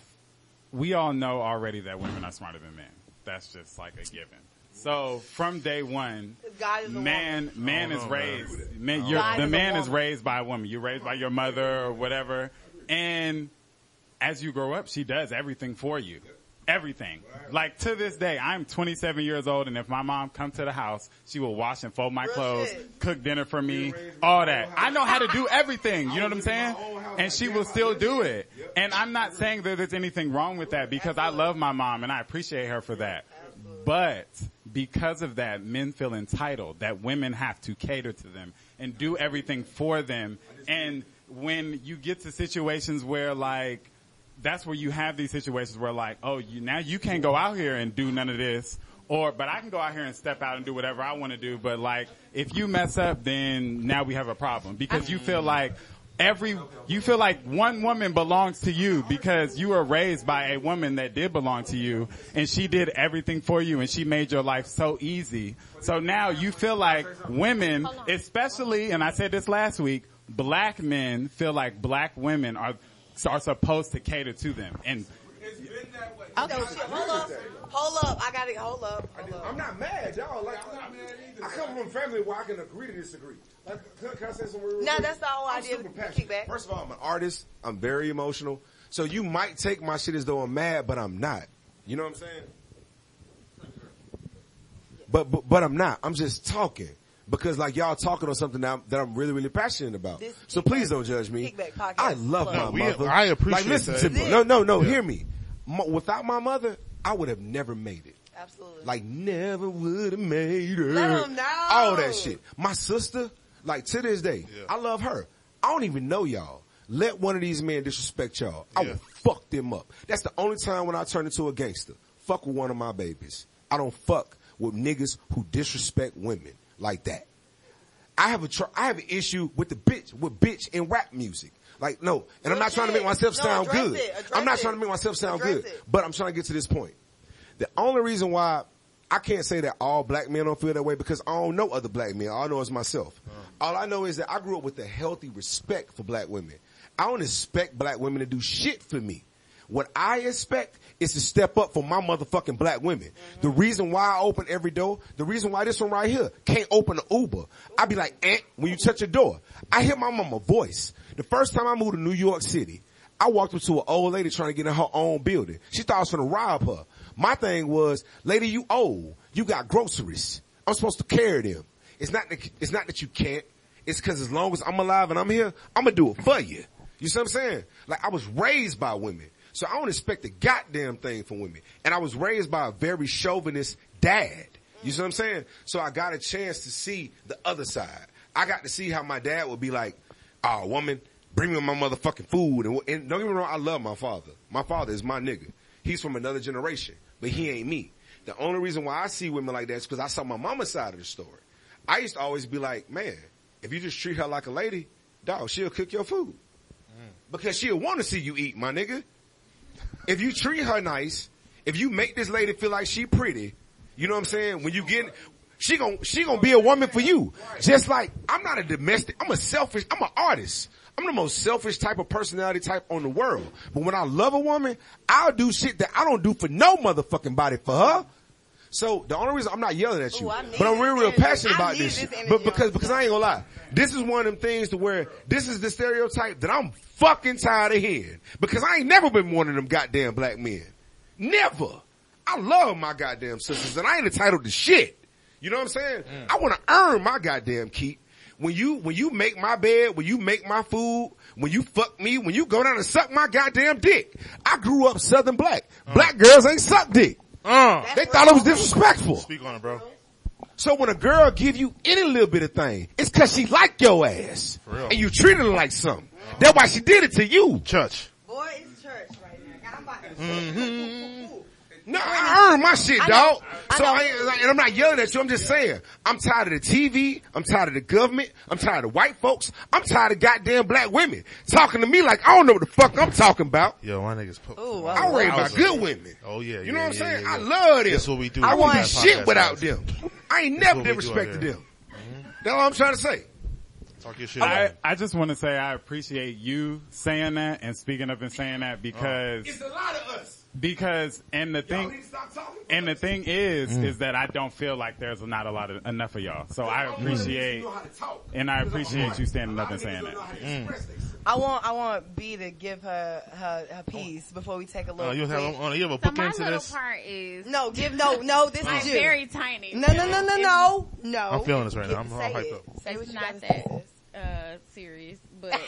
[SPEAKER 12] we all know already that women are smarter than men. That's just like a given. So from day one,
[SPEAKER 6] God is a
[SPEAKER 12] man,
[SPEAKER 6] woman.
[SPEAKER 12] man
[SPEAKER 6] Oh,
[SPEAKER 12] is
[SPEAKER 6] no,
[SPEAKER 12] raised, man, you're,
[SPEAKER 6] God
[SPEAKER 12] the
[SPEAKER 6] is a
[SPEAKER 12] man is
[SPEAKER 6] woman.
[SPEAKER 12] raised by a woman. You're raised by your mother or whatever. And as you grow up, she does everything for you. Everything. Like to this day, I'm 27 years old and if my mom come to the house, she will wash and fold my clothes, cook dinner for me, all that. I know how to do everything, you know what I'm saying? And she will still do it. And I'm not saying that there's anything wrong with that because I love my mom and I appreciate her for that. But because of that, men feel entitled that women have to cater to them and do everything for them. And when you get to situations where like, that's where you have these situations where like, oh, you, now you can't go out here and do none of this. Or, but I can go out here and step out and do whatever I want to do. But like, if you mess up, then now we have a problem because you feel like every, you feel like one woman belongs to you because you were raised by a woman that did belong to you and she did everything for you and she made your life so easy. So now you feel like women, especially, and I said this last week, black men feel like black women are, are supposed to cater to them. And
[SPEAKER 6] Okay. Hold up, hold up. I gotta hold up. Hold up.
[SPEAKER 16] I'm not mad, y'all. Like, i come from a family where I can agree to disagree. Like, can, can I say some words?
[SPEAKER 6] No, that's the whole
[SPEAKER 16] I'm
[SPEAKER 6] idea.
[SPEAKER 16] super
[SPEAKER 6] Kick back.
[SPEAKER 13] First of all, I'm an artist. I'm very emotional. So you might take my shit as though I'm mad, but I'm not. You know what I'm saying? But but, but I'm not. I'm just talking because like y'all talking on something that I'm, that I'm really really passionate about.
[SPEAKER 6] This
[SPEAKER 13] so please don't judge me.
[SPEAKER 6] Kickback podcast.
[SPEAKER 13] I love
[SPEAKER 6] No,
[SPEAKER 13] my
[SPEAKER 6] we-
[SPEAKER 13] mother.
[SPEAKER 7] I appreciate
[SPEAKER 13] Like listen
[SPEAKER 7] that.
[SPEAKER 13] to me.
[SPEAKER 7] This-
[SPEAKER 13] No no no.
[SPEAKER 7] Yeah.
[SPEAKER 13] Hear me. Mo- without my mother, I would have never made it.
[SPEAKER 6] Absolutely.
[SPEAKER 13] Like never would have made her.
[SPEAKER 6] Let 'em know.
[SPEAKER 13] All that shit. My sister, like to this day, I love her. I don't even know y'all. Let one of these men disrespect y'all. I will fuck them up. That's the only time when I turn into a gangster. Fuck with one of my babies. I don't fuck with niggas who disrespect women like that. I have a tr- I have an issue with the bitch with bitch in rap music. Like no, and I'm not trying to make myself
[SPEAKER 6] No,
[SPEAKER 13] sound
[SPEAKER 6] address
[SPEAKER 13] good.
[SPEAKER 6] it, address
[SPEAKER 13] I'm not
[SPEAKER 6] it.
[SPEAKER 13] trying to make myself sound
[SPEAKER 6] Address
[SPEAKER 13] good,
[SPEAKER 6] it.
[SPEAKER 13] but I'm trying to get to this point. The only reason why I can't say that all black men don't feel that way because I don't know other black men. All I know is myself. All I know is that I grew up with a healthy respect for black women. I don't expect black women to do shit for me. What I expect is to step up for my motherfucking black women. The reason why I open every door, the reason why this one right here can't open an Uber, I be like, eh, when you touch a door. I hear my mama voice. The first time I moved to New York City, I walked up to an old lady trying to get in her own building. She thought I was gonna rob her. My thing was, lady, you old. You got groceries. I'm supposed to carry them. It's not that, it's not that you can't. It's cause as long as I'm alive and I'm here, I'm gonna do it for you. You see what I'm saying? Like I was raised by women. So I don't expect a goddamn thing from women. And I was raised by a very chauvinist dad. You see what I'm saying? So I got a chance to see the other side. I got to see how my dad would be like, ah, woman, bring me my motherfucking food. And, wh- and don't get me wrong, I love my father. My father is my nigga. He's from another generation, but he ain't me. The only reason why I see women like that is because I saw my mama's side of the story. I used to always be like, man, if you just treat her like a lady, dog, she'll cook your food. because she'll want to see you eat, my nigga. If you treat her nice, if you make this lady feel like she pretty, you know what I'm saying? When you get, she gon' she gonna be a woman for you. Just like I'm not a domestic, I'm a selfish, I'm an artist. I'm the most selfish type of personality type on the world. But when I love a woman, I'll do shit that I don't do for no motherfucking body for her. So the only reason I'm not yelling at you,
[SPEAKER 6] Ooh, I need
[SPEAKER 13] but I'm real,
[SPEAKER 6] this
[SPEAKER 13] real
[SPEAKER 6] energy.
[SPEAKER 13] passionate
[SPEAKER 6] I
[SPEAKER 13] about
[SPEAKER 6] need
[SPEAKER 13] this,
[SPEAKER 6] this
[SPEAKER 13] shit.
[SPEAKER 6] energy
[SPEAKER 13] but because because I ain't gonna lie, this is one of them things to where this is the stereotype that I'm fucking tired of hearing because I ain't never been one of them goddamn black men, never. I love my goddamn sisters and I ain't entitled to shit. You know what I'm saying?
[SPEAKER 7] Mm.
[SPEAKER 13] I want to earn my goddamn keep. When you when you make my bed, when you make my food, when you fuck me, when you go down and suck my goddamn dick. I grew up Southern black.
[SPEAKER 7] Uh.
[SPEAKER 13] Black girls ain't suck dick. They thought it was disrespectful.
[SPEAKER 7] Speak on it, bro.
[SPEAKER 13] So when a girl give you any little bit of thing, it's cause she like your ass.
[SPEAKER 7] For real.
[SPEAKER 13] And you treated her like something. That's why she did it to you.
[SPEAKER 7] Church.
[SPEAKER 6] Boy, it's church right now. God, I'm about to.
[SPEAKER 13] No, I earned my shit,
[SPEAKER 6] I know.
[SPEAKER 13] dog. So I, ain't- like, and I'm not yelling at you. I'm just saying, I'm tired of the TV. I'm tired of the government. I'm tired of white folks. I'm tired of goddamn black women talking to me like I don't know what the fuck I'm talking about.
[SPEAKER 7] Yo, my niggas. Po-
[SPEAKER 13] I worry about good women.
[SPEAKER 7] Oh yeah,
[SPEAKER 13] You know what I'm saying? I
[SPEAKER 7] I
[SPEAKER 13] love them.
[SPEAKER 7] That's what we do.
[SPEAKER 13] I
[SPEAKER 7] We
[SPEAKER 13] want
[SPEAKER 7] got
[SPEAKER 13] shit
[SPEAKER 7] podcast
[SPEAKER 13] without
[SPEAKER 7] guys. <laughs>
[SPEAKER 13] them. I ain't never
[SPEAKER 7] That's what we do out
[SPEAKER 13] disrespected
[SPEAKER 7] here.
[SPEAKER 13] them. That's all I'm trying to say.
[SPEAKER 7] Talk your shit.
[SPEAKER 12] I, I just want to say I appreciate you saying that and speaking up and saying that because
[SPEAKER 17] It's a lot of us.
[SPEAKER 12] because and the
[SPEAKER 17] Y'all
[SPEAKER 12] thing
[SPEAKER 17] need to stop talking.
[SPEAKER 12] and the thing is
[SPEAKER 18] Mm.
[SPEAKER 12] is that I don't feel like there's not a lot of enough of y'all. So I
[SPEAKER 6] Mm.
[SPEAKER 12] appreciate
[SPEAKER 6] know how to talk.
[SPEAKER 12] and I appreciate you standing up and saying that.
[SPEAKER 6] I want I want B to give her her, her piece before we take a look.
[SPEAKER 7] Oh, you have a- oh, you have a
[SPEAKER 6] quick.
[SPEAKER 7] book So my into little this?
[SPEAKER 6] part is no give no no this
[SPEAKER 8] Like,
[SPEAKER 6] is you
[SPEAKER 8] very tiny.
[SPEAKER 6] No no no no no no.
[SPEAKER 7] I'm feeling this right now. I'm all
[SPEAKER 6] Say
[SPEAKER 7] hyped
[SPEAKER 6] it.
[SPEAKER 7] up.
[SPEAKER 6] Say what
[SPEAKER 8] it's
[SPEAKER 6] you gotta
[SPEAKER 8] not that uh, serious,
[SPEAKER 6] <laughs>
[SPEAKER 8] but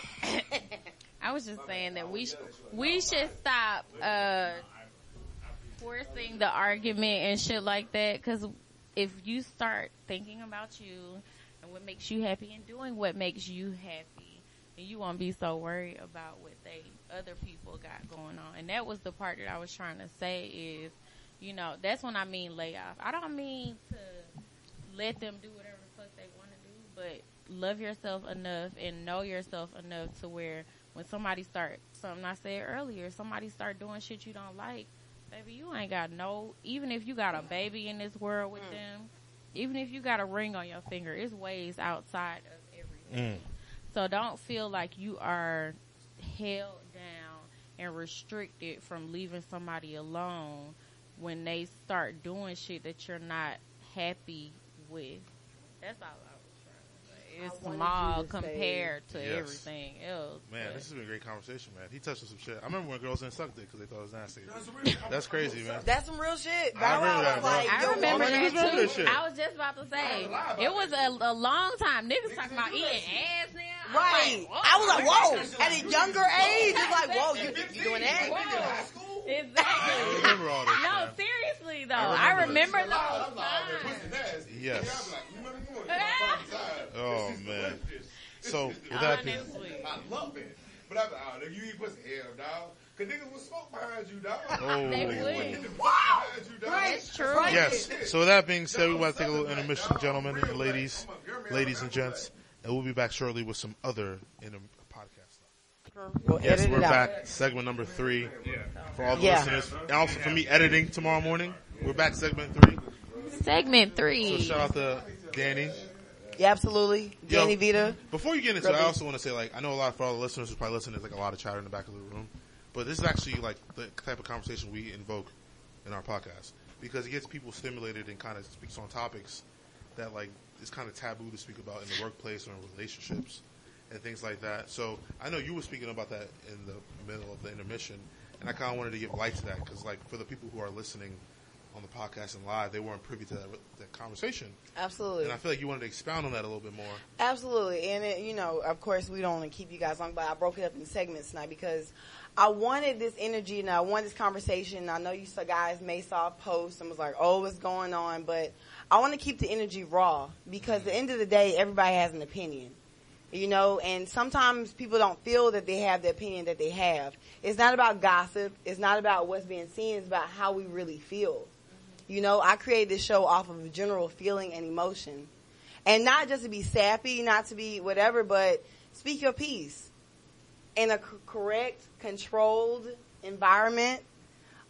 [SPEAKER 8] I was just saying that we sh- we should stop uh, forcing the argument and shit like that. Because if you start thinking about you and what makes you happy and doing what makes you happy, then you won't be so worried about what they other people got going on. And that was the part that I was trying to say is, you know, that's when I mean layoff. I don't mean to let them do whatever the fuck they want to do, but love yourself enough and know yourself enough to where when somebody start something I said earlier, somebody start doing shit you don't like, baby, you ain't got no. Even if you got a baby in this world
[SPEAKER 7] Mm.
[SPEAKER 8] with them, even if you got a ring on your finger, it's ways outside of everything.
[SPEAKER 7] Mm.
[SPEAKER 8] So don't feel like you are held down and restricted from leaving somebody alone when they start doing shit that you're not happy with. That's all I was trying to say. It's
[SPEAKER 19] wanted
[SPEAKER 8] small
[SPEAKER 19] you to say-
[SPEAKER 8] compared to
[SPEAKER 7] Yes.
[SPEAKER 8] everything else.
[SPEAKER 7] Man,
[SPEAKER 8] but-
[SPEAKER 7] this has been a great conversation, man. He touched on some shit. I remember when girls didn't suck dick because they thought it was nasty. That's crazy, man.
[SPEAKER 6] That's some real shit.
[SPEAKER 7] I remember that, bro.
[SPEAKER 8] I remember
[SPEAKER 7] Niggas
[SPEAKER 8] that
[SPEAKER 7] remember
[SPEAKER 8] too.
[SPEAKER 7] that shit.
[SPEAKER 8] I was just about to say it was a, a long time. Niggas talking about eating ass now.
[SPEAKER 6] Right. I was like, whoa. At a younger age, it's like, whoa, you, you doing that?
[SPEAKER 8] Exactly.
[SPEAKER 7] I remember all this.
[SPEAKER 6] <laughs>
[SPEAKER 8] No,
[SPEAKER 7] man.
[SPEAKER 8] seriously though,
[SPEAKER 7] I
[SPEAKER 8] I remember,
[SPEAKER 7] remember
[SPEAKER 8] those
[SPEAKER 17] times.
[SPEAKER 7] Yes.
[SPEAKER 8] Ah.
[SPEAKER 7] Oh man. So
[SPEAKER 8] <laughs>
[SPEAKER 7] with
[SPEAKER 8] I
[SPEAKER 7] that being
[SPEAKER 17] I love it. But I'm like, oh, nigga, you eat pussy, hell, dog. Cause niggas will smoke behind you, dog.
[SPEAKER 7] Oh. They would.
[SPEAKER 17] Wow. That's
[SPEAKER 8] true.
[SPEAKER 7] yes. So with that being said, we want to take a little intermission, gentlemen and ladies, ladies and gents, and we'll be back shortly with some other in a podcast. yes,
[SPEAKER 6] edit
[SPEAKER 7] we're
[SPEAKER 6] it out.
[SPEAKER 7] back. Segment number three for all the
[SPEAKER 6] Yeah.
[SPEAKER 7] listeners, and also for me editing tomorrow morning. We're back. Segment three.
[SPEAKER 8] Segment three.
[SPEAKER 7] So shout out to Danny.
[SPEAKER 6] Yeah, absolutely.
[SPEAKER 7] Yo,
[SPEAKER 6] Danny Vita.
[SPEAKER 7] Before you get into it,
[SPEAKER 6] Rubbing.
[SPEAKER 7] I also want to say, like, I know a lot for all the listeners who probably listen, there's like a lot of chatter in the back of the room, but this is actually like the type of conversation we invoke in our podcast because it gets people stimulated and kind of speaks on topics that like is kind of taboo to speak about in the workplace or in relationships and things like that. So I know you were speaking about that in the middle of the intermission, and I kind of wanted to give light to that because like for the people who are listening on the podcast and live, they weren't privy to that, that conversation.
[SPEAKER 6] Absolutely.
[SPEAKER 7] And I feel like you wanted to expound on that a little bit more.
[SPEAKER 6] Absolutely, and it, you know, of course, we don't want to keep you guys long, but I broke it up in segments tonight because I wanted this energy and I wanted this conversation. I know you saw guys may saw posts and was like, "Oh, what's going on?" But I want to keep the energy raw because at the end of the day, everybody has an opinion, you know, and sometimes people don't feel that they have the opinion that they have. It's not about gossip. It's not about what's being seen. It's about how we really feel. You know, I created this show off of a general feeling and emotion. And not just to be sappy, not to be whatever, but speak your piece. in a c- correct, controlled environment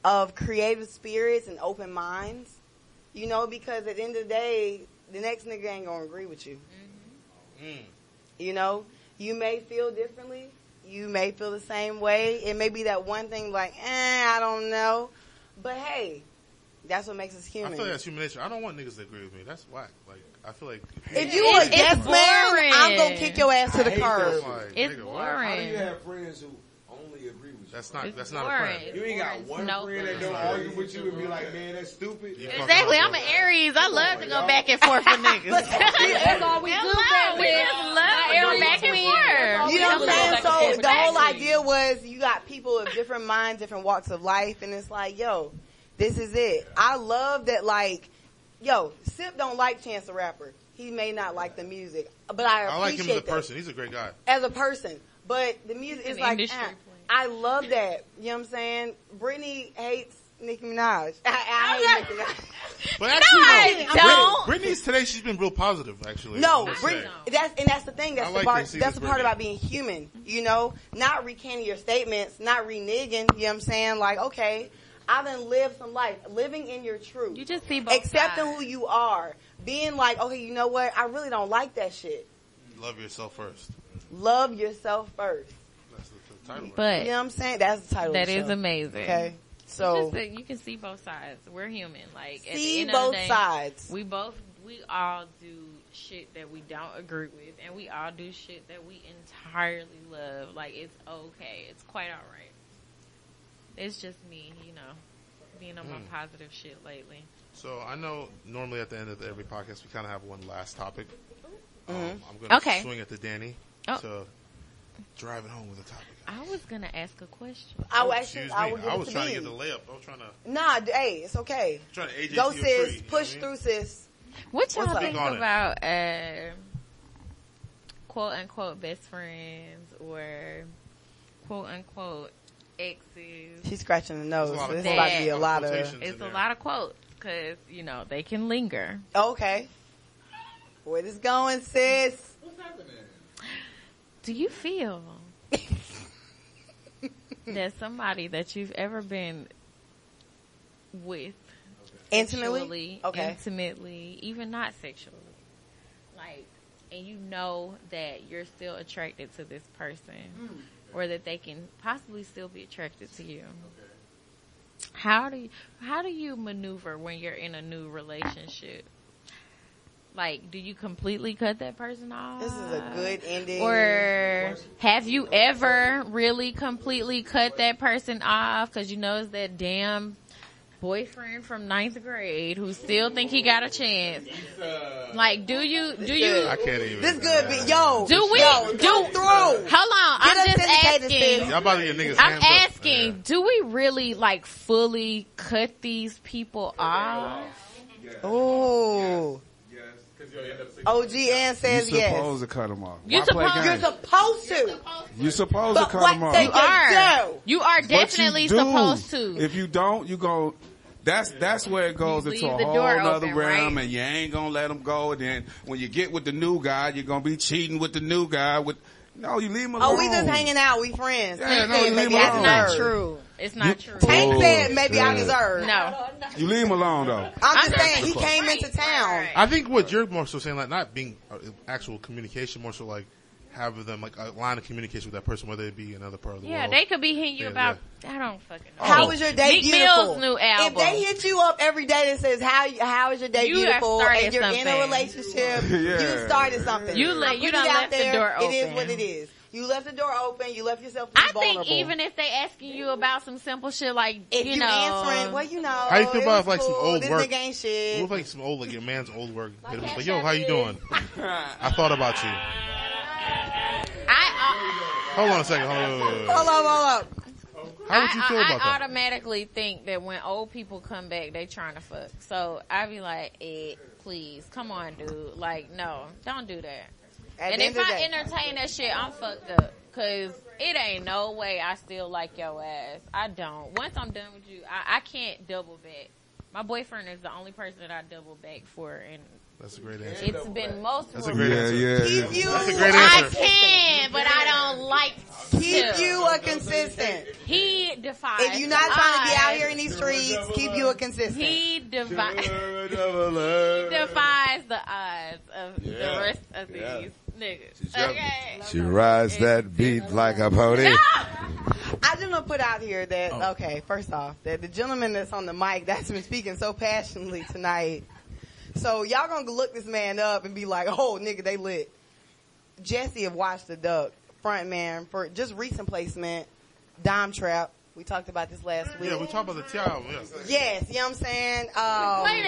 [SPEAKER 6] of creative spirits and open minds. You know, because at the end of the day, the next nigga ain't gonna agree with you.
[SPEAKER 7] Mm.
[SPEAKER 6] You know, you may feel differently. You may feel the same way. It may be that one thing like, eh, I don't know. But hey, that's what makes us human.
[SPEAKER 7] I feel that's human nature. I don't want niggas to agree with me. That's whack. Like I feel like
[SPEAKER 6] If you are a yes man, I'm gonna kick your ass to
[SPEAKER 7] I
[SPEAKER 6] the
[SPEAKER 7] hate
[SPEAKER 6] curb.
[SPEAKER 7] that shit. Nigga, why-
[SPEAKER 20] How do you have friends who only agree with you?
[SPEAKER 7] That's not- It's that's not a boring. friend.
[SPEAKER 20] You ain't got
[SPEAKER 7] It's
[SPEAKER 20] one
[SPEAKER 7] no
[SPEAKER 20] friend
[SPEAKER 7] friend.
[SPEAKER 20] that don't argue with you and be like, man, that's stupid.
[SPEAKER 8] Exactly. I'm an Aries. I love to go back and forth
[SPEAKER 20] <laughs>
[SPEAKER 8] with niggas.
[SPEAKER 20] That's all
[SPEAKER 8] <laughs>
[SPEAKER 20] we
[SPEAKER 8] I
[SPEAKER 20] do
[SPEAKER 8] love-
[SPEAKER 20] back
[SPEAKER 8] We
[SPEAKER 20] there.
[SPEAKER 8] just
[SPEAKER 20] My
[SPEAKER 8] love to go
[SPEAKER 20] Aries
[SPEAKER 8] back and
[SPEAKER 20] twin.
[SPEAKER 8] forth.
[SPEAKER 6] You know what I'm saying? So the whole
[SPEAKER 8] Exactly.
[SPEAKER 6] idea was you got people of different minds, different walks of life, and it's like, yo, this is it. I love that, like, yo, Sip don't like Chance the Rapper. He may not like the music, but I appreciate
[SPEAKER 7] I like him as a
[SPEAKER 6] that
[SPEAKER 7] person. He's a great guy.
[SPEAKER 6] as a person. But the music
[SPEAKER 8] It's
[SPEAKER 6] is
[SPEAKER 8] an
[SPEAKER 6] like,
[SPEAKER 8] industry
[SPEAKER 6] eh,
[SPEAKER 8] point.
[SPEAKER 6] I love that. You know what I'm saying? Britney hates Nicki Minaj. <laughs> I,
[SPEAKER 8] Oh,
[SPEAKER 6] I hate Nicki Minaj.
[SPEAKER 7] But actually,
[SPEAKER 6] No,
[SPEAKER 7] no,
[SPEAKER 6] I don't.
[SPEAKER 7] Brit- Britney's today. She's been real positive, actually.
[SPEAKER 6] No,
[SPEAKER 7] I'm
[SPEAKER 6] Brit-
[SPEAKER 7] saying.
[SPEAKER 6] that's and that's the thing. That's
[SPEAKER 7] I
[SPEAKER 6] the
[SPEAKER 7] like
[SPEAKER 6] part.
[SPEAKER 7] this. This
[SPEAKER 6] That's
[SPEAKER 7] is
[SPEAKER 6] the part
[SPEAKER 7] Britney.
[SPEAKER 6] about being human. You know, not recanting your statements, not reneging. You know what I'm saying? Like, okay, I done lived some life, living in your truth. You just see both accepting who you are, being like, okay, you know what? I really don't like that shit.
[SPEAKER 7] love yourself first.
[SPEAKER 6] Love yourself first.
[SPEAKER 7] Title
[SPEAKER 6] you know what I'm saying? That's the title.
[SPEAKER 8] That
[SPEAKER 6] of the
[SPEAKER 8] is
[SPEAKER 6] show.
[SPEAKER 8] amazing.
[SPEAKER 6] Okay,
[SPEAKER 8] It's
[SPEAKER 6] so
[SPEAKER 8] just that you can see both sides. We're human. Like at
[SPEAKER 6] See
[SPEAKER 8] the end
[SPEAKER 6] both
[SPEAKER 8] of the day,
[SPEAKER 6] sides.
[SPEAKER 8] We both we all do shit that we don't agree with, and we all do shit that we entirely love. Like it's okay. It's quite all right. It's just me, you know, being on my
[SPEAKER 7] Mm.
[SPEAKER 8] positive shit lately.
[SPEAKER 7] So I know normally at the end of every podcast we kind of have one last topic. Um,
[SPEAKER 6] Mm-hmm.
[SPEAKER 8] Mhm.
[SPEAKER 7] I'm going to
[SPEAKER 8] Okay.
[SPEAKER 7] swing it to Danny
[SPEAKER 8] Oh.
[SPEAKER 7] to drive it home with a topic.
[SPEAKER 8] I was gonna ask a question.
[SPEAKER 6] I
[SPEAKER 7] Oh,
[SPEAKER 6] will actually.
[SPEAKER 7] Excuse me.
[SPEAKER 6] I will give
[SPEAKER 7] I
[SPEAKER 6] it
[SPEAKER 7] was
[SPEAKER 6] to
[SPEAKER 7] trying
[SPEAKER 6] me.
[SPEAKER 7] to get the layup. I was trying to.
[SPEAKER 6] Nah, d- hey, it's okay.
[SPEAKER 7] Trying to agency
[SPEAKER 6] Go
[SPEAKER 7] you
[SPEAKER 6] sis,
[SPEAKER 7] free, you know
[SPEAKER 6] push
[SPEAKER 7] what I mean?
[SPEAKER 6] through sis.
[SPEAKER 8] What
[SPEAKER 6] What's
[SPEAKER 8] y'all
[SPEAKER 6] up?
[SPEAKER 8] think
[SPEAKER 7] Speak on it.
[SPEAKER 8] about uh, quote unquote best friends or quote unquote exes?
[SPEAKER 6] She's scratching the nose.
[SPEAKER 8] lot of
[SPEAKER 6] There's
[SPEAKER 8] quotes.
[SPEAKER 6] about to be a
[SPEAKER 8] That-
[SPEAKER 6] lot of.
[SPEAKER 8] It's a lot of quotes because you know they can linger.
[SPEAKER 6] Okay. Where this going, sis?
[SPEAKER 8] Do you feel <laughs> that somebody that you've ever been with
[SPEAKER 6] Intimately?
[SPEAKER 8] sexually,
[SPEAKER 6] Okay.
[SPEAKER 8] intimately, even not sexually, like, and you know that you're still attracted to this person,
[SPEAKER 6] Mm.
[SPEAKER 8] or that they can possibly still be attracted to you? How do you, how do you maneuver when you're in a new relationship? Like, do you completely cut that person off?
[SPEAKER 6] This is a good ending.
[SPEAKER 8] Or have you ever really completely cut that person off because you know it's that damn boyfriend from ninth grade who still think he got a chance? Like, do you do you?
[SPEAKER 7] I can't even.
[SPEAKER 6] This good, be, yo.
[SPEAKER 8] Do we
[SPEAKER 6] Yo,
[SPEAKER 8] do
[SPEAKER 6] through? Hold
[SPEAKER 8] on, I'm just asking.
[SPEAKER 7] Y'all about to get niggas
[SPEAKER 8] I'm
[SPEAKER 7] hands up.
[SPEAKER 8] asking, do we really like fully cut these people off?
[SPEAKER 6] Oh. OG Ann
[SPEAKER 13] You
[SPEAKER 6] says yes.
[SPEAKER 13] supposed to cut them off.
[SPEAKER 8] You
[SPEAKER 13] Why play
[SPEAKER 8] supposed-
[SPEAKER 6] You're
[SPEAKER 13] games?
[SPEAKER 6] supposed to.
[SPEAKER 13] You supposed
[SPEAKER 6] But
[SPEAKER 13] to cut
[SPEAKER 6] what
[SPEAKER 13] them off.
[SPEAKER 6] they You
[SPEAKER 8] are. do. You are
[SPEAKER 13] But you
[SPEAKER 8] definitely
[SPEAKER 13] do.
[SPEAKER 8] supposed to.
[SPEAKER 13] If you don't, you go. That's that's where it goes
[SPEAKER 8] You
[SPEAKER 13] into
[SPEAKER 8] leave
[SPEAKER 13] a
[SPEAKER 8] the
[SPEAKER 13] whole
[SPEAKER 8] door
[SPEAKER 13] other
[SPEAKER 8] open,
[SPEAKER 13] realm,
[SPEAKER 8] right?
[SPEAKER 13] and you ain't gonna let them go. And then when you get with the new guy, you're gonna be cheating with the new guy. With no, you leave him alone.
[SPEAKER 6] Oh, we just hanging out. We friends.
[SPEAKER 13] Yeah,
[SPEAKER 6] Tank
[SPEAKER 13] no,
[SPEAKER 6] said,
[SPEAKER 13] leave
[SPEAKER 6] maybe
[SPEAKER 13] him
[SPEAKER 6] I
[SPEAKER 13] alone. Oh.
[SPEAKER 6] deserve.
[SPEAKER 13] That's
[SPEAKER 8] true. It's not true.
[SPEAKER 6] Tank
[SPEAKER 13] Oh,
[SPEAKER 6] said, maybe I
[SPEAKER 13] yeah.
[SPEAKER 6] deserve.
[SPEAKER 8] No.
[SPEAKER 13] You leave him alone though.
[SPEAKER 6] I'm just
[SPEAKER 7] That's
[SPEAKER 6] saying,
[SPEAKER 7] the
[SPEAKER 6] he
[SPEAKER 7] club.
[SPEAKER 6] came into town.
[SPEAKER 7] I think what you're more so saying, like not being uh, actual communication, more so like having them like a line of communication with that person, whether it be another part of the
[SPEAKER 8] Yeah,
[SPEAKER 7] world.
[SPEAKER 8] they could be hitting you
[SPEAKER 7] Yeah,
[SPEAKER 8] about. I don't fucking know.
[SPEAKER 6] How was your day
[SPEAKER 8] Oh. Meek
[SPEAKER 6] beautiful?
[SPEAKER 8] Mill's new
[SPEAKER 6] If
[SPEAKER 8] album.
[SPEAKER 6] they hit you up every day that says how how is your day
[SPEAKER 8] You have
[SPEAKER 6] beautiful
[SPEAKER 8] started
[SPEAKER 6] and you're in a
[SPEAKER 7] <laughs>
[SPEAKER 8] something.
[SPEAKER 6] relationship,
[SPEAKER 13] Yeah.
[SPEAKER 6] you started something.
[SPEAKER 8] You let-
[SPEAKER 6] I put
[SPEAKER 8] you
[SPEAKER 6] it
[SPEAKER 8] done
[SPEAKER 6] out
[SPEAKER 8] left the
[SPEAKER 6] there,
[SPEAKER 8] door
[SPEAKER 6] It is
[SPEAKER 8] open.
[SPEAKER 6] what it is. You left the door open. You left yourself. To be
[SPEAKER 8] I
[SPEAKER 6] vulnerable.
[SPEAKER 8] think even if they asking you about some simple shit like
[SPEAKER 6] if
[SPEAKER 8] you
[SPEAKER 6] you
[SPEAKER 8] know,
[SPEAKER 6] answering, well, you know,
[SPEAKER 7] How you feel
[SPEAKER 6] it
[SPEAKER 7] about
[SPEAKER 6] was
[SPEAKER 7] like some
[SPEAKER 6] cool,
[SPEAKER 7] old
[SPEAKER 6] this
[SPEAKER 7] work?
[SPEAKER 6] Nigga ain't shit.
[SPEAKER 7] What if, like some old like your man's old work? Hit him up, Like,
[SPEAKER 6] cash
[SPEAKER 7] yo,
[SPEAKER 6] app
[SPEAKER 7] how you
[SPEAKER 6] is-
[SPEAKER 7] doing?
[SPEAKER 8] <laughs>
[SPEAKER 7] I thought about you.
[SPEAKER 8] I,
[SPEAKER 7] Hold on a second. Hold on.
[SPEAKER 8] I,
[SPEAKER 6] Hold up, hold up.
[SPEAKER 7] How would you
[SPEAKER 8] I-
[SPEAKER 7] feel
[SPEAKER 8] I,
[SPEAKER 7] about
[SPEAKER 8] I
[SPEAKER 7] that?
[SPEAKER 8] automatically think that when old people come back, they trying to fuck. So I be like, eh, please, come on, dude. Like, no, don't do that.
[SPEAKER 6] At
[SPEAKER 8] and
[SPEAKER 6] the
[SPEAKER 8] if
[SPEAKER 6] end of the
[SPEAKER 8] I
[SPEAKER 6] day.
[SPEAKER 8] entertain that shit, I'm fucked up. Cause it ain't no way I still like your ass. I don't. Once I'm done with you, I, I can't double back. My boyfriend is the only person that I double back for, and
[SPEAKER 7] That's a great answer.
[SPEAKER 8] it's been most.
[SPEAKER 7] That's a great
[SPEAKER 13] Yeah,
[SPEAKER 7] answer.
[SPEAKER 13] yeah, yeah.
[SPEAKER 7] That's a great
[SPEAKER 8] I
[SPEAKER 7] answer.
[SPEAKER 8] can, but I don't like to.
[SPEAKER 6] Keep you a consistent.
[SPEAKER 8] He defies.
[SPEAKER 6] If you're not trying to be out here in these streets, keep you a consistent.
[SPEAKER 8] He defies.
[SPEAKER 10] She
[SPEAKER 8] <laughs> defies the odds of
[SPEAKER 10] Yeah.
[SPEAKER 8] the rest of
[SPEAKER 10] Yeah.
[SPEAKER 8] these niggas.
[SPEAKER 10] jumping.
[SPEAKER 8] Okay. Ah!
[SPEAKER 13] rides that beat like a pony.
[SPEAKER 6] I just want to put out here that
[SPEAKER 7] Oh.
[SPEAKER 6] okay, first off, that the gentleman that's on the mic that's been speaking so passionately tonight. So y'all gonna look this man up and be like, "Oh, nigga, they lit." Jesse of Watch the Duck, front man for just recent placement, Dom Trap. We talked about this last week.
[SPEAKER 7] Yeah, we talked about the T album. Yeah.
[SPEAKER 6] Yes, you know what I'm saying? Um,
[SPEAKER 7] Play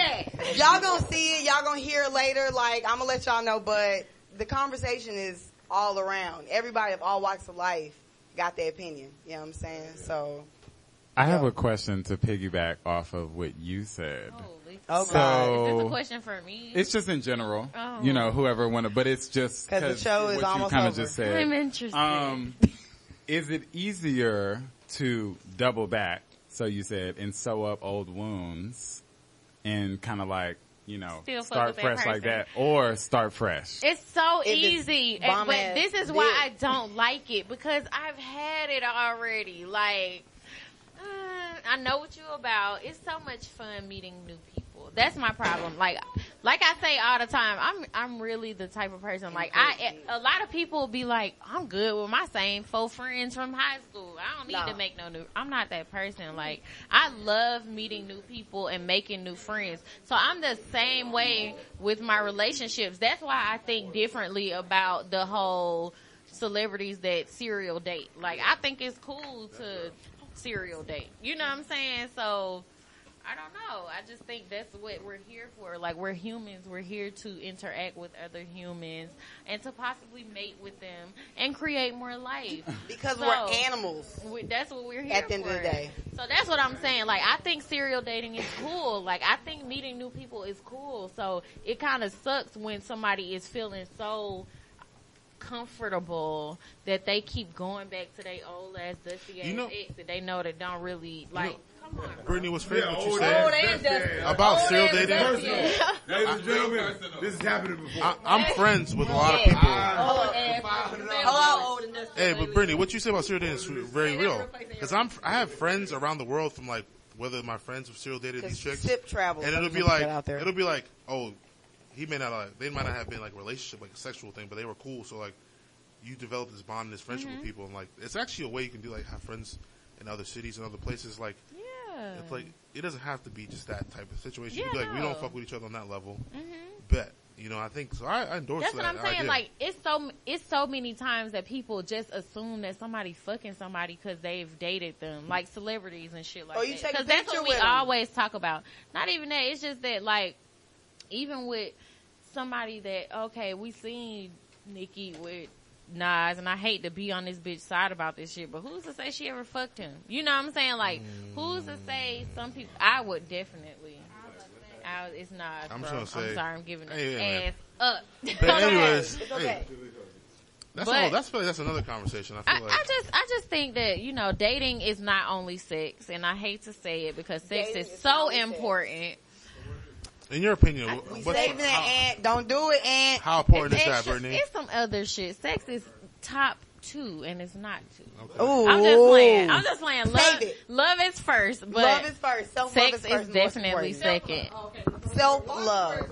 [SPEAKER 7] that.
[SPEAKER 6] Y'all gonna see it, y'all gonna hear it later, like, I'm gonna let y'all know, but the conversation is all around. Everybody of all walks of life got their opinion, you know what I'm saying? So,
[SPEAKER 12] I have a question to piggyback off of what you said.
[SPEAKER 6] Oh,
[SPEAKER 12] So,
[SPEAKER 6] God.
[SPEAKER 4] Is this a question for me?
[SPEAKER 12] It's just in general,
[SPEAKER 4] Oh.
[SPEAKER 12] you know, whoever wanna, but it's just
[SPEAKER 6] 'Cause the show is
[SPEAKER 12] what
[SPEAKER 6] almost
[SPEAKER 12] you kind
[SPEAKER 6] over.
[SPEAKER 12] of just said.
[SPEAKER 4] I'm interested.
[SPEAKER 12] Um, is it easier to double back? So you said and sew up old wounds, and kind of like you know
[SPEAKER 8] Still fuck
[SPEAKER 12] start
[SPEAKER 8] with that
[SPEAKER 12] fresh like
[SPEAKER 8] person.
[SPEAKER 12] that, or start fresh.
[SPEAKER 8] It's so
[SPEAKER 6] If it's
[SPEAKER 8] easy, and-
[SPEAKER 6] bomb
[SPEAKER 8] but
[SPEAKER 6] ass
[SPEAKER 8] this is why I
[SPEAKER 6] dick.
[SPEAKER 8] don't like it because I've had it already. Like, uh, I know what you're about. It's so much fun meeting new people. That's my problem. Like, like I say all the time, I'm I'm really the type of person. Like, I a lot of people will be like, I'm good with my same four friends from high school. I don't need
[SPEAKER 4] Nah.
[SPEAKER 8] to make no new. I'm not that person. Like, I love meeting new people and making new friends. So I'm the same way with my relationships. That's why I think differently about the whole celebrities that serial date. Like, I think it's cool to serial date. You know what I'm saying? So, I don't know. I just think that's what we're here for. Like, we're humans. We're here to interact with other humans and to possibly mate with them and create more life.
[SPEAKER 6] Because we're animals.
[SPEAKER 8] We, that's what we're here
[SPEAKER 6] At the end
[SPEAKER 8] for.
[SPEAKER 6] of the day.
[SPEAKER 8] So that's what I'm saying. Like, I think serial dating is cool. Like, I think meeting new people is cool. So it kind of sucks when somebody is feeling so comfortable that they keep going back to their old ass dusty ass
[SPEAKER 7] You know-
[SPEAKER 8] ex that they know that don't really like.
[SPEAKER 7] Brittany was fair
[SPEAKER 8] Yeah,
[SPEAKER 7] what you
[SPEAKER 8] old
[SPEAKER 7] said
[SPEAKER 8] and dusty.
[SPEAKER 7] about
[SPEAKER 8] Old
[SPEAKER 7] serial
[SPEAKER 8] and
[SPEAKER 7] dating.
[SPEAKER 8] dusty.
[SPEAKER 7] Ladies and gentlemen, this has happened before. I, I'm friends with a lot of
[SPEAKER 6] Yeah.
[SPEAKER 7] people.
[SPEAKER 8] Oh,
[SPEAKER 6] Old ass. Hello, old and dusty.
[SPEAKER 7] Hey, but Brittany, what you say about serial dating is very real. Because I'm, I have friends around the world from like whether my friends have serial dated these chicks,
[SPEAKER 6] Sip travel.
[SPEAKER 7] and it'll be
[SPEAKER 6] Put that
[SPEAKER 7] like,
[SPEAKER 6] out there.
[SPEAKER 7] it'll be like, oh, he may not like, they might not have been like a relationship, like a sexual thing, but they were cool. So like, you develop this bond, and this friendship
[SPEAKER 8] Mhm.
[SPEAKER 7] with people, and like, it's actually a way you can do like have friends in other cities and other places. Like,
[SPEAKER 8] Yeah.
[SPEAKER 7] it's like it doesn't have to be just that type of situation. You
[SPEAKER 8] Uh. Yeah,
[SPEAKER 7] can be like, we
[SPEAKER 8] no.
[SPEAKER 7] don't fuck with each other on that level.
[SPEAKER 8] Mhm.
[SPEAKER 7] Bet. You know, I think so. I, I endorse
[SPEAKER 8] That's
[SPEAKER 7] that.
[SPEAKER 8] what I'm saying.
[SPEAKER 7] idea.
[SPEAKER 8] Like it's so it's so many times that people just assume that somebody fucking somebody because they've dated them, like celebrities and shit like
[SPEAKER 6] Oh, you
[SPEAKER 8] that.
[SPEAKER 6] take a
[SPEAKER 8] Because that's
[SPEAKER 6] picture
[SPEAKER 8] what we
[SPEAKER 6] with 'em.
[SPEAKER 8] always talk about. Not even that. It's just that like even with somebody that okay, we seen Nikki with Nas, and I hate to be on this bitch side about this shit, but who's to say she ever fucked him? You know what I'm saying? Like who's to say some people? I would definitely. I, it's not.
[SPEAKER 7] I'm
[SPEAKER 8] bro.
[SPEAKER 7] just gonna say-
[SPEAKER 8] I'm sorry. I'm giving this
[SPEAKER 7] Hey, man.
[SPEAKER 8] ass up. <laughs>
[SPEAKER 7] But anyways,
[SPEAKER 8] It's
[SPEAKER 7] hey,
[SPEAKER 8] okay.
[SPEAKER 7] that's
[SPEAKER 8] But-
[SPEAKER 7] all, that's that's another conversation. I
[SPEAKER 8] I,
[SPEAKER 7] feel like
[SPEAKER 8] I just I just think that you know dating is not only sex, and I hate to say it because sex
[SPEAKER 6] Dating
[SPEAKER 8] is,
[SPEAKER 6] is not
[SPEAKER 8] so
[SPEAKER 6] only sex.
[SPEAKER 8] important.
[SPEAKER 7] In your opinion, wh-
[SPEAKER 6] We
[SPEAKER 7] what's
[SPEAKER 6] saving that ant. Don't do it, ant.
[SPEAKER 7] how important is that,
[SPEAKER 8] Extra-
[SPEAKER 7] Brittany?
[SPEAKER 8] It's some other shit. Sex is top two, and it's not two.
[SPEAKER 6] Ooh.
[SPEAKER 8] I'm just playing. I'm just playing.
[SPEAKER 6] Save
[SPEAKER 8] Love,
[SPEAKER 6] it.
[SPEAKER 8] love is first, but
[SPEAKER 6] love is first. Self love
[SPEAKER 8] sex
[SPEAKER 6] is first.
[SPEAKER 8] is definitely second.
[SPEAKER 6] Self love.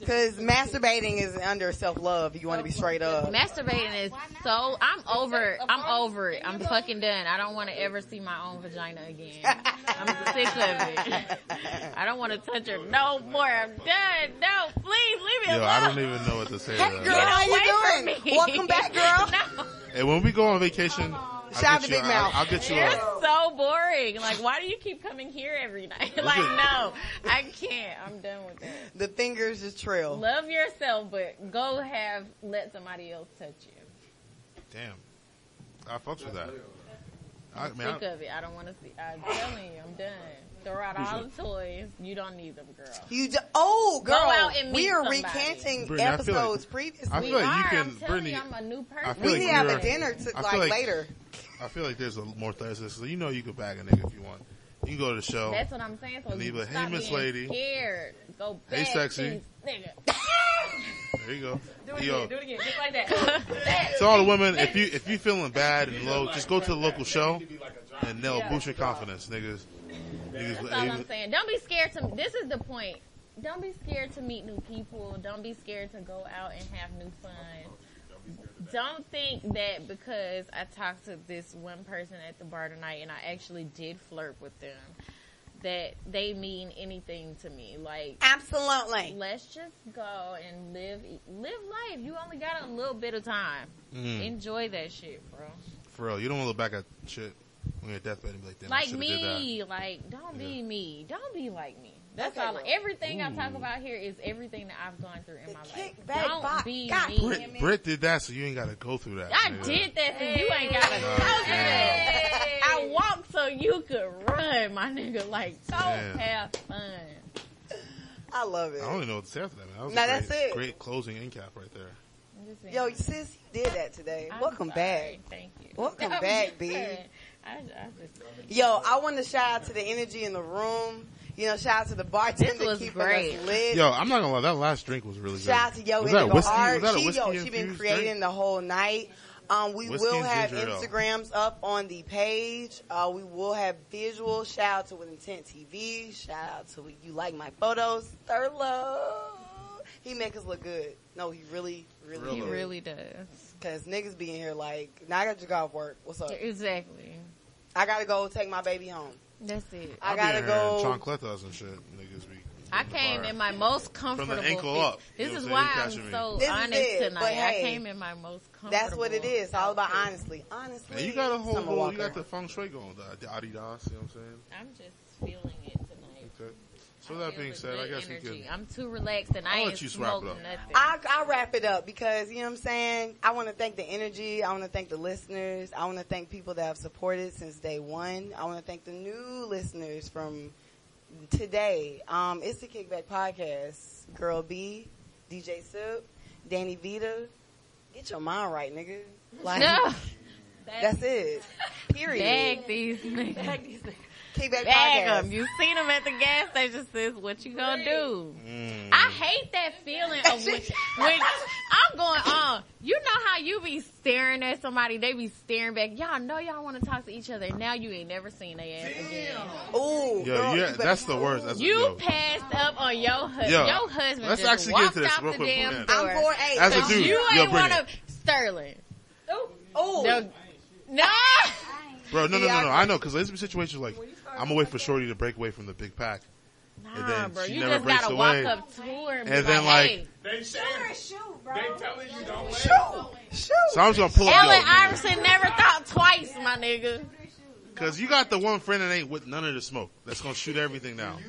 [SPEAKER 6] Because masturbating is under self love. You want to be straight up.
[SPEAKER 8] Masturbating is so. I'm over. I'm over it. I'm fucking done. I don't want to ever see my own vagina again. I'm sick of it.
[SPEAKER 6] <laughs>
[SPEAKER 8] I don't want to touch her no more. I'm done. No, please leave me
[SPEAKER 7] Yo,
[SPEAKER 8] alone.
[SPEAKER 7] I don't even know what to say. to uh, that.
[SPEAKER 6] Girl, how you
[SPEAKER 8] away from
[SPEAKER 6] doing?
[SPEAKER 8] me.
[SPEAKER 6] Welcome
[SPEAKER 8] <laughs>
[SPEAKER 6] back, girl.
[SPEAKER 7] Hey, when we go on vacation, I'll
[SPEAKER 6] Shout out
[SPEAKER 7] get
[SPEAKER 6] to
[SPEAKER 7] you
[SPEAKER 6] Big
[SPEAKER 7] a-
[SPEAKER 6] Mouth.
[SPEAKER 7] I'll, I'll get you
[SPEAKER 8] You're
[SPEAKER 7] a.
[SPEAKER 8] so boring. Like, why do you keep coming here every night? <laughs> like, no, I can't. I'm done with that.
[SPEAKER 6] The fingers just trail.
[SPEAKER 8] Love yourself, but go have let somebody else touch you.
[SPEAKER 7] Damn, I fucked with that. I,
[SPEAKER 8] I'm
[SPEAKER 7] man, I-
[SPEAKER 8] sick of it. I don't want to see. I'm telling you, I'm done. Throw out all the toys. You don't need them, girl.
[SPEAKER 6] You do, oh
[SPEAKER 8] Go
[SPEAKER 6] girl,
[SPEAKER 8] out and
[SPEAKER 6] we
[SPEAKER 8] meet
[SPEAKER 6] are
[SPEAKER 8] somebody.
[SPEAKER 6] recanting
[SPEAKER 7] Brittany, I feel like-
[SPEAKER 6] episodes previously.
[SPEAKER 7] I feel like you can,
[SPEAKER 8] telling
[SPEAKER 7] Brittany.
[SPEAKER 8] you, I'm a new person.
[SPEAKER 7] I feel
[SPEAKER 6] we
[SPEAKER 7] like
[SPEAKER 6] need to have
[SPEAKER 7] you're-
[SPEAKER 6] a dinner to,
[SPEAKER 7] I
[SPEAKER 6] like,
[SPEAKER 7] feel like-
[SPEAKER 6] later.
[SPEAKER 7] I feel like there's a more thirsty. So you know you could bag a nigga if you want. You can go to the show.
[SPEAKER 8] That's what I'm saying. So
[SPEAKER 7] Leave
[SPEAKER 8] you
[SPEAKER 7] a- hey,
[SPEAKER 8] stop
[SPEAKER 7] Miss
[SPEAKER 8] being
[SPEAKER 7] Lady.
[SPEAKER 8] Scared. Go
[SPEAKER 7] Hey,
[SPEAKER 8] back,
[SPEAKER 7] sexy.
[SPEAKER 8] these niggas.
[SPEAKER 7] There you go.
[SPEAKER 8] Do it
[SPEAKER 7] Yo,
[SPEAKER 8] again. Do it again. Just like
[SPEAKER 7] <laughs>
[SPEAKER 8] that.
[SPEAKER 7] to all the women, if you if you feeling bad and low, just go to the local show, and they'll boost your confidence, niggas. niggas
[SPEAKER 8] That's all I'm saying. Don't be scared to. This is the point. Don't be scared to meet new people. Don't be scared to go out and have new fun. Don't think that because I talked to this one person at the bar tonight and I actually did flirt with them that they mean anything to me. Like
[SPEAKER 6] absolutely.
[SPEAKER 8] Let's just go and live live life. You only got a little bit of time.
[SPEAKER 7] Mm.
[SPEAKER 8] Enjoy that shit, bro.
[SPEAKER 7] For real, you don't want to look back at shit on your deathbed and be like, damn, I
[SPEAKER 8] like
[SPEAKER 7] should've did that.
[SPEAKER 8] me, like don't be me. Don't be like me. That's
[SPEAKER 6] Okay,
[SPEAKER 8] all.
[SPEAKER 6] girl.
[SPEAKER 8] Everything I'm
[SPEAKER 7] Ooh.
[SPEAKER 8] talking about here is everything that I've gone through in my
[SPEAKER 6] kickback
[SPEAKER 8] life. Don't
[SPEAKER 6] box.
[SPEAKER 8] be
[SPEAKER 6] God
[SPEAKER 8] me.
[SPEAKER 7] Britt, Britt did that, so you ain't got to go through that.
[SPEAKER 8] I
[SPEAKER 7] nigga.
[SPEAKER 8] did that so you ain't got to
[SPEAKER 7] Nah,
[SPEAKER 8] go through
[SPEAKER 7] damn.
[SPEAKER 8] that. I walked so you could run, my nigga. Like, don't
[SPEAKER 7] Damn.
[SPEAKER 8] have fun.
[SPEAKER 6] I love it.
[SPEAKER 7] I don't even know what to say after that. Man. That was
[SPEAKER 6] Nah,
[SPEAKER 7] a great,
[SPEAKER 6] that's it.
[SPEAKER 7] Great closing end cap right there.
[SPEAKER 6] Yo, sis, you did that today. Welcome back.
[SPEAKER 8] Thank you.
[SPEAKER 6] Welcome
[SPEAKER 8] I'm
[SPEAKER 6] back,
[SPEAKER 8] just
[SPEAKER 6] B.
[SPEAKER 8] saying. I, I just,
[SPEAKER 6] Yo, I want to shout out to the energy in the room. You know, shout out to the bartender keeping us lit.
[SPEAKER 7] Yo, I'm not gonna lie. That last drink was really good.
[SPEAKER 6] Shout out to Yo
[SPEAKER 7] was that
[SPEAKER 6] Indigo
[SPEAKER 7] whiskey? Was
[SPEAKER 6] Art.
[SPEAKER 7] that a
[SPEAKER 6] She,
[SPEAKER 7] whiskey
[SPEAKER 6] yo, she been
[SPEAKER 7] infused
[SPEAKER 6] creating
[SPEAKER 7] drink?
[SPEAKER 6] the whole night. Um, we
[SPEAKER 7] Whiskey
[SPEAKER 6] will
[SPEAKER 7] and
[SPEAKER 6] have
[SPEAKER 7] ginger ale.
[SPEAKER 6] Instagrams up on the page. Uh, we will have visual. Shout out to With Intent TV. Shout out to You Like My Photos. Thurlow. He make us look good. No, he really, really,
[SPEAKER 8] He
[SPEAKER 6] do.
[SPEAKER 8] really does.
[SPEAKER 6] Cause niggas be in here like, now I got to go off work. What's up?
[SPEAKER 8] Exactly.
[SPEAKER 6] I gotta go take my baby home.
[SPEAKER 8] That's it.
[SPEAKER 6] I gotta go.
[SPEAKER 7] Chancletas and shit. Niggas be.
[SPEAKER 8] I came in my most comfortable.
[SPEAKER 7] ankle
[SPEAKER 8] fit.
[SPEAKER 7] up, you
[SPEAKER 8] This
[SPEAKER 7] know
[SPEAKER 8] is
[SPEAKER 7] what I'm
[SPEAKER 8] why
[SPEAKER 7] saying?
[SPEAKER 8] I'm
[SPEAKER 7] You catching me.
[SPEAKER 8] so
[SPEAKER 6] This is
[SPEAKER 8] honest
[SPEAKER 6] it,
[SPEAKER 8] tonight.
[SPEAKER 6] but
[SPEAKER 8] I
[SPEAKER 6] hey,
[SPEAKER 8] came in my most comfortable.
[SPEAKER 6] That's what it is. It's all about honestly. Honestly.
[SPEAKER 7] And you got a whole,
[SPEAKER 6] Summer
[SPEAKER 7] little- you
[SPEAKER 6] Walker.
[SPEAKER 7] got the feng shui going, the, the Adidas. You know what I'm saying?
[SPEAKER 8] I'm just feeling it tonight.
[SPEAKER 7] Okay. So that being said, I guess we
[SPEAKER 8] Energy.
[SPEAKER 7] could.
[SPEAKER 8] I'm too relaxed and I
[SPEAKER 7] I'll let
[SPEAKER 8] ain't
[SPEAKER 7] you swap it
[SPEAKER 8] smoking
[SPEAKER 7] up.
[SPEAKER 8] nothing. <laughs>
[SPEAKER 6] I, I wrap it up because, you know what I'm saying? I want to thank the energy. I want to thank the listeners. I want to thank people that have supported since day one. I want to thank the new listeners from today. Um, it's the Kickback Podcast. Girl B, DJ Sip, Danny Vita. Get your mind right, nigga.
[SPEAKER 8] <laughs>
[SPEAKER 6] Like,
[SPEAKER 8] No.
[SPEAKER 6] that's it. Period.
[SPEAKER 8] Bag these niggas. <laughs> Bag
[SPEAKER 6] Kickback Podcast.
[SPEAKER 8] them. You seen them at the gas station, sis. What you gonna do?
[SPEAKER 7] Mm.
[SPEAKER 8] I hate that feeling of when, when I'm going on. You know how you be staring at somebody, they be staring back. Y'all know y'all want to talk to each other. and Now you ain't never seen their ass again.
[SPEAKER 6] Ooh,
[SPEAKER 7] Yo, yeah, that's the worst. That's
[SPEAKER 8] you
[SPEAKER 7] yo.
[SPEAKER 8] passed up on your husband.
[SPEAKER 7] Yo,
[SPEAKER 8] your husband
[SPEAKER 7] let's
[SPEAKER 8] just
[SPEAKER 7] actually get
[SPEAKER 8] walked
[SPEAKER 7] into this
[SPEAKER 8] out
[SPEAKER 7] real
[SPEAKER 8] the
[SPEAKER 7] quick before
[SPEAKER 8] damn
[SPEAKER 7] we end.
[SPEAKER 8] door.
[SPEAKER 7] I'm for eight. As a dude,
[SPEAKER 8] you
[SPEAKER 7] yo,
[SPEAKER 8] ain't
[SPEAKER 7] Brittany.
[SPEAKER 8] wanna Sterling.
[SPEAKER 6] Oh,
[SPEAKER 8] no, no.
[SPEAKER 7] Bro, no, no, no, no. I know because there's some situations like I'm gonna wait for Shorty to break away from the big pack, and
[SPEAKER 8] Nah,
[SPEAKER 7] then
[SPEAKER 8] bro,
[SPEAKER 7] she
[SPEAKER 8] you
[SPEAKER 7] never
[SPEAKER 8] just
[SPEAKER 7] breaks
[SPEAKER 8] gotta
[SPEAKER 7] away.
[SPEAKER 8] walk up to her and, be
[SPEAKER 7] And then,
[SPEAKER 8] like,
[SPEAKER 7] like,
[SPEAKER 8] hey.
[SPEAKER 21] They shoot her, shoot, bro. They telling you don't wait.
[SPEAKER 7] So I'm just gonna pull up. yo,
[SPEAKER 8] Ellen
[SPEAKER 7] nigga.
[SPEAKER 8] Iverson never thought twice, my nigga.
[SPEAKER 7] Cause you got the one friend that ain't with none of the smoke. That's gonna shoot everything down.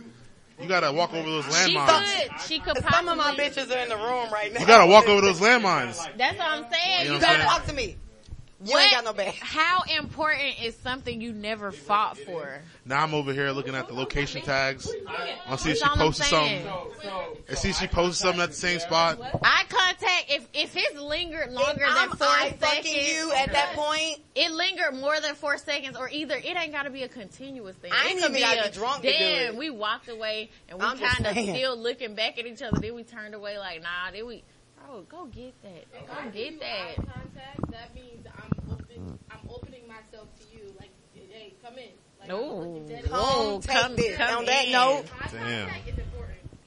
[SPEAKER 7] You gotta walk over those
[SPEAKER 8] She
[SPEAKER 7] landmines.
[SPEAKER 8] could, she could
[SPEAKER 6] Some of my
[SPEAKER 8] possibly.
[SPEAKER 6] bitches are in the room right now.
[SPEAKER 7] You gotta walk over those landmines.
[SPEAKER 8] That's what I'm saying.
[SPEAKER 7] You know what
[SPEAKER 6] You
[SPEAKER 7] I'm
[SPEAKER 6] better
[SPEAKER 7] saying?
[SPEAKER 6] talk to me. You
[SPEAKER 8] What-
[SPEAKER 6] ain't got no bag.
[SPEAKER 8] How important is something you never fought for?
[SPEAKER 7] Now I'm over here looking at the location tags. I'll see if
[SPEAKER 8] That's
[SPEAKER 7] she
[SPEAKER 8] all I'm
[SPEAKER 7] posted
[SPEAKER 8] saying.
[SPEAKER 7] something. And see if she posted something at the same spot.
[SPEAKER 8] Eye contact. If if his lingered longer
[SPEAKER 6] I'm
[SPEAKER 8] than four
[SPEAKER 6] eye fucking
[SPEAKER 8] seconds,
[SPEAKER 6] you at that point.
[SPEAKER 8] it lingered more than four seconds, or either it ain't got to be a continuous thing.
[SPEAKER 6] I ain't
[SPEAKER 8] it could
[SPEAKER 6] even gotta
[SPEAKER 8] a,
[SPEAKER 6] be drunk to do it."
[SPEAKER 8] Damn, we walked away and we
[SPEAKER 6] I'm just
[SPEAKER 8] kind of
[SPEAKER 6] saying.
[SPEAKER 8] still looking back at each other. Then we turned away like, nah. Then we, bro, go get that. Go get that.
[SPEAKER 22] Contact. That means I'm open. I'm opening myself to you. Like, hey, come in. Like,
[SPEAKER 8] No.
[SPEAKER 6] Come take this. On that note-
[SPEAKER 7] Damn.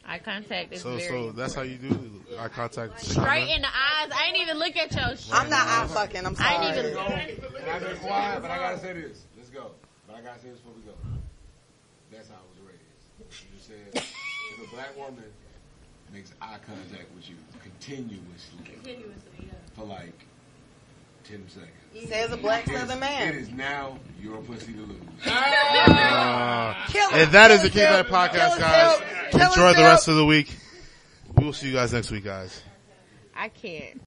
[SPEAKER 8] Eye contact is
[SPEAKER 7] So uh-huh.
[SPEAKER 8] very
[SPEAKER 7] so that's how you do eye contact.
[SPEAKER 8] straight in the eyes. I ain't even look at your shit.
[SPEAKER 6] I'm not eye fucking. I'm sorry.
[SPEAKER 8] I ain't even.
[SPEAKER 23] And I've been quiet, but I gotta say this. Let's go. But I gotta say this before we go. That's how I was raised. You said if a black woman makes eye contact with you continuously
[SPEAKER 22] Continuously, yeah.
[SPEAKER 23] for like ten seconds.
[SPEAKER 6] Says a black
[SPEAKER 23] it is-
[SPEAKER 6] Southern man.
[SPEAKER 23] It is now your pussy to lose.
[SPEAKER 7] Uh, and that is the King Back Podcast, guys. Enjoy the rest of the week. We will see you guys next week, guys.
[SPEAKER 8] I can't.